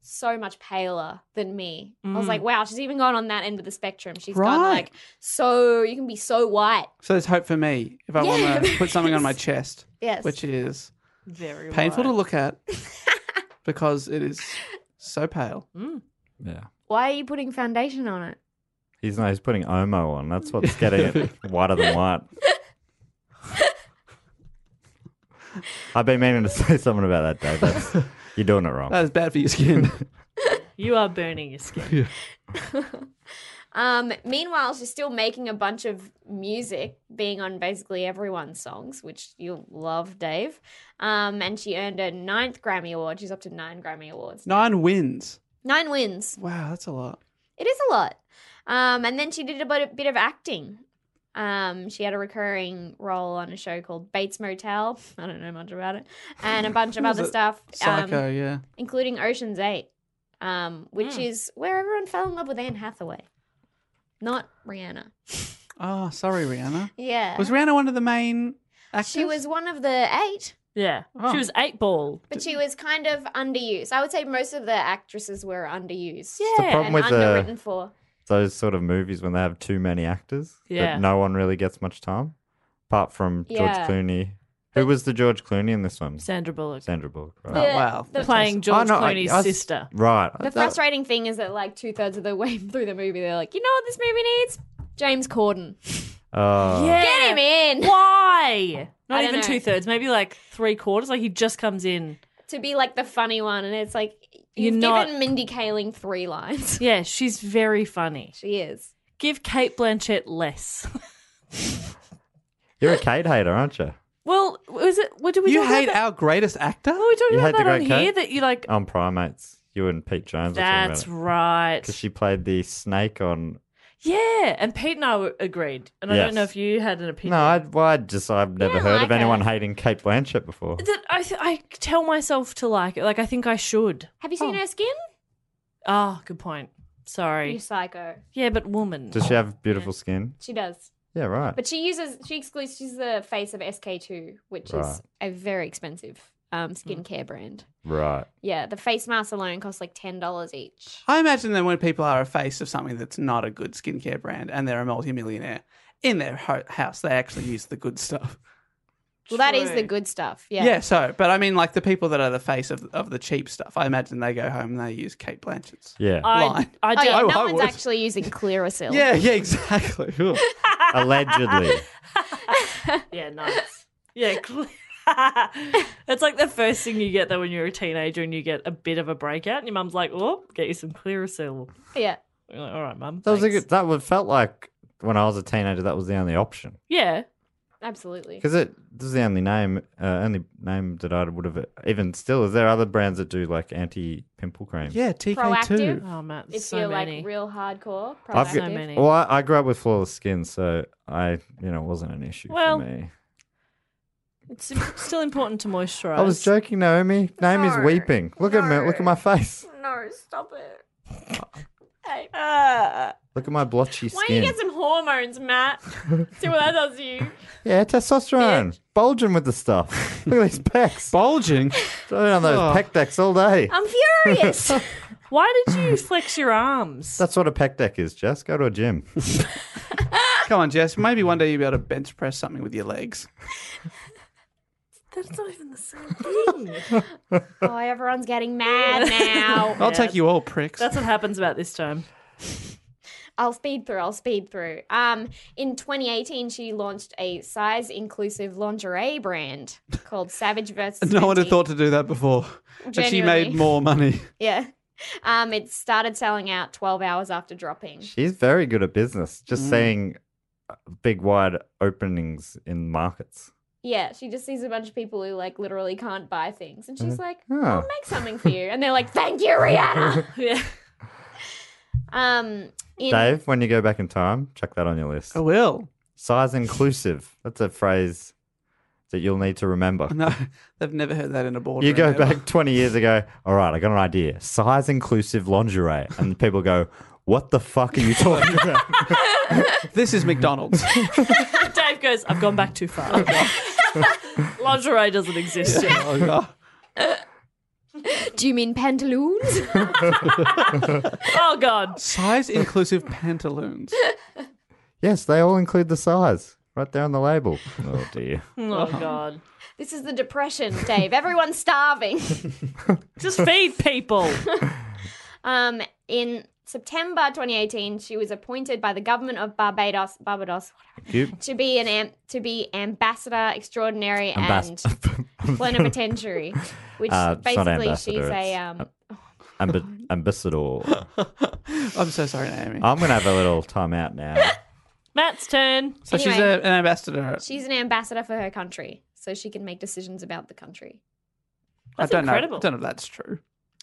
Speaker 4: So much paler than me. I was
Speaker 2: Mm.
Speaker 4: like, wow, she's even gone on that end of the spectrum. She's gone
Speaker 1: Right.
Speaker 4: like so you can be so white.
Speaker 1: So there's hope for me if I
Speaker 4: Yeah,
Speaker 1: want to
Speaker 4: there
Speaker 1: put something on my chest.
Speaker 4: Yes.
Speaker 1: Which is
Speaker 2: very
Speaker 1: painful to
Speaker 2: white.
Speaker 1: look at because it is so pale.
Speaker 3: Yeah.
Speaker 4: Why are you putting foundation on it?
Speaker 3: He's no, he's putting Omo on. That's what's getting it whiter than white. I've been meaning to say something about that, Dave. That's, you're doing it wrong.
Speaker 1: That is bad for your skin.
Speaker 2: you are burning your skin
Speaker 4: Um, meanwhile, she's still making a bunch of music, being on basically everyone's songs, which you'll love, Dave. Um, and she earned a ninth Grammy Award. She's up to nine Grammy Awards.
Speaker 1: Nine wins.
Speaker 4: Nine wins.
Speaker 1: Wow, that's a lot.
Speaker 4: It is a lot. Um, and then she did a bit, a bit of acting. Um, she had a recurring role on a show called Bates Motel. I don't know much about it. And a bunch of
Speaker 1: What was
Speaker 4: other
Speaker 1: it?
Speaker 4: stuff.
Speaker 1: Psycho,
Speaker 4: um,
Speaker 1: yeah.
Speaker 4: including Ocean's Eight, um, which
Speaker 2: Mm.
Speaker 4: is where everyone fell in love with Anne Hathaway, not Rihanna.
Speaker 1: Oh, sorry, Rihanna.
Speaker 4: Yeah,
Speaker 1: Was Rihanna one of the main actors?
Speaker 4: she was one of the eight,
Speaker 2: yeah
Speaker 3: Oh.
Speaker 2: she was eight ball
Speaker 4: but she was kind of underused. I would say most of the actresses were underused.
Speaker 2: It's the
Speaker 3: problem
Speaker 4: and
Speaker 3: with the-
Speaker 4: underwritten for.
Speaker 3: Those sort of movies when they have too many actors
Speaker 2: Yeah.
Speaker 3: that no one really gets much time, apart from
Speaker 4: Yeah.
Speaker 3: George Clooney. Who was the George Clooney in this one?
Speaker 2: sandra bullock
Speaker 3: Sandra Bullock. Right.
Speaker 1: Oh, wow.
Speaker 4: the-
Speaker 2: playing george
Speaker 3: Oh, no, I-
Speaker 2: clooney's
Speaker 3: I was-
Speaker 2: sister
Speaker 3: Right. Uh,
Speaker 4: The frustrating thing is that like two thirds of the way through the movie, they're like, you know what this movie needs? James Corden.
Speaker 3: Oh.
Speaker 2: yeah
Speaker 4: Get him in
Speaker 2: Why?
Speaker 4: I
Speaker 2: Not
Speaker 4: don't
Speaker 2: even
Speaker 4: know.
Speaker 2: two thirds, maybe like three quarters. Like he just comes in.
Speaker 4: to be like the funny one, and it's like
Speaker 2: You're
Speaker 4: you've
Speaker 2: not-
Speaker 4: given Mindy Kaling three lines.
Speaker 2: Yeah, she's very funny.
Speaker 4: she is.
Speaker 2: Give Kate Blanchett less.
Speaker 3: You're a Kate hater, aren't you?
Speaker 2: well, was it? What did we?
Speaker 1: Oh, You
Speaker 2: talk about
Speaker 1: hate
Speaker 2: that?
Speaker 1: our greatest actor?
Speaker 2: Were we talking
Speaker 3: You hate
Speaker 2: about
Speaker 3: the
Speaker 2: that on
Speaker 3: Great Kate?
Speaker 2: here? That you like?
Speaker 3: On Primates. You and Pete Jones were talking
Speaker 2: that's
Speaker 3: about it.
Speaker 2: right.
Speaker 3: Because she played the snake on
Speaker 2: Yeah, and Pete and I were- agreed, and I
Speaker 3: Yes.
Speaker 2: don't know if you had an opinion.
Speaker 3: No, I, well, I just I've never
Speaker 4: don't
Speaker 3: heard
Speaker 4: like
Speaker 3: of anyone
Speaker 4: her.
Speaker 3: hating Kate Blanchett before.
Speaker 2: That I, th- I tell myself to like it. Like I think I should.
Speaker 4: Have you seen her skin?
Speaker 2: Oh, good point.
Speaker 4: You
Speaker 2: Sorry.
Speaker 4: psycho.
Speaker 2: Yeah, but woman.
Speaker 3: Does she have beautiful skin?
Speaker 4: She does.
Speaker 3: Yeah, right.
Speaker 4: But she uses she excludes she's the face of SK2, which
Speaker 3: Right.
Speaker 4: is a very expensive um,
Speaker 2: Mm-hmm.
Speaker 4: skincare brand.
Speaker 3: right.
Speaker 4: Yeah, the face mask alone costs like ten dollars each.
Speaker 1: I imagine that when people are a face of something that's not a good skincare brand and they're a multimillionaire, in their ho- house they actually use the good stuff.
Speaker 4: Well, that is the
Speaker 2: True.
Speaker 4: good stuff.
Speaker 1: Yeah.
Speaker 4: Yeah.
Speaker 1: so, but I mean, like the people that are the face of, of the cheap stuff, I imagine they go home and they use Kate Blanchett's.
Speaker 3: Yeah.
Speaker 2: I,
Speaker 1: Line.
Speaker 2: I
Speaker 4: Oh,
Speaker 2: do.
Speaker 4: yeah,
Speaker 1: I-
Speaker 4: no
Speaker 1: I
Speaker 4: one's
Speaker 1: would.
Speaker 4: actually using Clearasil.
Speaker 1: Yeah, yeah, exactly. Ooh.
Speaker 3: Allegedly.
Speaker 2: Yeah, nice. Yeah, cl- it's like the first thing you get though when you're a teenager and you get a bit of a breakout, and your mum's like, "Oh, get you some Clearasil."
Speaker 4: yeah.
Speaker 2: You're like, All right, mum.
Speaker 3: That was a
Speaker 2: thanks."
Speaker 3: good. That would felt like when I was a teenager. That was the only option.
Speaker 2: Yeah,
Speaker 4: Absolutely.
Speaker 3: Because it this is the only name, uh, only name that I would have even still. Is there other brands that do like anti pimple cream?
Speaker 1: Yeah, TK2.
Speaker 4: Proactive.
Speaker 2: Oh, man.
Speaker 4: If
Speaker 2: so
Speaker 4: you're
Speaker 2: many.
Speaker 4: like real hardcore,
Speaker 3: I've got,
Speaker 4: proactive.
Speaker 3: Well, I, I grew up with flawless skin, so I you know it wasn't an issue
Speaker 2: Well,
Speaker 3: for me.
Speaker 2: It's im- still important to moisturize.
Speaker 3: I was joking, Naomi. Naomi's
Speaker 2: No.
Speaker 3: weeping. Look at me. Look at my face.
Speaker 2: No, stop it.
Speaker 4: Hey.
Speaker 2: Ah.
Speaker 3: Look at my blotchy
Speaker 4: Why don't
Speaker 3: skin.
Speaker 4: you get some hormones, Matt? See what that does to you.
Speaker 3: Yeah, testosterone. Bulging with the stuff. Look at these pecs.
Speaker 1: Bulging.
Speaker 3: Throwing on those
Speaker 2: Oh.
Speaker 3: pec decks all day.
Speaker 4: Um,
Speaker 2: I'm furious. Why did you flex your arms?
Speaker 3: That's what a pec deck is, Jess. Go to a gym.
Speaker 1: Come on, Jess. Maybe one day you'll be able to bench press something with your legs.
Speaker 2: That's not even the same thing.
Speaker 4: oh, everyone's getting mad now.
Speaker 1: I'll take you all, pricks.
Speaker 2: That's what happens about this time.
Speaker 4: I'll speed through. I'll speed through. Um, in 2018, she launched a size inclusive lingerie brand called Savage versus.
Speaker 1: No one had thought to do that before. And she made
Speaker 4: Genuinely.
Speaker 1: more money.
Speaker 4: Yeah. Um, it started selling out 12 hours after dropping.
Speaker 3: She's very good at business. Just
Speaker 4: Mm.
Speaker 3: seeing uh, big, wide openings in markets.
Speaker 4: Yeah, she just sees a bunch of people who like literally can't buy things, and she's
Speaker 3: Mhm.
Speaker 4: like,
Speaker 3: Oh.
Speaker 4: "I'll make something for you," and they're like, "Thank you, Rihanna." yeah. Um. In,
Speaker 3: Dave, when you go back in time, check that on your list. I
Speaker 1: will.
Speaker 3: Size inclusive. That's a phrase that you'll need to remember.
Speaker 1: No, they've never heard that in a boardroom.
Speaker 3: You go
Speaker 1: ever.
Speaker 3: back 20 years ago, all right, I got an idea. Size inclusive lingerie. And people go, what the fuck are you talking about?
Speaker 1: this is McDonald's.
Speaker 2: Dave goes, I've gone back too far. Lingerie doesn't exist yet.
Speaker 1: Oh, God.
Speaker 4: Do you mean pantaloons?
Speaker 2: oh God.
Speaker 1: Size inclusive pantaloons.
Speaker 3: yes, they all include the size right there on the label. Oh, dear.
Speaker 2: Oh God.
Speaker 4: this is the depression, Dave. Everyone's starving.
Speaker 2: Just feed people.
Speaker 4: Um, in September 2018, she was appointed by the government of Barbados, Barbados,
Speaker 3: You
Speaker 4: to be an am- to be ambassador extraordinary
Speaker 3: ambassador.
Speaker 4: and plenipotentiary, which
Speaker 3: Uh, it's not
Speaker 4: basically she's
Speaker 3: ambassador,
Speaker 4: a
Speaker 3: it's uh,
Speaker 4: um.
Speaker 3: Amb- ambassador.
Speaker 1: I'm so sorry, Naomi.
Speaker 3: I'm going to have a little time out now.
Speaker 2: Matt's turn.
Speaker 1: So she's
Speaker 4: Anyway.
Speaker 1: a, an ambassador.
Speaker 4: She's an ambassador for her country, so she can make decisions about the country.
Speaker 1: I
Speaker 4: That's
Speaker 1: don't know.
Speaker 4: incredible.
Speaker 1: don't know if that's true.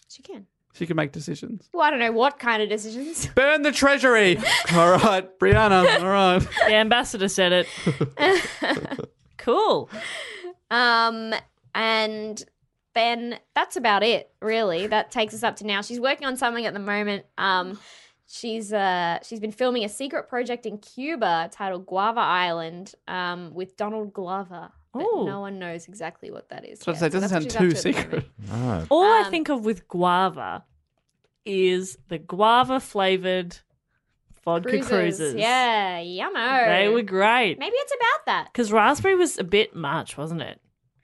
Speaker 4: She can.
Speaker 1: She can make decisions.
Speaker 4: Well, I don't know what kind of decisions.
Speaker 1: Burn the treasury. all right, Brianna. All right.
Speaker 2: The ambassador said it. cool.
Speaker 4: Um, and then that's about it, really. That takes us up to now. She's working on something at the moment. Um, she's uh, she's been filming a secret project in Cuba titled Guava Island um, with Donald Glover. But
Speaker 2: Ooh.
Speaker 4: no one knows exactly what that is.
Speaker 1: So
Speaker 4: yet.
Speaker 1: it doesn't
Speaker 4: that's what
Speaker 1: sound
Speaker 4: she's
Speaker 1: too
Speaker 4: up to at the moment.
Speaker 1: secret.
Speaker 3: No.
Speaker 2: All I think of with guava is the guava flavored vodka cruises.
Speaker 4: Yeah, yummo.
Speaker 2: They were great.
Speaker 4: Maybe it's about that.
Speaker 2: Because raspberry was a bit much, wasn't it?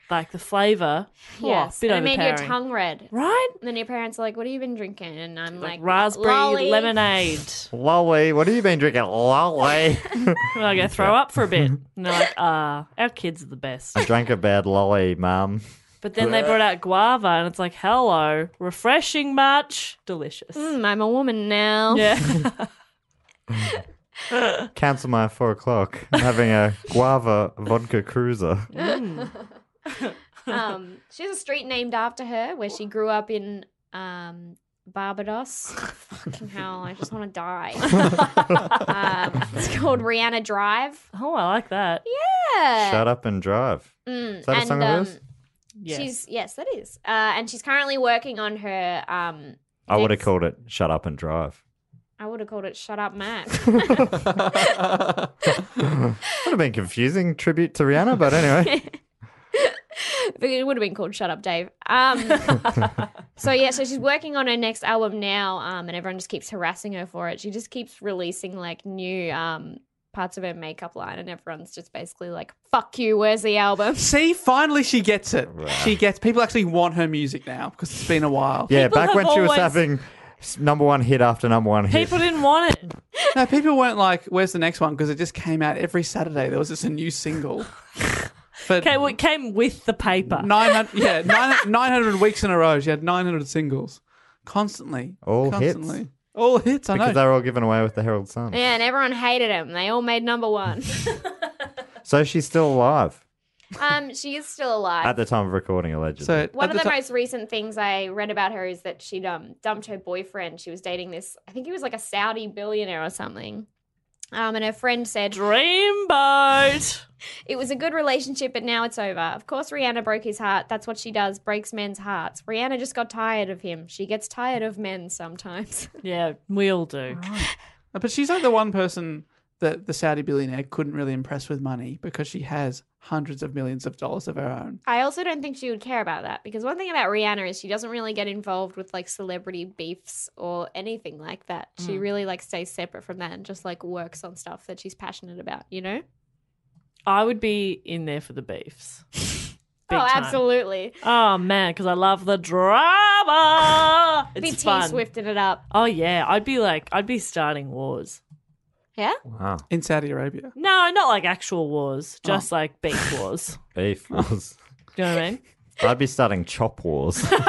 Speaker 2: Like the flavour. oh,
Speaker 4: yes,
Speaker 2: bit
Speaker 4: and it made your
Speaker 2: overpowering.
Speaker 4: tongue red.
Speaker 2: Right?
Speaker 4: And then your parents are like, "What have you been drinking?" And I'm like,
Speaker 2: raspberry
Speaker 4: "Lolly."
Speaker 2: lemonade.
Speaker 3: Lolly, what have you been drinking? Lolly.
Speaker 2: And I go throw up for a bit. And they're like, ah, our kids are the best.
Speaker 3: I drank a bad lolly, mum.
Speaker 2: But then they brought out guava, and it's like, hello, refreshing much, delicious.
Speaker 4: Mm, I'm a woman now.
Speaker 2: Yeah.
Speaker 3: Cancel my four o'clock. I'm having a guava vodka cruiser.
Speaker 4: um, she has a street named after her where she grew up in um, Barbados. Fucking hell, I just want to die. um, it's called Rihanna Drive.
Speaker 2: oh, I like that.
Speaker 4: Yeah.
Speaker 3: Shut up and drive.
Speaker 4: Mm,
Speaker 3: Is that a
Speaker 4: and,
Speaker 3: song of hers?
Speaker 2: Yes.
Speaker 4: She's yes, that is. Uh, and she's currently working on her. Um,
Speaker 3: I would have
Speaker 4: next-
Speaker 3: called it Shut Up and Drive.
Speaker 4: I would have called it "Shut Up, Matt."
Speaker 3: Would have been confusing tribute to Rihanna, but anyway.
Speaker 4: it would have been called "Shut Up, Dave." Um, so yeah, so she's working on her next album now, um, and everyone just keeps harassing her for it. She just keeps releasing like new um, parts of her makeup line, and everyone's just basically like, "Fuck you, where's the album?"
Speaker 1: See, finally she gets it. She gets people actually want her music now because it's been a while.
Speaker 3: yeah, back
Speaker 2: have
Speaker 3: when she was
Speaker 2: always-
Speaker 3: having s- number one hit after number one hit.
Speaker 2: People didn't want it.
Speaker 1: No, people weren't like, "Where's the next one?" Because it just came out every Saturday. There was just a new single. For
Speaker 2: Okay, well, it came with the paper.
Speaker 1: nine hundred, yeah, nine hundred weeks in a row, she had nine hundred singles, constantly,
Speaker 3: All hits.
Speaker 1: constantly, all hits. I
Speaker 3: because
Speaker 1: know.
Speaker 3: they were all given away with the Herald Sun.
Speaker 4: Yeah, and everyone hated him. They all made number one.
Speaker 3: So she's still alive
Speaker 4: Um, she is still alive.
Speaker 3: at the time of recording, allegedly.
Speaker 1: So
Speaker 4: One
Speaker 1: at
Speaker 4: of the
Speaker 1: ti-
Speaker 4: most recent things I read about her is that she'd um, dumped her boyfriend. She was dating this, I think he was like a Saudi billionaire or something. Um, and her friend said,
Speaker 2: Dreamboat.
Speaker 4: It was a good relationship, but now it's over. Of course, Rihanna broke his heart. That's what she does, breaks men's hearts. Rihanna just got tired of him. She gets tired of men sometimes.
Speaker 2: Yeah, we all do.
Speaker 1: But she's like the one person that the Saudi billionaire couldn't really impress with money because she has hundreds of millions of dollars of her own.
Speaker 4: I also don't think she would care about that because one thing about Rihanna is she doesn't really get involved with like celebrity beefs or anything like that. She
Speaker 2: Mm.
Speaker 4: really like stays separate from that and just like works on stuff that she's passionate about, you know?
Speaker 2: I would be in there for the beefs. Big
Speaker 4: oh,
Speaker 2: time.
Speaker 4: absolutely.
Speaker 2: Oh man, because I love the drama. It's
Speaker 4: Be
Speaker 2: fun.
Speaker 4: T-Swifting it up.
Speaker 2: Oh yeah, I'd be like, I'd be starting wars.
Speaker 4: Yeah?
Speaker 3: Wow.
Speaker 1: In Saudi Arabia.
Speaker 2: No, not like actual wars,
Speaker 4: Oh.
Speaker 2: just like beef wars.
Speaker 3: Beef wars.
Speaker 2: Do you know what I mean?
Speaker 3: I'd be starting chop wars. Just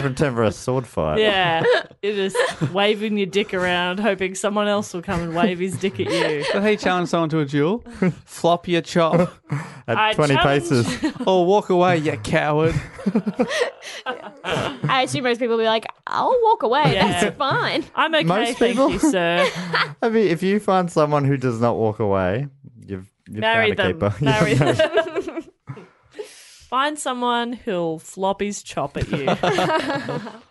Speaker 3: pretend for a sword fight.
Speaker 2: Yeah, you're just waving your dick around, hoping someone else will come and wave his dick at you.
Speaker 1: But hey, challenge someone to a duel, flop your chop,
Speaker 3: At
Speaker 2: I 20 challenge-
Speaker 3: paces.
Speaker 1: or walk away, you coward.
Speaker 4: I assume most people will be like, I'll walk away. That's fine.
Speaker 2: I'm okay,
Speaker 3: Most
Speaker 2: thank
Speaker 3: people-
Speaker 2: you, sir.
Speaker 3: I mean, if you find someone who does not walk away, you've, you've
Speaker 2: Marry
Speaker 3: found a
Speaker 2: them.
Speaker 3: keeper. Yeah,
Speaker 2: Marry
Speaker 3: marry-
Speaker 2: them. Find someone who'll flop his chop at you.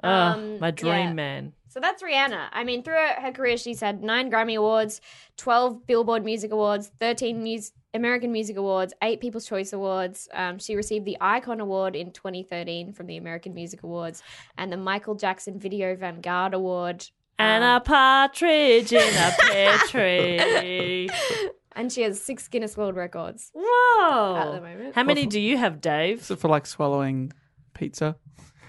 Speaker 2: Ah,
Speaker 4: Um,
Speaker 2: my dream
Speaker 4: yeah.
Speaker 2: man.
Speaker 4: So that's Rihanna. I mean, throughout her career, she's had nine Grammy Awards, 12 Billboard Music Awards, 13 Mus- American Music Awards, eight People's Choice Awards. Um, she received the Icon Award in 2013 from the American Music Awards and the Michael Jackson Video Vanguard Award.
Speaker 2: And
Speaker 4: Um,
Speaker 2: a partridge in a pear tree.
Speaker 4: and she has six Guinness World Records.
Speaker 2: Whoa.
Speaker 4: At the moment.
Speaker 2: How many do you Oh. have, Dave?
Speaker 1: So for like swallowing pizza.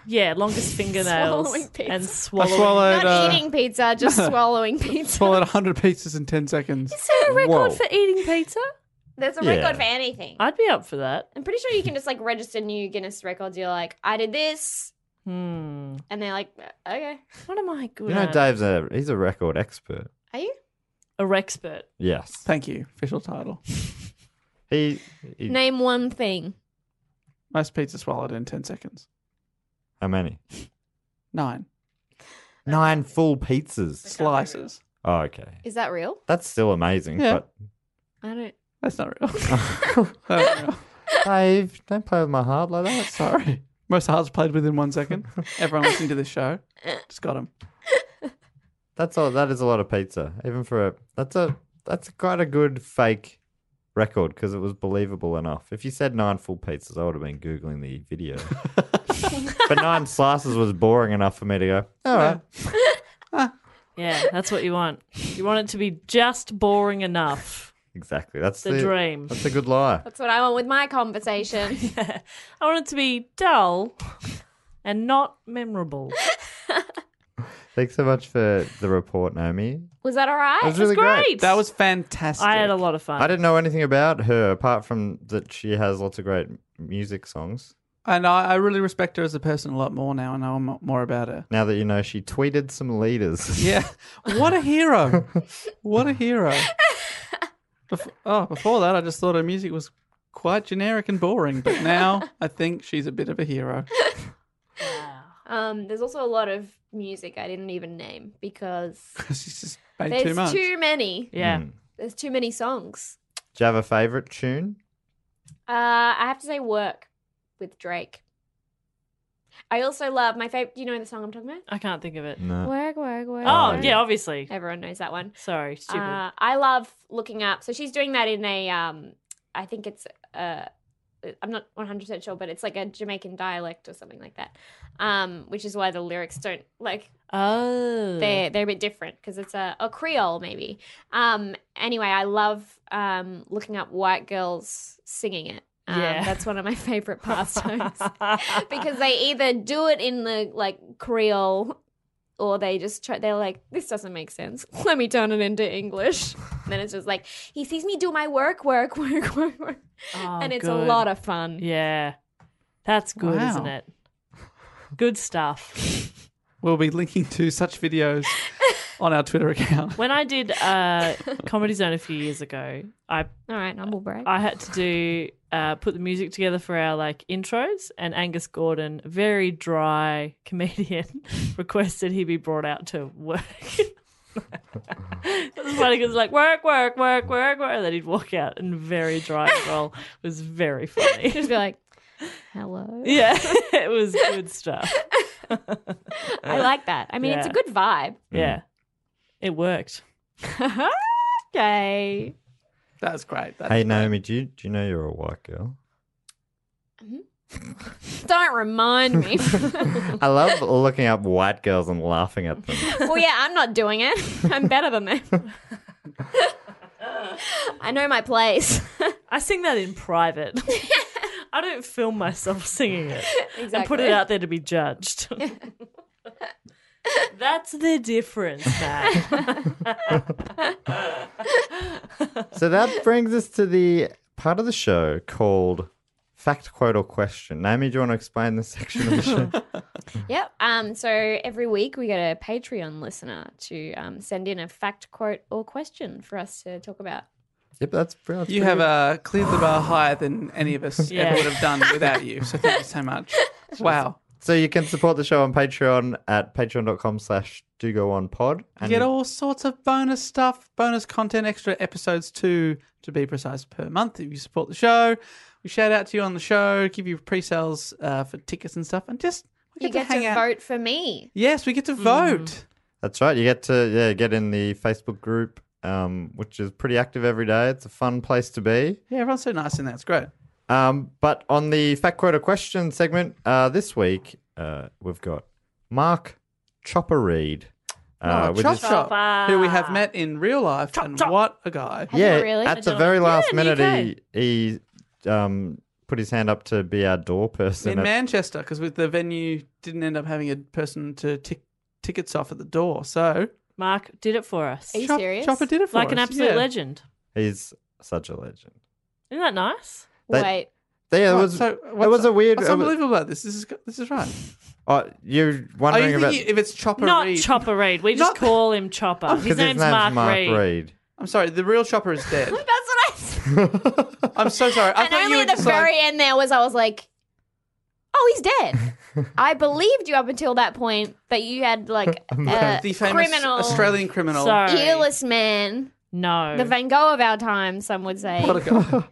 Speaker 2: Yeah, longest fingernails
Speaker 4: Swallowing pizza.
Speaker 2: and swallowing.
Speaker 1: I swallowed,
Speaker 4: Not
Speaker 1: uh,
Speaker 4: eating pizza, just swallowing pizza.
Speaker 1: swallowed 100 pizzas in 10 seconds.
Speaker 2: Is there a record
Speaker 3: Whoa.
Speaker 2: for eating pizza?
Speaker 4: There's a
Speaker 3: Yeah.
Speaker 4: record for anything.
Speaker 2: I'd be up for that.
Speaker 4: I'm pretty sure you can just like register new Guinness records. You're like, I did this,
Speaker 2: Hmm.
Speaker 4: and they're like, "Uh, okay,
Speaker 2: What am I good
Speaker 3: You know,
Speaker 2: at?
Speaker 3: Dave's a he's a record expert.
Speaker 4: are you?
Speaker 2: a rexpert.
Speaker 3: Yes.
Speaker 1: Thank you. Official title.
Speaker 3: He, he
Speaker 4: Name one thing.
Speaker 1: Most pizza swallowed in 10 seconds.
Speaker 3: how many?
Speaker 1: Nine.
Speaker 3: Nine full pizzas.
Speaker 1: Slices.
Speaker 3: Oh, okay.
Speaker 4: Is that real?
Speaker 3: That's still amazing.
Speaker 1: Yeah.
Speaker 4: I don't.
Speaker 1: That's not real. That's real.
Speaker 3: But Dave, don't play with my heart like that.
Speaker 1: Sorry. Most hearts played within one second. Everyone listening to this show just got them.
Speaker 3: That's all. That is a lot of pizza, even for a. That's a. That's quite a good fake record because it was believable enough. If you said nine full pizzas, I would have been googling the video. but nine slices was boring enough for me to go. All right.
Speaker 2: Yeah, that's what you want. You want it to be just boring enough.
Speaker 3: Exactly. That's
Speaker 2: The
Speaker 3: the,
Speaker 2: dream.
Speaker 3: That's a good lie.
Speaker 4: That's what I want with my conversation.
Speaker 2: I want it to be dull and not memorable.
Speaker 3: Thanks so much for the report, Naomi.
Speaker 4: Was that all
Speaker 3: It was
Speaker 4: right?
Speaker 3: really great.
Speaker 2: Great.
Speaker 1: That was fantastic.
Speaker 2: I had a lot of fun.
Speaker 3: I didn't know anything about her apart from that she has lots of great music songs.
Speaker 1: And I, I really respect her as a person a lot more now. I know m- more about her.
Speaker 3: Now that you know, she tweeted some leaders.
Speaker 1: Yeah. What a hero. what a hero. Bef- oh, before that, I just thought her music was quite generic and boring. But now I think she's a bit of a hero.
Speaker 4: Um, there's also a lot of music I didn't even name because
Speaker 1: she's just made
Speaker 4: there's
Speaker 1: too much.
Speaker 4: many.
Speaker 2: Yeah.
Speaker 3: Mm.
Speaker 4: There's too many songs.
Speaker 3: Do you have a favorite tune?
Speaker 4: Uh, I have to say, work with Drake. I also love my favorite. Do you know the song I'm talking about?
Speaker 2: I can't think of it.
Speaker 3: No.
Speaker 4: Work, work, work.
Speaker 2: Oh,
Speaker 3: Uh, Oh,
Speaker 2: yeah,
Speaker 3: yeah.
Speaker 2: obviously.
Speaker 4: Everyone knows that one.
Speaker 2: Sorry, stupid.
Speaker 4: Uh, I love looking up. So she's doing that in a, um, I think it's, uh, I'm not 100% sure, but it's like a Jamaican dialect or something like that, um, which is why the lyrics don't like
Speaker 2: oh.
Speaker 4: they're they're a bit different because it's a, a Creole maybe. Um, anyway, I love um, looking up white girls singing it. Um,
Speaker 2: Yeah.
Speaker 4: that's one of my favorite pastimes because they either do it in the like Creole or they just try. They're like, this doesn't make sense. Let me turn it into English. And then it's just like he sees me do my work, work, work, work, work,
Speaker 2: Oh,
Speaker 4: and it's a
Speaker 2: good.
Speaker 4: lot of fun.
Speaker 2: Yeah. That's good,
Speaker 1: Wow.
Speaker 2: isn't it? Good stuff.
Speaker 1: We'll be linking to such videos on our Twitter account.
Speaker 2: When I did uh, Comedy Zone a few years ago, I
Speaker 4: all right, humble break.
Speaker 2: I had to do uh, put the music together for our like intros, and Angus Gordon, very dry comedian, requested he be brought out to work. it was funny because like work, work, work, work, work, and then he'd walk out and very dry as well. It was very funny.
Speaker 4: Just be like, hello.
Speaker 2: yeah, it was good stuff.
Speaker 4: I like that. I mean, it's a
Speaker 2: Yeah.
Speaker 4: good vibe.
Speaker 2: Yeah, it worked.
Speaker 4: okay.
Speaker 1: That's great. That's
Speaker 3: hey,
Speaker 1: great.
Speaker 3: Naomi, do you, do you know you're a white girl?
Speaker 4: Don't remind me.
Speaker 3: I love looking up white girls and laughing at them.
Speaker 4: well, yeah, I'm not doing it. I'm better than them. I know my place.
Speaker 2: I sing that in private. I don't film myself singing it and put
Speaker 4: Exactly.
Speaker 2: it out there to be judged. That's the difference, Matt.
Speaker 3: So that brings us to the part of the show called Fact, Quote, or Question. Naomi, do you want to explain this section of the show?
Speaker 4: Yep. Um, so every week we get a Patreon listener to um, send in a fact, quote, or question for us to talk about.
Speaker 3: yep, that's brilliant.
Speaker 1: You have uh, cleared the bar higher than any of us
Speaker 4: Yeah.
Speaker 1: ever would have done without you. So thank you so much. Wow.
Speaker 3: So you can support the show on Patreon at patreon.com slash do go on pod.
Speaker 1: You get all sorts of bonus stuff, bonus content, extra episodes too, to be precise, per month if you support the show. We shout out to you on the show, give you pre-sales uh, for tickets and stuff, and just we
Speaker 4: You
Speaker 1: get,
Speaker 4: get
Speaker 1: to hang
Speaker 4: to
Speaker 1: out.
Speaker 4: vote Mm. for me.
Speaker 1: Yes, we get to vote.
Speaker 3: That's right. You get to yeah, get in the Facebook group, um, which is pretty active every day. It's a fun place to be.
Speaker 1: Yeah, everyone's so nice in that. It's great.
Speaker 3: Um, but on the fact quote question segment uh, this week, uh, we've got Mark Chopper Reed.
Speaker 1: Oh,
Speaker 3: with
Speaker 1: Chop
Speaker 3: his-
Speaker 1: Chop, who we have met in real life, and what a guy!
Speaker 3: yeah, at the very last minute, he, he um, put his hand up to be our door person.
Speaker 1: in
Speaker 3: at-
Speaker 1: Manchester because the venue didn't end up having a person to tick tickets off at the door. So
Speaker 2: Mark did it for us.
Speaker 4: Are you Chop- serious?
Speaker 1: Chopper did it for
Speaker 2: like an
Speaker 1: us,
Speaker 2: absolute
Speaker 1: yeah.
Speaker 2: legend.
Speaker 3: he's such a legend.
Speaker 2: Isn't that nice?
Speaker 3: They- Wait. Yeah, it
Speaker 1: What?
Speaker 3: was,
Speaker 1: So
Speaker 3: it
Speaker 1: what's-
Speaker 3: was a weird. uh,
Speaker 1: What's
Speaker 3: it was-
Speaker 1: unbelievable about this? This is this is right.
Speaker 3: oh, you're
Speaker 1: Are
Speaker 3: wondering
Speaker 1: you
Speaker 3: about.
Speaker 1: thinking if it's Chopper
Speaker 2: Not
Speaker 1: Reed?
Speaker 2: Chopper Reed. We just call him Chopper. His
Speaker 3: Oh, 'Cause
Speaker 2: name's, Mark, Reed.
Speaker 1: I'm sorry, the real Chopper is dead.
Speaker 4: That's what I said.
Speaker 1: I'm so sorry. I
Speaker 4: and
Speaker 1: thought you
Speaker 4: only
Speaker 1: were
Speaker 4: at the
Speaker 1: just like-
Speaker 4: very end there was I was like, oh, he's dead. I believed you up until that point that you had like a
Speaker 1: the famous
Speaker 4: uh, criminal
Speaker 1: Australian Oh. criminal.
Speaker 4: earless man,
Speaker 2: No.
Speaker 4: the Van Gogh of our time, some would say.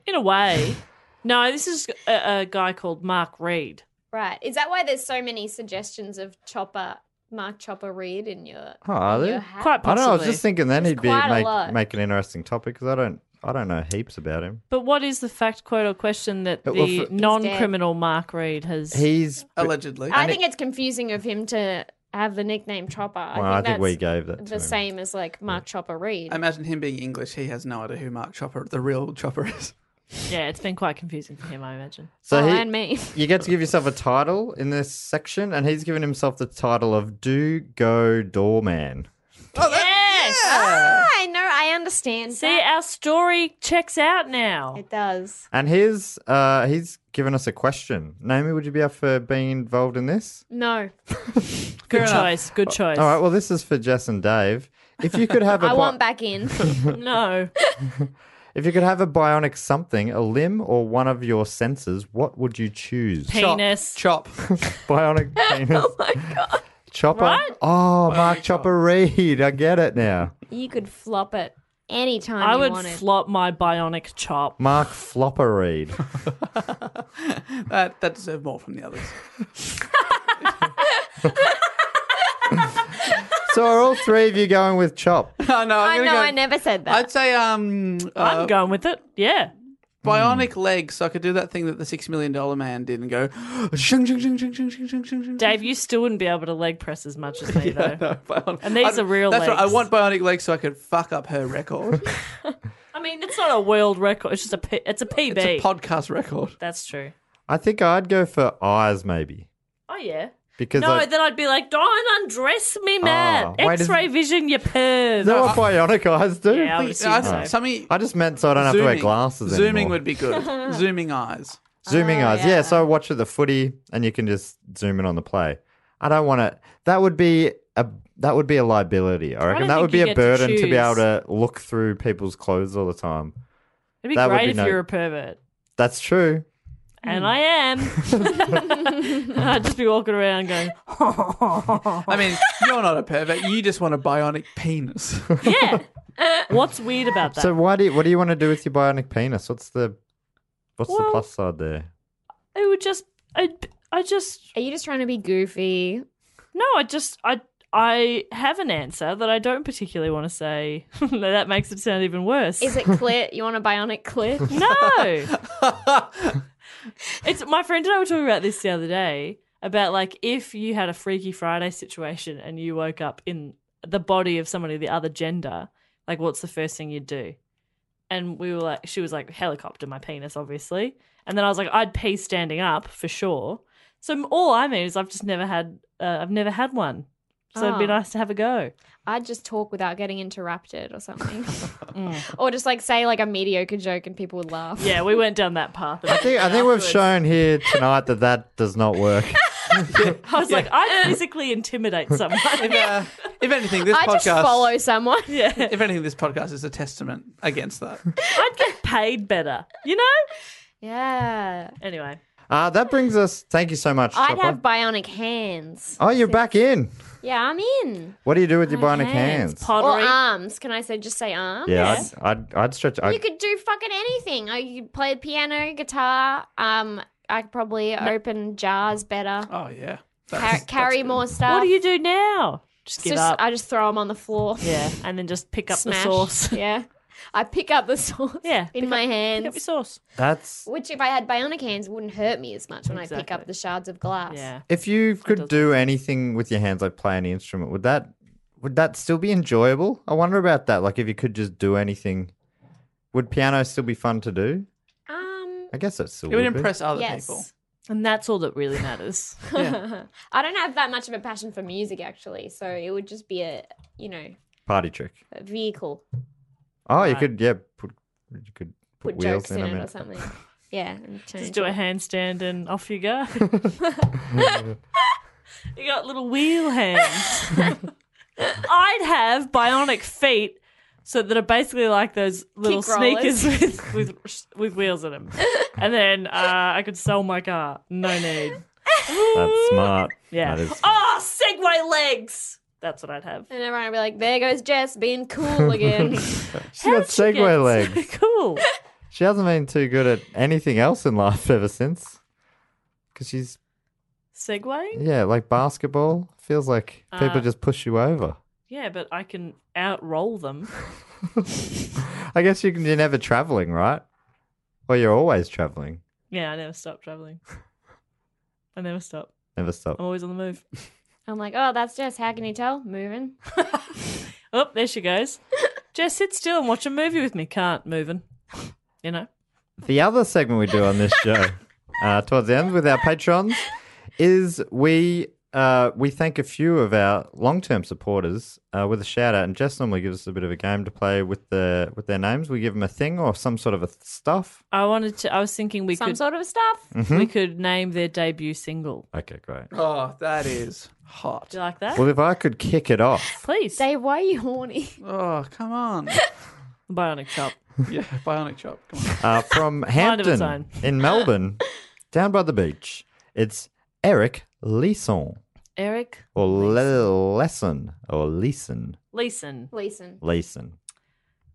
Speaker 2: In a way. No, this is a, a guy called Mark Reed.
Speaker 4: Right. Is that why there's so many suggestions of Chopper, Mark Chopper Reed in your.
Speaker 3: Oh, are
Speaker 4: in
Speaker 3: there?
Speaker 4: your hat?
Speaker 3: I don't know. I was just thinking then
Speaker 4: There's
Speaker 3: he'd be
Speaker 4: quite a
Speaker 3: make,
Speaker 4: lot.
Speaker 3: make an interesting topic because I don't I don't know heaps about him.
Speaker 2: But what is the fact, quote, or question that
Speaker 3: Uh,
Speaker 2: the
Speaker 3: well, for-
Speaker 2: non criminal Mark Reed has.
Speaker 3: He's
Speaker 1: allegedly.
Speaker 4: I think it's confusing of him to have the nickname Chopper. I
Speaker 3: Well,
Speaker 4: think,
Speaker 3: I think
Speaker 4: that's
Speaker 3: we gave that to
Speaker 4: the
Speaker 3: him.
Speaker 4: same as like Mark Chopper Reed.
Speaker 1: Imagine him being English. He has no idea who Mark Chopper, the real Chopper, is.
Speaker 2: Yeah, it's been quite confusing for him, I imagine.
Speaker 4: oh,
Speaker 3: he-
Speaker 4: and me.
Speaker 3: You get to give yourself a title in this section, and he's given himself the title of Do Go Doorman.
Speaker 2: yes!
Speaker 4: Ah, I know. I understand.
Speaker 2: See, our story checks out now.
Speaker 4: It does.
Speaker 3: And here's uh, he's given us a question. Naomi, would you be up for being involved in this?
Speaker 4: No.
Speaker 2: Good
Speaker 3: enough.
Speaker 2: choice. Good choice.
Speaker 3: All right. Well, this is for Jess and Dave. If you could have a
Speaker 4: I
Speaker 3: bi-
Speaker 4: want back in.
Speaker 2: no.
Speaker 3: if you could have a bionic something, a limb or one of your senses, what would you choose?
Speaker 2: Penis.
Speaker 1: Chop.
Speaker 3: bionic penis. oh my god. Chopper.
Speaker 4: Right?
Speaker 3: Oh, Mark Chopper Reed. I get it now.
Speaker 4: You could flop it anytime
Speaker 2: I
Speaker 4: you
Speaker 2: would
Speaker 4: wanted.
Speaker 2: flop my bionic chop.
Speaker 3: Mark Flopper Reed.
Speaker 1: That that deserved more from the others.
Speaker 3: so are all three of you going with Chop?
Speaker 1: I know. I'm
Speaker 4: I
Speaker 1: gonna
Speaker 4: know.
Speaker 1: go-
Speaker 4: I never said that.
Speaker 1: I'd say um, uh,
Speaker 2: I'm going with it. Yeah.
Speaker 1: bionic legs, so I could do that thing that the six million dollar man did and go. shing, shing, shing, shing, shing, shing, shing, shing, shing.
Speaker 2: Dave, you still wouldn't be able to leg press as much as me, though.
Speaker 1: No, bionic-
Speaker 2: And these
Speaker 1: I-
Speaker 2: are real
Speaker 1: That's right. I
Speaker 2: legs.
Speaker 1: want bionic legs so I could fuck up her record.
Speaker 2: I mean, it's not a world record. It's just a P- it's a PB.
Speaker 1: it's a podcast record.
Speaker 2: That's true.
Speaker 3: I think I'd go for eyes maybe.
Speaker 2: Oh yeah.
Speaker 3: Because
Speaker 2: no,
Speaker 3: I-
Speaker 2: then I'd be like, don't undress me, man.
Speaker 3: Oh, wait, is-
Speaker 2: X-ray vision, you perv. Oh,
Speaker 3: Is that what bionic eyes do?
Speaker 2: Yeah, I would assume so.
Speaker 1: Something-
Speaker 3: I just meant so I don't have to wear
Speaker 1: Zooming.
Speaker 3: glasses
Speaker 1: Zooming
Speaker 3: anymore.
Speaker 1: would be good. Zooming eyes.
Speaker 3: Zooming
Speaker 2: Oh,
Speaker 3: eyes. Yeah. so I watch the footy and you can just zoom in on the play. I don't want to. That would be a that would be a liability. I reckon
Speaker 2: don't
Speaker 3: that
Speaker 2: think
Speaker 3: would be
Speaker 2: you
Speaker 3: a
Speaker 2: get to
Speaker 3: burden to, be able
Speaker 2: choose.
Speaker 3: to look through people's clothes all the time.
Speaker 2: It'd be
Speaker 3: That would
Speaker 2: great
Speaker 3: be
Speaker 2: if
Speaker 3: no-
Speaker 2: you were a pervert.
Speaker 3: That's true.
Speaker 2: And I am. I'd just be walking around going,
Speaker 1: I mean, you're not a pervert. You just want a bionic penis.
Speaker 2: what's weird about that?
Speaker 3: So why do you, what do you want to do with your bionic penis? What's the what's the plus side there?
Speaker 2: it would just, I, I just.
Speaker 4: Are you just trying to be goofy?
Speaker 2: No, I just, I, I have an answer that I don't particularly want to say. that makes it sound even worse.
Speaker 4: Is it clit? You want a bionic clit?
Speaker 2: No. it's my friend and I were talking about this the other day about like if you had a Freaky Friday situation and you woke up in the body of somebody of the other gender, like what's the first thing you'd do? And we were like, she was like, helicopter my penis, obviously. And then I was like, I'd pee standing up for sure. So all I mean is I've just never had, uh, I've never had one. So it'd be
Speaker 4: Ah.
Speaker 2: nice to have a go.
Speaker 4: I'd just talk without getting interrupted or something. Or just like say like a mediocre joke and people would laugh.
Speaker 2: Yeah, we went down that path.
Speaker 3: I think I think we've shown here tonight that that does not work.
Speaker 2: I was like, I physically intimidate someone.
Speaker 1: If anything, this
Speaker 4: I
Speaker 1: podcast.
Speaker 4: just follow someone.
Speaker 2: Yeah.
Speaker 1: If anything, this podcast is a testament against that.
Speaker 2: I'd get paid better, you know?
Speaker 4: Yeah.
Speaker 2: Anyway.
Speaker 3: Uh, that brings us. Thank you so much.
Speaker 4: I'd
Speaker 3: Chopper.
Speaker 4: have bionic hands.
Speaker 3: oh, you're back in.
Speaker 4: Yeah, I'm in.
Speaker 3: What do you do with your bionic hands?
Speaker 4: Or arms. Can I say just say arms?
Speaker 3: Yeah, I'd, I'd I'd stretch. I'd,
Speaker 4: You could do fucking anything. I could play the piano, guitar. Um, I could probably open jars better.
Speaker 1: Oh yeah.
Speaker 4: Car- carry more stuff.
Speaker 2: What do you do now? Just get
Speaker 4: Just-
Speaker 2: up.
Speaker 4: uh, I just throw them on the floor.
Speaker 2: yeah, and then just pick up
Speaker 4: Smash.
Speaker 2: the sauce.
Speaker 4: Yeah. I pick up the sauce.
Speaker 2: Yeah,
Speaker 4: In my hands.
Speaker 2: Pick up your sauce.
Speaker 3: that's
Speaker 4: Which, if I had bionic hands, wouldn't hurt me as much when I pick up the shards of glass.
Speaker 2: Yeah.
Speaker 3: if you could do anything with your hands, like play any instrument. Would that would that still be enjoyable? I wonder about that. Like, if you could just do anything, would piano still be fun to do?
Speaker 4: Um,
Speaker 3: I guess it still
Speaker 1: It would
Speaker 3: would be.
Speaker 1: impress other
Speaker 4: Yes.
Speaker 1: people.
Speaker 2: And that's all that really matters.
Speaker 4: I don't have that much of a passion for music, actually. So it would just be a, you know,
Speaker 3: Party trick.
Speaker 4: a vehicle.
Speaker 3: Oh, you could yeah put you could put,
Speaker 4: Put,
Speaker 3: wheels
Speaker 4: jokes
Speaker 3: in,
Speaker 4: in
Speaker 3: a
Speaker 4: it or
Speaker 3: minute.
Speaker 4: something. Yeah. and turn
Speaker 2: just
Speaker 4: it
Speaker 2: do a
Speaker 4: into
Speaker 2: handstand and off you go. you got little wheel hands. I'd have bionic feet. So that are basically like those little
Speaker 4: Kick rollers.
Speaker 2: sneakers with, with with wheels in them, and then uh, I could sell my car. No need.
Speaker 3: That's smart.
Speaker 2: Yeah.
Speaker 3: That is,
Speaker 2: Oh, Segway legs. That's what I'd have.
Speaker 4: And everyone would be like, there goes Jess being cool again.
Speaker 3: she got
Speaker 2: she get so
Speaker 3: Segway legs.
Speaker 2: cool.
Speaker 3: She hasn't been too good at anything else in life ever since. Because she's
Speaker 2: Segway?
Speaker 3: yeah, like basketball feels like people
Speaker 2: Uh,
Speaker 3: just push you over.
Speaker 2: Yeah, but I can outroll them.
Speaker 3: I guess you can, you're never traveling, right? Well, you're always traveling.
Speaker 2: Yeah, I never stop traveling. I never stop.
Speaker 3: Never stop.
Speaker 2: I'm always on the move.
Speaker 4: I'm like, oh, that's Jess. How can you tell? Moving.
Speaker 2: Oh, there she goes. Just sit still and watch a movie with me. Can't moving. You know.
Speaker 3: The other segment we do on this show, uh, towards the end with our patrons, is we uh, we thank a few of our long term supporters uh, with a shout out. And Jess normally gives us a bit of a game to play with the with their names. We give them a thing or some sort of a th- stuff.
Speaker 2: I wanted to. I was thinking we
Speaker 4: Some
Speaker 2: could
Speaker 4: sort of stuff.
Speaker 3: Mhm.
Speaker 2: we could name their debut single.
Speaker 3: Okay, great.
Speaker 1: Oh, that is hot.
Speaker 2: Do you like that?
Speaker 3: Well, if I could kick it off,
Speaker 2: Please.
Speaker 4: Dave, why are you horny?
Speaker 1: Oh, come on.
Speaker 2: Bionic Chop.
Speaker 1: Yeah, bionic chop. Come on.
Speaker 3: uh, from
Speaker 2: Mind of its
Speaker 3: Hampton in Melbourne, down by the beach, it's Eric Leeson
Speaker 2: Eric
Speaker 3: or Le- Lesson or Leeson
Speaker 2: Leeson
Speaker 4: Gleason.
Speaker 3: Leeson.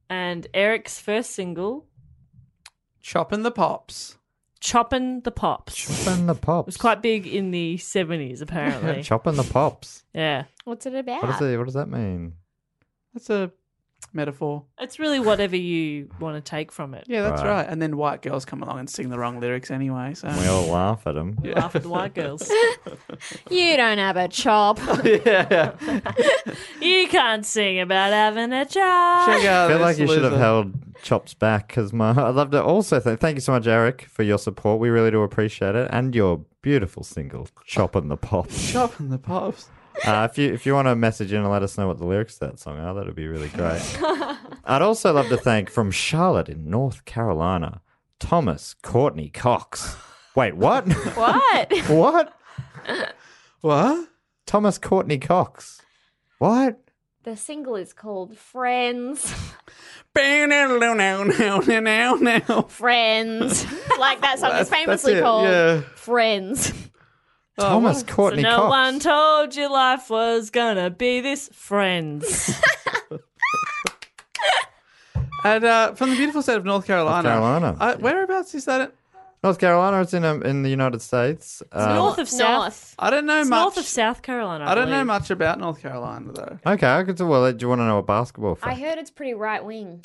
Speaker 2: and Eric's first single,
Speaker 1: Chopping the pops.
Speaker 2: "Choppin' the Pops."
Speaker 3: Chopping the
Speaker 2: It
Speaker 3: pops.
Speaker 2: was quite big in the 70s, apparently.
Speaker 3: Chopping the pops.
Speaker 2: yeah.
Speaker 4: What's it about?
Speaker 3: What, does it, what does that mean?
Speaker 1: That's a metaphor.
Speaker 2: It's really whatever you want to take from it.
Speaker 1: Yeah, that's
Speaker 3: Right.
Speaker 1: right. And then white girls come along and sing the wrong lyrics anyway. So
Speaker 3: We all laugh at them.
Speaker 1: Yeah.
Speaker 2: Laugh at the white girls.
Speaker 4: You don't have a chop.
Speaker 1: yeah.
Speaker 2: you can't sing about having a job.
Speaker 1: Check out
Speaker 3: I feel
Speaker 1: this
Speaker 3: like you should have
Speaker 1: loser.
Speaker 3: held chops back because my I'd love to also th- thank you so much, Eric, for your support. We really do appreciate it and your beautiful single, Chopping the Pops.
Speaker 1: chopping the pops.
Speaker 3: uh, if you if you want to message in and let us know what the lyrics to that song are, that'd be really great. I'd also love to thank from Charlotte in North Carolina, Thomas Courtney Cox. Wait, what?
Speaker 4: what?
Speaker 3: what?
Speaker 1: What?
Speaker 3: Thomas Courtney Cox.
Speaker 2: Oh,
Speaker 3: What?
Speaker 4: The single is called Friends. Friends. like that
Speaker 3: That's-
Speaker 4: song is
Speaker 3: that's
Speaker 4: famously
Speaker 3: it,
Speaker 4: called
Speaker 3: yeah.
Speaker 4: Friends.
Speaker 3: Thomas
Speaker 2: So
Speaker 3: Courtney
Speaker 2: no
Speaker 3: Cox.
Speaker 2: one told you life was gonna be this friends.
Speaker 1: And uh, from the beautiful state of North Carolina.
Speaker 3: Carolina.
Speaker 1: Uh, whereabouts is that?
Speaker 3: North Carolina. It's in um, in the United States.
Speaker 4: Uh,
Speaker 3: Um,
Speaker 2: north of south.
Speaker 1: I don't know
Speaker 2: It's
Speaker 1: much.
Speaker 2: North of South Carolina.
Speaker 1: I don't know
Speaker 2: believe.
Speaker 1: much about North Carolina though.
Speaker 3: Um, Okay, I could. Well, do you want to know a basketball?
Speaker 4: I heard it's pretty right wing.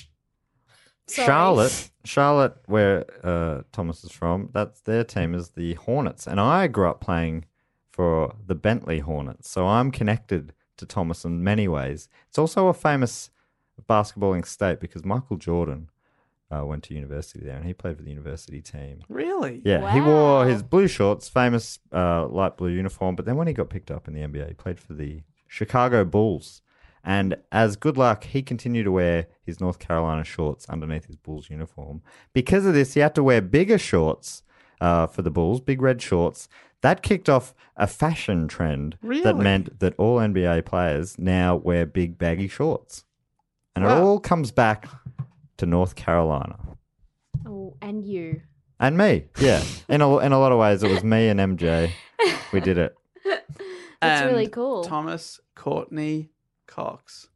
Speaker 3: Charlotte, Charlotte, where uh, Thomas is from, that's their team is the Hornets, and I grew up playing for the Bentley Hornets, so I'm connected to Thomas in many ways. It's also a famous basketballing state because Michael Jordan uh, went to university there, and he played for the university team.
Speaker 1: Really?
Speaker 3: Yeah, he wore his blue shorts, famous uh, light blue uniform, but then when he got picked up in the NBA, he played for the Chicago Bulls. And as good luck, he continued to wear his North Carolina shorts underneath his Bulls uniform. Because of this, he had to wear bigger shorts uh, for the Bulls, big red shorts. That kicked off a fashion trend that
Speaker 1: Really?
Speaker 3: meant that all NBA players now wear big baggy shorts. And it
Speaker 4: Wow.
Speaker 3: all comes back to North Carolina.
Speaker 4: Oh, and you.
Speaker 3: And me, yeah. In a, in a lot of ways, it was me and MJ. We did it.
Speaker 4: That's
Speaker 1: And
Speaker 4: really cool.
Speaker 1: Thomas Courtney Cox.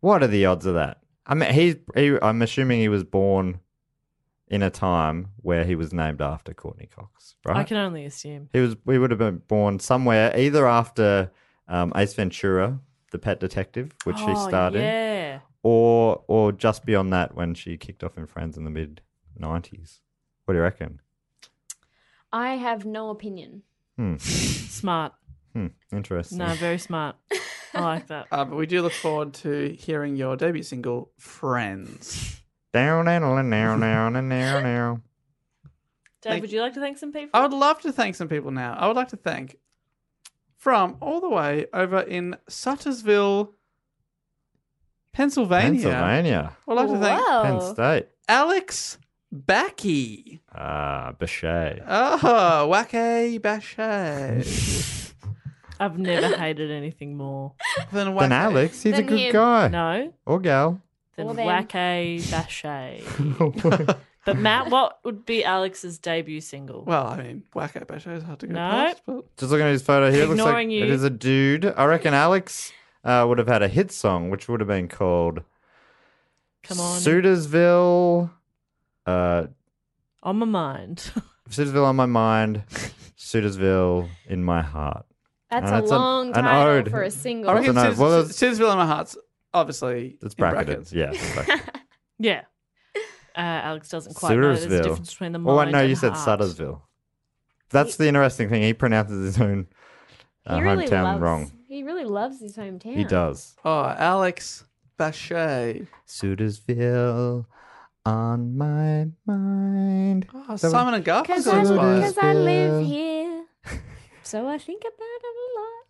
Speaker 3: What are the odds of that? I mean, he, he I'm assuming he was born in a time where he was named after Courtney Cox, right?
Speaker 2: I can only assume.
Speaker 3: He was. We would have been born somewhere either after um, Ace Ventura, the Pet Detective, which she
Speaker 2: Oh,
Speaker 3: starred in,
Speaker 2: Yeah.
Speaker 3: or or just beyond that when she kicked off in Friends in the mid '90s. What do you reckon?
Speaker 4: I have no opinion.
Speaker 3: Hmm.
Speaker 2: Smart.
Speaker 3: Hmm. Interesting.
Speaker 2: No, very smart. I like that.
Speaker 1: Uh, but we do look forward to hearing your debut single, Friends.
Speaker 3: Down and down down down and down down.
Speaker 2: Dave,
Speaker 1: Thank- Oh.
Speaker 2: would you like to thank some people?
Speaker 1: I would love to thank some people now. I would like to thank from all the way over in Suttersville, Pennsylvania.
Speaker 3: Pennsylvania.
Speaker 1: I'd like to thank
Speaker 2: Oh.
Speaker 4: Whoa.
Speaker 3: Penn State.
Speaker 1: Alex Backy.
Speaker 3: Ah, Bechet.
Speaker 1: Oh, Wacky Bashay.
Speaker 2: I've never hated anything more
Speaker 1: then
Speaker 3: Then Alex, he's a
Speaker 2: Then
Speaker 3: good
Speaker 2: him.
Speaker 3: guy.
Speaker 2: No.
Speaker 3: Or gal.
Speaker 2: than
Speaker 4: Well, then.
Speaker 2: Wacky Bashay. but Matt, what would be Alex's debut single?
Speaker 1: Well, I mean, Wacky Bashay is hard to go
Speaker 2: No.
Speaker 1: past. But...
Speaker 3: Just looking at his photo here, it looks like
Speaker 2: Ignoring you.
Speaker 3: it is a dude. I reckon Alex uh, would have had a hit song, which would have been called
Speaker 2: Come on.
Speaker 3: Suitersville. Uh,
Speaker 2: On my mind.
Speaker 3: Suitersville on my mind, Suitersville in my heart.
Speaker 4: That's
Speaker 3: And
Speaker 4: a
Speaker 3: an-
Speaker 4: long
Speaker 3: Uh, an
Speaker 4: title
Speaker 3: ode.
Speaker 4: for a single.
Speaker 1: I reckon
Speaker 3: That's an
Speaker 1: Sid-
Speaker 3: ode. Well,
Speaker 1: Sid-
Speaker 3: it's-
Speaker 1: Sidsville in my heart's obviously
Speaker 3: It's
Speaker 1: in
Speaker 3: bracketed.
Speaker 1: brackets.
Speaker 3: Yeah. it's bracketed.
Speaker 2: Yeah. Uh, Alex doesn't quite know there's a
Speaker 3: Suttersville.
Speaker 2: difference between the mind
Speaker 3: Oh, wait, no,
Speaker 2: and
Speaker 3: you said
Speaker 2: heart.
Speaker 3: Suttersville. That's the interesting thing. He pronounces his own uh,
Speaker 4: he really
Speaker 3: hometown
Speaker 4: loves,
Speaker 3: wrong.
Speaker 4: He really loves his hometown.
Speaker 3: He does.
Speaker 1: Oh, Alex Bashay.
Speaker 3: Suitersville on my mind.
Speaker 1: Oh, Simon and Garfunkel.
Speaker 4: Because
Speaker 1: inspired.
Speaker 4: I
Speaker 3: Suitersville.
Speaker 4: live here. So I think about it a lot.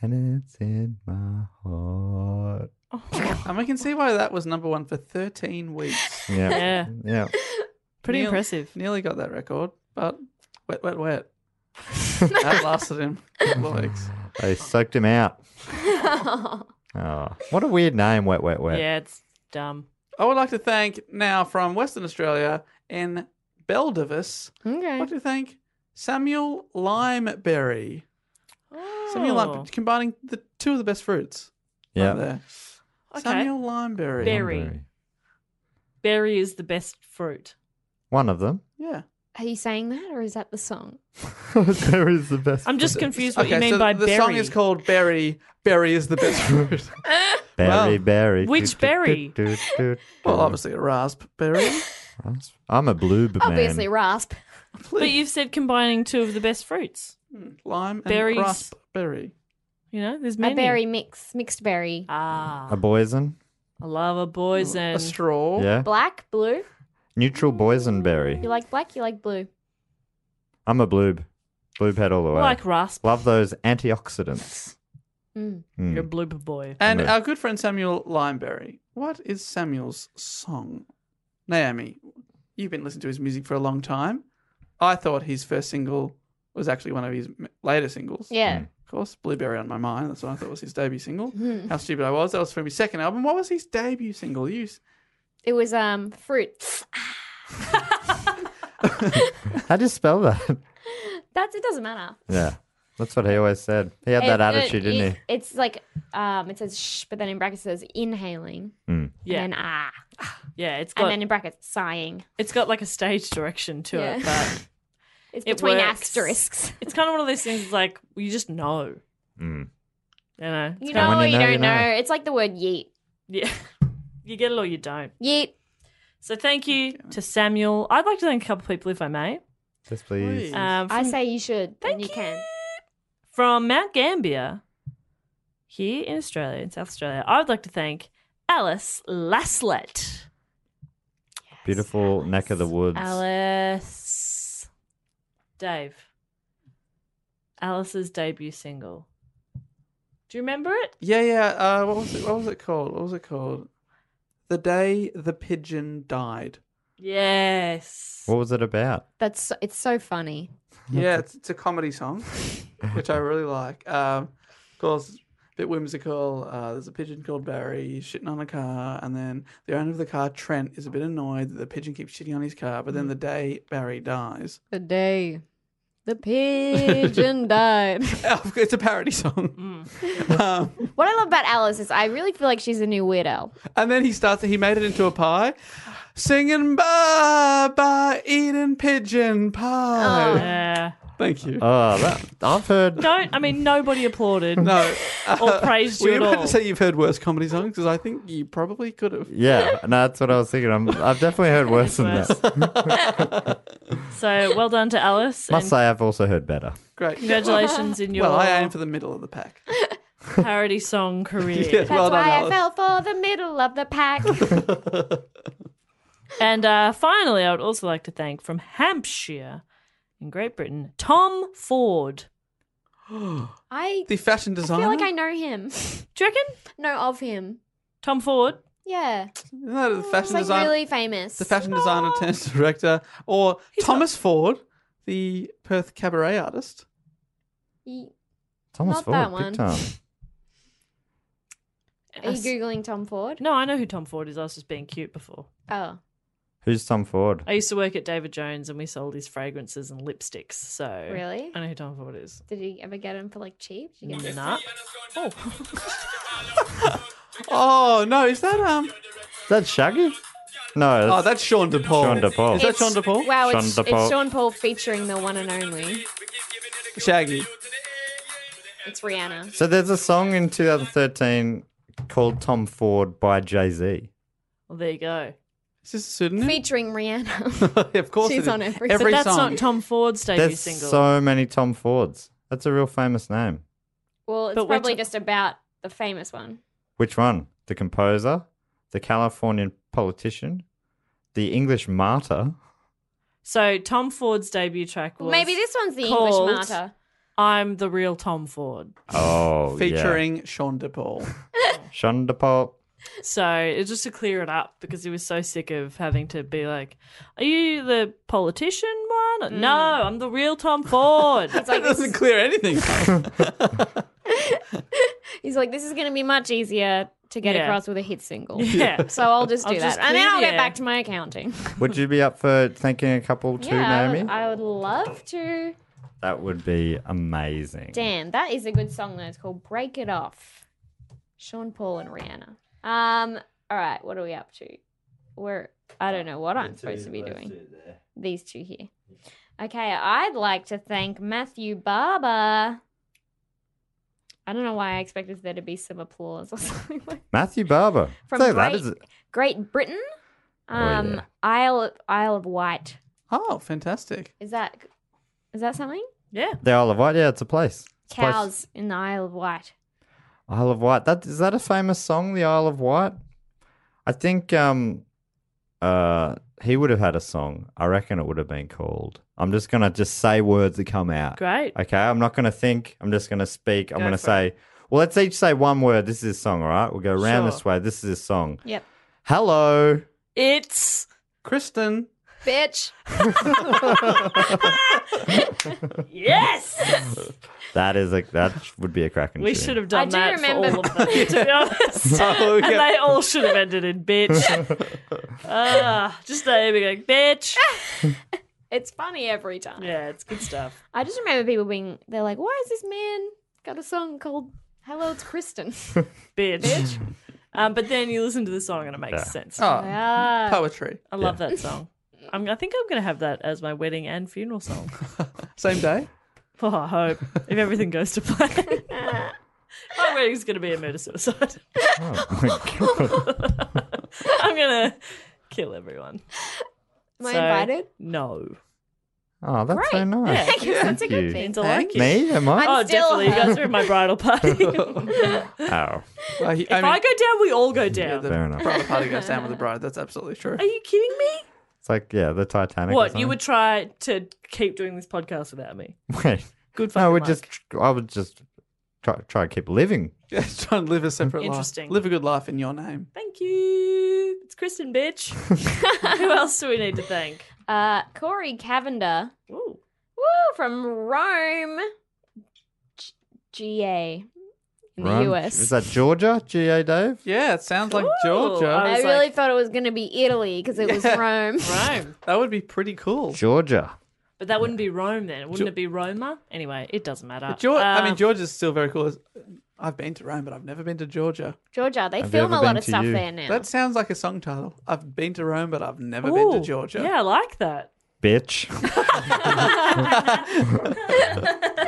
Speaker 3: And it's in my heart.
Speaker 1: And we can see why that was number one for 13 weeks.
Speaker 3: Yeah.
Speaker 2: Yeah.
Speaker 3: Yeah.
Speaker 2: Pretty
Speaker 1: Neil-
Speaker 2: impressive.
Speaker 1: Nearly got that record, but wet, wet, wet. that lasted him a couple of weeks.
Speaker 3: They soaked him out. Oh, what a weird name, Wet Wet Wet.
Speaker 2: Yeah, it's dumb.
Speaker 1: I would like to thank now from Western Australia in Beldivis. I'd
Speaker 4: Okay.
Speaker 1: like to thank Samuel Limeberry. Samuel
Speaker 2: Oh.
Speaker 1: Lime, combining the two of the best fruits. right
Speaker 3: Yeah.
Speaker 1: there.
Speaker 2: Okay.
Speaker 1: Samuel Limeberry.
Speaker 2: Berry. Berry is the best fruit.
Speaker 3: One of them.
Speaker 1: Yeah.
Speaker 4: Are you saying that or is that the song?
Speaker 3: there is the best.
Speaker 2: I'm just confused what you mean
Speaker 1: so
Speaker 2: by
Speaker 1: the
Speaker 2: berry.
Speaker 1: song is called Berry. Berry is the best fruit.
Speaker 3: Berry,
Speaker 1: Wow.
Speaker 3: berry.
Speaker 2: Which berry?
Speaker 1: well, obviously a raspberry.
Speaker 3: I'm a blue man.
Speaker 4: Obviously, rasp.
Speaker 2: But you've said combining two of the best fruits.
Speaker 1: Lime
Speaker 2: Berries.
Speaker 1: and raspberry.
Speaker 2: You know, there's
Speaker 4: A
Speaker 2: many.
Speaker 4: berry mix, mixed berry.
Speaker 2: Ah,
Speaker 3: A boysen.
Speaker 2: I love a boysen.
Speaker 1: A straw.
Speaker 3: Yeah.
Speaker 4: Black, blue.
Speaker 3: Neutral boysenberry.
Speaker 4: You like black, you like blue.
Speaker 3: I'm a bloob. Bloob head all the way.
Speaker 2: Like rasp.
Speaker 3: Love those antioxidants.
Speaker 4: Mm.
Speaker 3: Mm.
Speaker 2: You're a blooper boy.
Speaker 1: And
Speaker 3: Right.
Speaker 1: our good friend Samuel Limeberry. What is Samuel's song? Naomi, you've been listening to his music for a long time. I thought his first single was actually one of his m- later singles.
Speaker 3: Hmm.
Speaker 4: Yeah.
Speaker 1: Of course, Blueberry on My Mind. That's what I thought was his debut single.
Speaker 2: Hmm.
Speaker 1: How stupid I was. That was from his second album. What was his debut single? You s-
Speaker 4: It was um fruit.
Speaker 3: How do you spell that?
Speaker 4: That's it. Doesn't matter.
Speaker 3: yeah, that's what he always said. He had that
Speaker 4: And, uh,
Speaker 3: attitude, didn't
Speaker 4: it- It's like um, it says shh, but then in brackets it says inhaling.
Speaker 3: he? Mm.
Speaker 2: Yeah.
Speaker 4: And then ah.
Speaker 2: Yeah, it's
Speaker 4: and
Speaker 2: got-
Speaker 4: then in brackets sighing.
Speaker 2: It's got like a stage direction to it,
Speaker 4: Yeah.
Speaker 2: but
Speaker 4: It's
Speaker 2: it
Speaker 4: between
Speaker 2: works.
Speaker 4: asterisks.
Speaker 2: It's kind of one of those things like you just know.
Speaker 3: Mm.
Speaker 2: You know, It's
Speaker 4: You
Speaker 2: kind
Speaker 4: know,
Speaker 2: of-
Speaker 4: or you, don't know. It's like the word yeet.
Speaker 2: Yeah. You get it or you don't.
Speaker 4: Yeet.
Speaker 2: So thank you to Samuel. I'd like to thank a couple of people if I may.
Speaker 3: Yes, please.
Speaker 2: Um,
Speaker 4: I
Speaker 2: from-
Speaker 4: say you should. Thank you. can.
Speaker 2: from Mount Gambier here in Australia, in South Australia, I would like to thank Alice Laslett.
Speaker 3: Beautiful neck of the woods.
Speaker 2: Alice. Dave. Alice's debut single. Do you remember it?
Speaker 1: Yeah, yeah. Uh, what was it? What was it called? What was it called? The day the pigeon died.
Speaker 2: Yes.
Speaker 3: What was it about?
Speaker 4: That's so, it's so funny.
Speaker 1: Yeah, it's, it's a comedy song, which I really like. Um, of course, a bit whimsical. Uh, there's a pigeon called Barry he's shitting on a car, and then the owner of the car, Trent, is a bit annoyed that the pigeon keeps shitting on his car. But
Speaker 2: Mm.
Speaker 1: then the day Barry dies,
Speaker 4: The day the pigeon died.
Speaker 1: Oh, it's a parody song.
Speaker 2: Mm.
Speaker 1: Um,
Speaker 4: What I love about Alice is I really feel like she's a new weirdo.
Speaker 1: And then he starts. He made it into a pie, singing "Bye bye, eating pigeon pie."
Speaker 2: Oh, Yeah. Uh,
Speaker 1: Thank you.
Speaker 3: Oh, that, I've heard.
Speaker 2: Don't, I mean, nobody applauded.
Speaker 1: No,
Speaker 2: Or praised you
Speaker 1: Were
Speaker 2: at
Speaker 1: you about
Speaker 2: all.
Speaker 1: to say you've heard worse comedy songs? Because I think you probably could have.
Speaker 3: Yeah, no, that's what I was thinking. I'm, I've definitely heard worse than that.
Speaker 2: So well done to Alice.
Speaker 3: Must
Speaker 2: and
Speaker 3: say, I've also heard better.
Speaker 1: Great.
Speaker 2: Congratulations in your
Speaker 1: Well, I aim for the middle of the pack.
Speaker 2: parody song career.
Speaker 1: Yes, well
Speaker 4: That's why
Speaker 1: done,
Speaker 4: I fell for the middle of the pack.
Speaker 2: And uh, finally, I would also like to thank from Hampshire in Great Britain, Tom Ford.
Speaker 1: Alice.
Speaker 4: I
Speaker 1: the fashion
Speaker 4: I feel
Speaker 1: designer.
Speaker 4: like I know him.
Speaker 2: Do you reckon?
Speaker 4: No, of him.
Speaker 2: Tom Ford.
Speaker 4: Yeah.
Speaker 1: Isn't that the
Speaker 4: He's
Speaker 1: fashion
Speaker 4: like
Speaker 1: designer.
Speaker 4: really famous.
Speaker 1: The fashion designer turns director, or Thomas Ford, the Perth cabaret artist.
Speaker 4: Ye-
Speaker 3: Thomas
Speaker 4: Not
Speaker 3: Ford,
Speaker 4: that
Speaker 3: big
Speaker 4: one.
Speaker 3: time.
Speaker 4: Are you Googling Tom Ford?
Speaker 2: No, I know who Tom Ford is. I was just being cute before.
Speaker 4: Oh.
Speaker 3: Who's Tom Ford?
Speaker 2: I used to work at David Jones and we sold his fragrances and lipsticks. So
Speaker 4: Really?
Speaker 2: I know who Tom Ford is.
Speaker 4: Did you ever get him for like cheap? Did you get him?
Speaker 2: Nah. Oh.
Speaker 1: Oh no, is that um?
Speaker 3: Is that Shaggy? No.
Speaker 1: Oh, that's Sean DePaul.
Speaker 3: Sean DePaul.
Speaker 1: Is that Sean DePaul?
Speaker 4: Wow, it's, it's Sean Paul featuring the one and only.
Speaker 1: Shaggy.
Speaker 4: It's Rihanna.
Speaker 3: So there's a song in 2013 called Tom Ford by Jay Z.
Speaker 2: Well, there you go.
Speaker 1: Is this a pseudonym?
Speaker 4: Featuring Rihanna.
Speaker 1: of course,
Speaker 4: She's
Speaker 1: it is.
Speaker 4: on every
Speaker 2: but
Speaker 1: every
Speaker 2: that's
Speaker 1: song.
Speaker 2: not Tom Ford's debut
Speaker 3: There's
Speaker 2: single.
Speaker 3: so many Tom Fords. That's a real famous name.
Speaker 4: Well, it's
Speaker 2: But we're
Speaker 4: probably
Speaker 2: ta-
Speaker 4: just about the famous one.
Speaker 3: Which one? The composer, the Californian politician, the English martyr.
Speaker 2: So Tom Ford's debut track was
Speaker 4: Maybe this one's the
Speaker 2: called
Speaker 4: English martyr.
Speaker 2: I'm the real Tom Ford.
Speaker 3: Oh,
Speaker 1: Featuring Sean DePaul.
Speaker 3: yeah. Sean DePaul.
Speaker 2: So it's just to clear it up because he was so sick of having to be like, "Are you the politician one?" No, I'm the real Tom Ford.
Speaker 4: Mm. It's like this,
Speaker 1: Doesn't clear anything.
Speaker 4: he's like, this is going to be much easier to get
Speaker 2: Yeah.
Speaker 4: across with a hit single.
Speaker 2: Yeah.
Speaker 4: So I'll just do
Speaker 2: I'll
Speaker 4: that.
Speaker 2: just
Speaker 4: and then
Speaker 2: clear
Speaker 4: I'll
Speaker 2: the
Speaker 4: get
Speaker 2: air.
Speaker 4: back to my accounting.
Speaker 3: Would you be up for thanking a couple too,
Speaker 4: yeah, I
Speaker 3: Naomi?
Speaker 4: would, I would love to.
Speaker 3: That would be amazing.
Speaker 4: Damn, that is a good song though. It's called Break It Off. Sean Paul and Rihanna. Um, all right, what are we up to? We're I don't know what I'm supposed to be doing. These two here. Okay, I'd like to thank Matthew Barber. I don't know why I expected there to be some applause or something like
Speaker 3: Matthew Barber.
Speaker 4: From
Speaker 3: so that
Speaker 4: Great,
Speaker 3: is
Speaker 4: Great Britain.
Speaker 3: Oh,
Speaker 4: Um
Speaker 3: yeah.
Speaker 4: Isle of Isle of Wight.
Speaker 1: oh, fantastic.
Speaker 4: Is that is that something?
Speaker 2: yeah,
Speaker 3: the Isle of Wight. Yeah, it's a place. It's a place.
Speaker 4: Cows in the Isle of Wight.
Speaker 3: Isle of Wight. That is that a famous song, The Isle of Wight? I think um uh he would have had a song. I reckon it would have been called. I'm just gonna just say words that come out.
Speaker 2: great.
Speaker 3: Okay. I'm not gonna think. I'm just gonna speak. I'm
Speaker 2: Go
Speaker 3: gonna
Speaker 2: for
Speaker 3: say well let's each say one word. This is his song, all right? We'll go around
Speaker 2: Sure.
Speaker 3: this way. This is his song.
Speaker 4: Yep.
Speaker 3: Hello.
Speaker 2: It's
Speaker 1: Kristen.
Speaker 4: bitch.
Speaker 2: yes.
Speaker 3: That is a that would be a cracking.
Speaker 2: We
Speaker 3: tune.
Speaker 2: should have done
Speaker 4: I do
Speaker 2: that
Speaker 4: remember-
Speaker 2: for all of them, to be honest.
Speaker 3: Oh,
Speaker 2: And
Speaker 3: yeah.
Speaker 2: they all should have ended in bitch. Ah, just there we go, bitch.
Speaker 4: It's funny every time.
Speaker 2: Yeah, it's good stuff.
Speaker 4: I just remember people being, they're like, why is this man got a song called Hello, it's Kristen?
Speaker 2: Bitch. Um, but then you listen to the song and it makes
Speaker 4: Yeah.
Speaker 2: sense.
Speaker 4: Oh,
Speaker 2: Yeah.
Speaker 1: poetry.
Speaker 2: I love
Speaker 1: Yeah.
Speaker 2: that song. I'm, I think I'm going to have that as my wedding and funeral song.
Speaker 1: Same day.
Speaker 2: Oh, I hope. If everything goes to plan. My wedding's going to be a murder suicide.
Speaker 3: Oh
Speaker 2: I'm going to kill everyone.
Speaker 4: Am I invited?
Speaker 2: No.
Speaker 3: Oh, that's so nice.
Speaker 2: Yeah. I guess
Speaker 4: that's a good thing.
Speaker 2: Means I like you.
Speaker 3: Me? Am I?
Speaker 2: oh, definitely. You guys are in my bridal party.
Speaker 3: Oh.
Speaker 2: if I, go down, we all go down.
Speaker 3: Fair enough.
Speaker 1: Brother party goes down with the bride. That's absolutely true.
Speaker 2: Are you kidding me?
Speaker 3: It's like yeah, the Titanic. or
Speaker 2: What you
Speaker 3: something.
Speaker 2: would try to keep doing this podcast without me?
Speaker 3: Wait.
Speaker 2: Good
Speaker 3: No, I
Speaker 2: fucking
Speaker 3: would
Speaker 2: luck.
Speaker 3: just. I would just try try to keep living.
Speaker 1: Just try and live a separate
Speaker 2: Interesting.
Speaker 1: life. Live a good life in your name.
Speaker 2: Thank you. It's Kristen, bitch. Who else do we need to thank?
Speaker 4: Uh, Corey Cavender.
Speaker 2: Ooh.
Speaker 4: Woo, from Rome. G- GA. In the
Speaker 3: Right?
Speaker 4: US.
Speaker 3: Is that Georgia? GA Dave?
Speaker 1: Yeah, it sounds like
Speaker 4: Ooh,
Speaker 1: Georgia.
Speaker 4: I, really thought it was going to be Italy because it was
Speaker 1: Yeah.
Speaker 4: Rome.
Speaker 2: Rome.
Speaker 1: That would be pretty cool.
Speaker 3: Georgia.
Speaker 2: But that wouldn't be Rome then, wouldn't
Speaker 1: Ge-
Speaker 2: it be Roma? Anyway, it doesn't matter.
Speaker 1: But Geor- I
Speaker 2: Um,
Speaker 1: mean, Georgia's still very cool. I've been to Rome, but I've never been to Georgia.
Speaker 4: Georgia, they
Speaker 1: Have you
Speaker 4: film
Speaker 1: ever
Speaker 4: a lot
Speaker 1: been
Speaker 4: of
Speaker 1: to
Speaker 4: stuff
Speaker 1: you?
Speaker 4: there now.
Speaker 1: That sounds like a song title. I've been to Rome, but I've never been to
Speaker 2: Ooh,
Speaker 1: Georgia.
Speaker 2: Yeah, I like that.
Speaker 3: Bitch.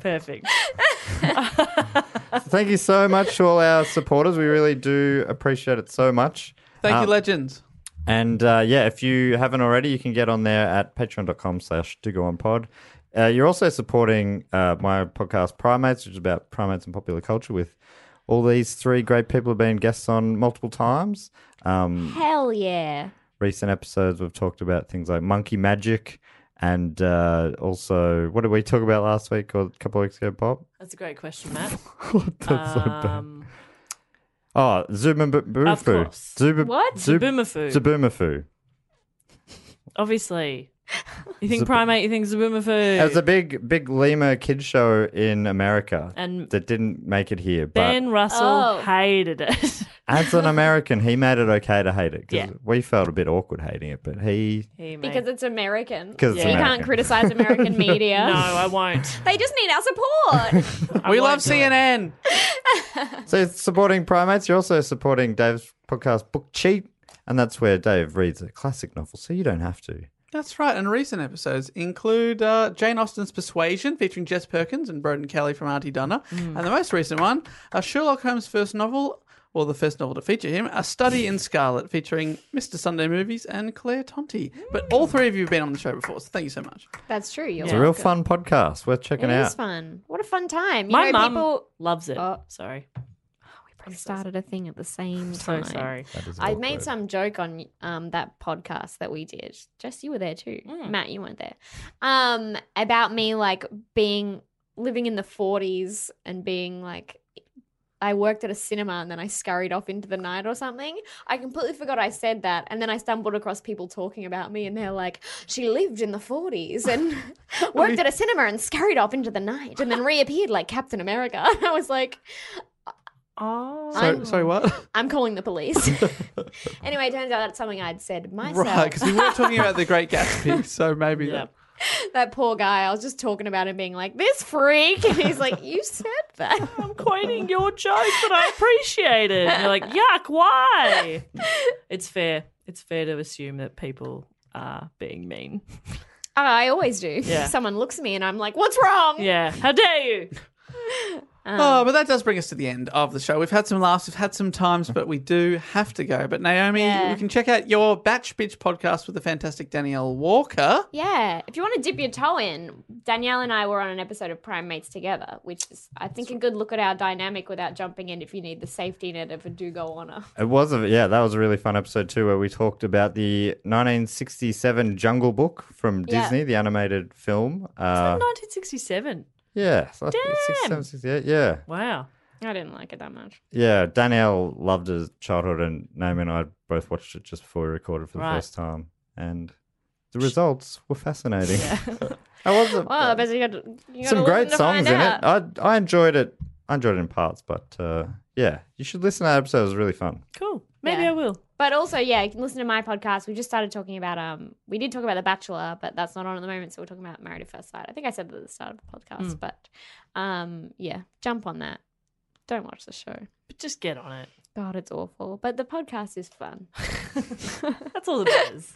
Speaker 2: Perfect.
Speaker 3: Thank you so much to all our supporters. We really do appreciate it so much.
Speaker 1: Thank
Speaker 3: Uh,
Speaker 1: you, legends.
Speaker 3: And uh, yeah, if you haven't already, you can get on there at patreon.com slash to go on pod. Uh, you're also supporting uh, my podcast Primates, which is about primates and popular culture with all these three great people have been guests on multiple times. Um,
Speaker 4: Hell yeah.
Speaker 3: recent episodes we've talked about things like monkey magic and uh, also what did we talk about last week or a couple of weeks ago, Pop?
Speaker 2: That's a great question, Matt.
Speaker 3: That's so bad.
Speaker 2: um,
Speaker 3: Oh,
Speaker 2: Of
Speaker 3: Zubumafu.
Speaker 2: course. What? Zubumafu.
Speaker 3: Zubumafu.
Speaker 2: obviously. You think
Speaker 3: Zab-
Speaker 2: primate, you think Zabumafu.
Speaker 3: It was a big, big lemur kids show in America
Speaker 2: And-
Speaker 3: that didn't make it here. But
Speaker 2: Ben Russell
Speaker 4: Oh.
Speaker 2: hated it.
Speaker 3: as an American, he made it okay to hate it 'cause
Speaker 2: Yeah.
Speaker 3: we felt a bit awkward hating it. But he,
Speaker 2: He made-
Speaker 4: Because it's American.
Speaker 3: 'Cause it's
Speaker 4: you
Speaker 3: American.
Speaker 4: can't criticize American media.
Speaker 2: No, I won't.
Speaker 4: They just need our support.
Speaker 1: We love CNN.
Speaker 3: so supporting primates, you're also supporting Dave's podcast Book Cheat, and that's where Dave reads a classic novel, so you don't have to.
Speaker 1: That's right. And recent episodes include uh, Jane Austen's Persuasion, featuring Jess Perkins and Broden Kelly from Auntie Donna. And the most recent one, uh, Sherlock Holmes' first novel, well, the first novel to feature him, A Study in Scarlet, featuring Mr. Sunday Movies and Claire Tonti. But all three of you have been on the show before, so thank you so much.
Speaker 4: That's true. You're
Speaker 3: It's a real fun podcast. Worth
Speaker 4: It
Speaker 3: checking
Speaker 4: is
Speaker 3: out.
Speaker 4: fun. What a fun time. You
Speaker 2: My
Speaker 4: know,
Speaker 2: mum
Speaker 4: people
Speaker 2: loves it.
Speaker 4: Oh.
Speaker 2: Sorry.
Speaker 4: we started a thing at the same
Speaker 2: So
Speaker 4: time.
Speaker 2: sorry.
Speaker 4: I made some joke on um, that podcast that we did. Jess, you were there too. Matt, you weren't there. Um, about me like being living in the 40s and being like, I worked at a cinema and then I scurried off into the night or something. I completely forgot I said that. And then I stumbled across people talking about me and they're like, she lived in the 40s and worked at a cinema and scurried off into the night and then reappeared like Captain America. And I was like,
Speaker 2: Oh.
Speaker 1: So, sorry, what?
Speaker 4: I'm calling the police. anyway, it turns out that's something I'd said myself.
Speaker 1: Right, because we were talking about the Great Gatsby, so maybe that.
Speaker 4: that poor guy, I was just talking about him being like, this freak. And he's like, you said that.
Speaker 2: I'm quoting your joke, but I appreciate it. And you're like, yuck, why? It's fair. It's fair to assume that people are being mean.
Speaker 4: Oh, I always do.
Speaker 2: Yeah.
Speaker 4: Someone looks at me and I'm like, what's wrong?
Speaker 2: Yeah. How dare you?
Speaker 1: oh, but that does bring us to the end of the show. We've had some laughs, we've had some times, but we do have to go. But Naomi,
Speaker 4: Yeah.
Speaker 1: you can check out your Batch Bitch podcast with the fantastic Danielle Walker.
Speaker 4: Yeah. If you want to dip your toe in, Danielle and I were on an episode of Primates together, which is, I think, a good look at our dynamic without jumping in if you need the safety net of a do go honor.
Speaker 3: It was a yeah, that was a really fun episode too, where we talked about the 1967 Jungle Book from
Speaker 2: Yeah.
Speaker 3: Disney, the animated film. Uh,
Speaker 2: 1967.
Speaker 3: yeah, so I think it's 67, 68, yeah,
Speaker 2: Wow.
Speaker 4: I didn't like it that much.
Speaker 3: yeah. Danielle loved it as childhood, and Naomi and I both watched it just before we recorded for the
Speaker 2: Right.
Speaker 3: first time. and the results were fascinating. I wasn't.
Speaker 4: Well, but you got you gotta
Speaker 3: Some
Speaker 4: listen
Speaker 3: great
Speaker 4: to
Speaker 3: songs
Speaker 4: find
Speaker 3: in
Speaker 4: out.
Speaker 3: it. I I enjoyed it. I enjoyed it in parts, but uh, yeah, you should listen to that episode. It was really fun.
Speaker 2: Cool. Maybe I will.
Speaker 4: But also, yeah, you can listen to my podcast. We just started talking about um, we did talk about The Bachelor, but that's not on at the moment. So we're talking about Married at First Sight. I think I said that at the start of the podcast,
Speaker 2: Mm.
Speaker 4: but um, yeah, jump on that. Don't watch the show.
Speaker 2: But just get on it.
Speaker 4: God, it's awful. But the podcast is fun.
Speaker 2: That's all that matters.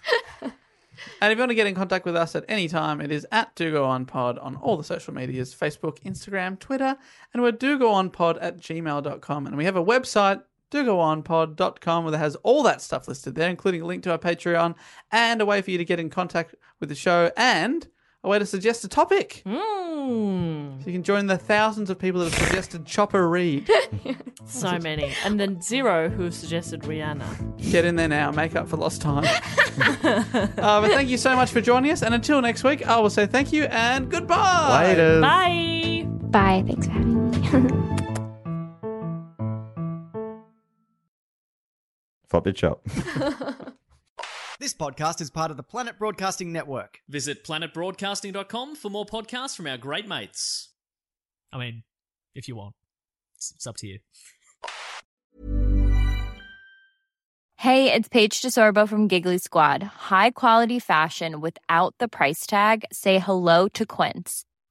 Speaker 1: And if you want to get in contact with us at any time, it is at Do Go On Pod on all the social medias Facebook, Instagram, Twitter, and we're Do Go On Pod at gmail.com. And we have a website, dogoonpod.com, where that has all that stuff listed there, including a link to our Patreon and a way for you to get in contact with the show and a way to suggest a topic.
Speaker 2: Hmm.
Speaker 1: So you can join the thousands of people that have suggested Chopper Reed.
Speaker 2: So many. And then zero who have suggested Rihanna.
Speaker 1: Get in there now, make up for lost time. uh, but thank you so much for joining us. And until next week, I will say thank you and goodbye.
Speaker 3: Later.
Speaker 2: Bye.
Speaker 4: Bye. Thanks for having me.
Speaker 3: Flop your chop.
Speaker 8: This podcast is part of the Planet Broadcasting Network.
Speaker 9: Visit planetbroadcasting.com for more podcasts from our great mates. I mean, if you want, it's, it's up to you.
Speaker 10: Hey, it's Paige DeSorbo from Giggly Squad. High quality fashion without the price tag. Say hello to Quince.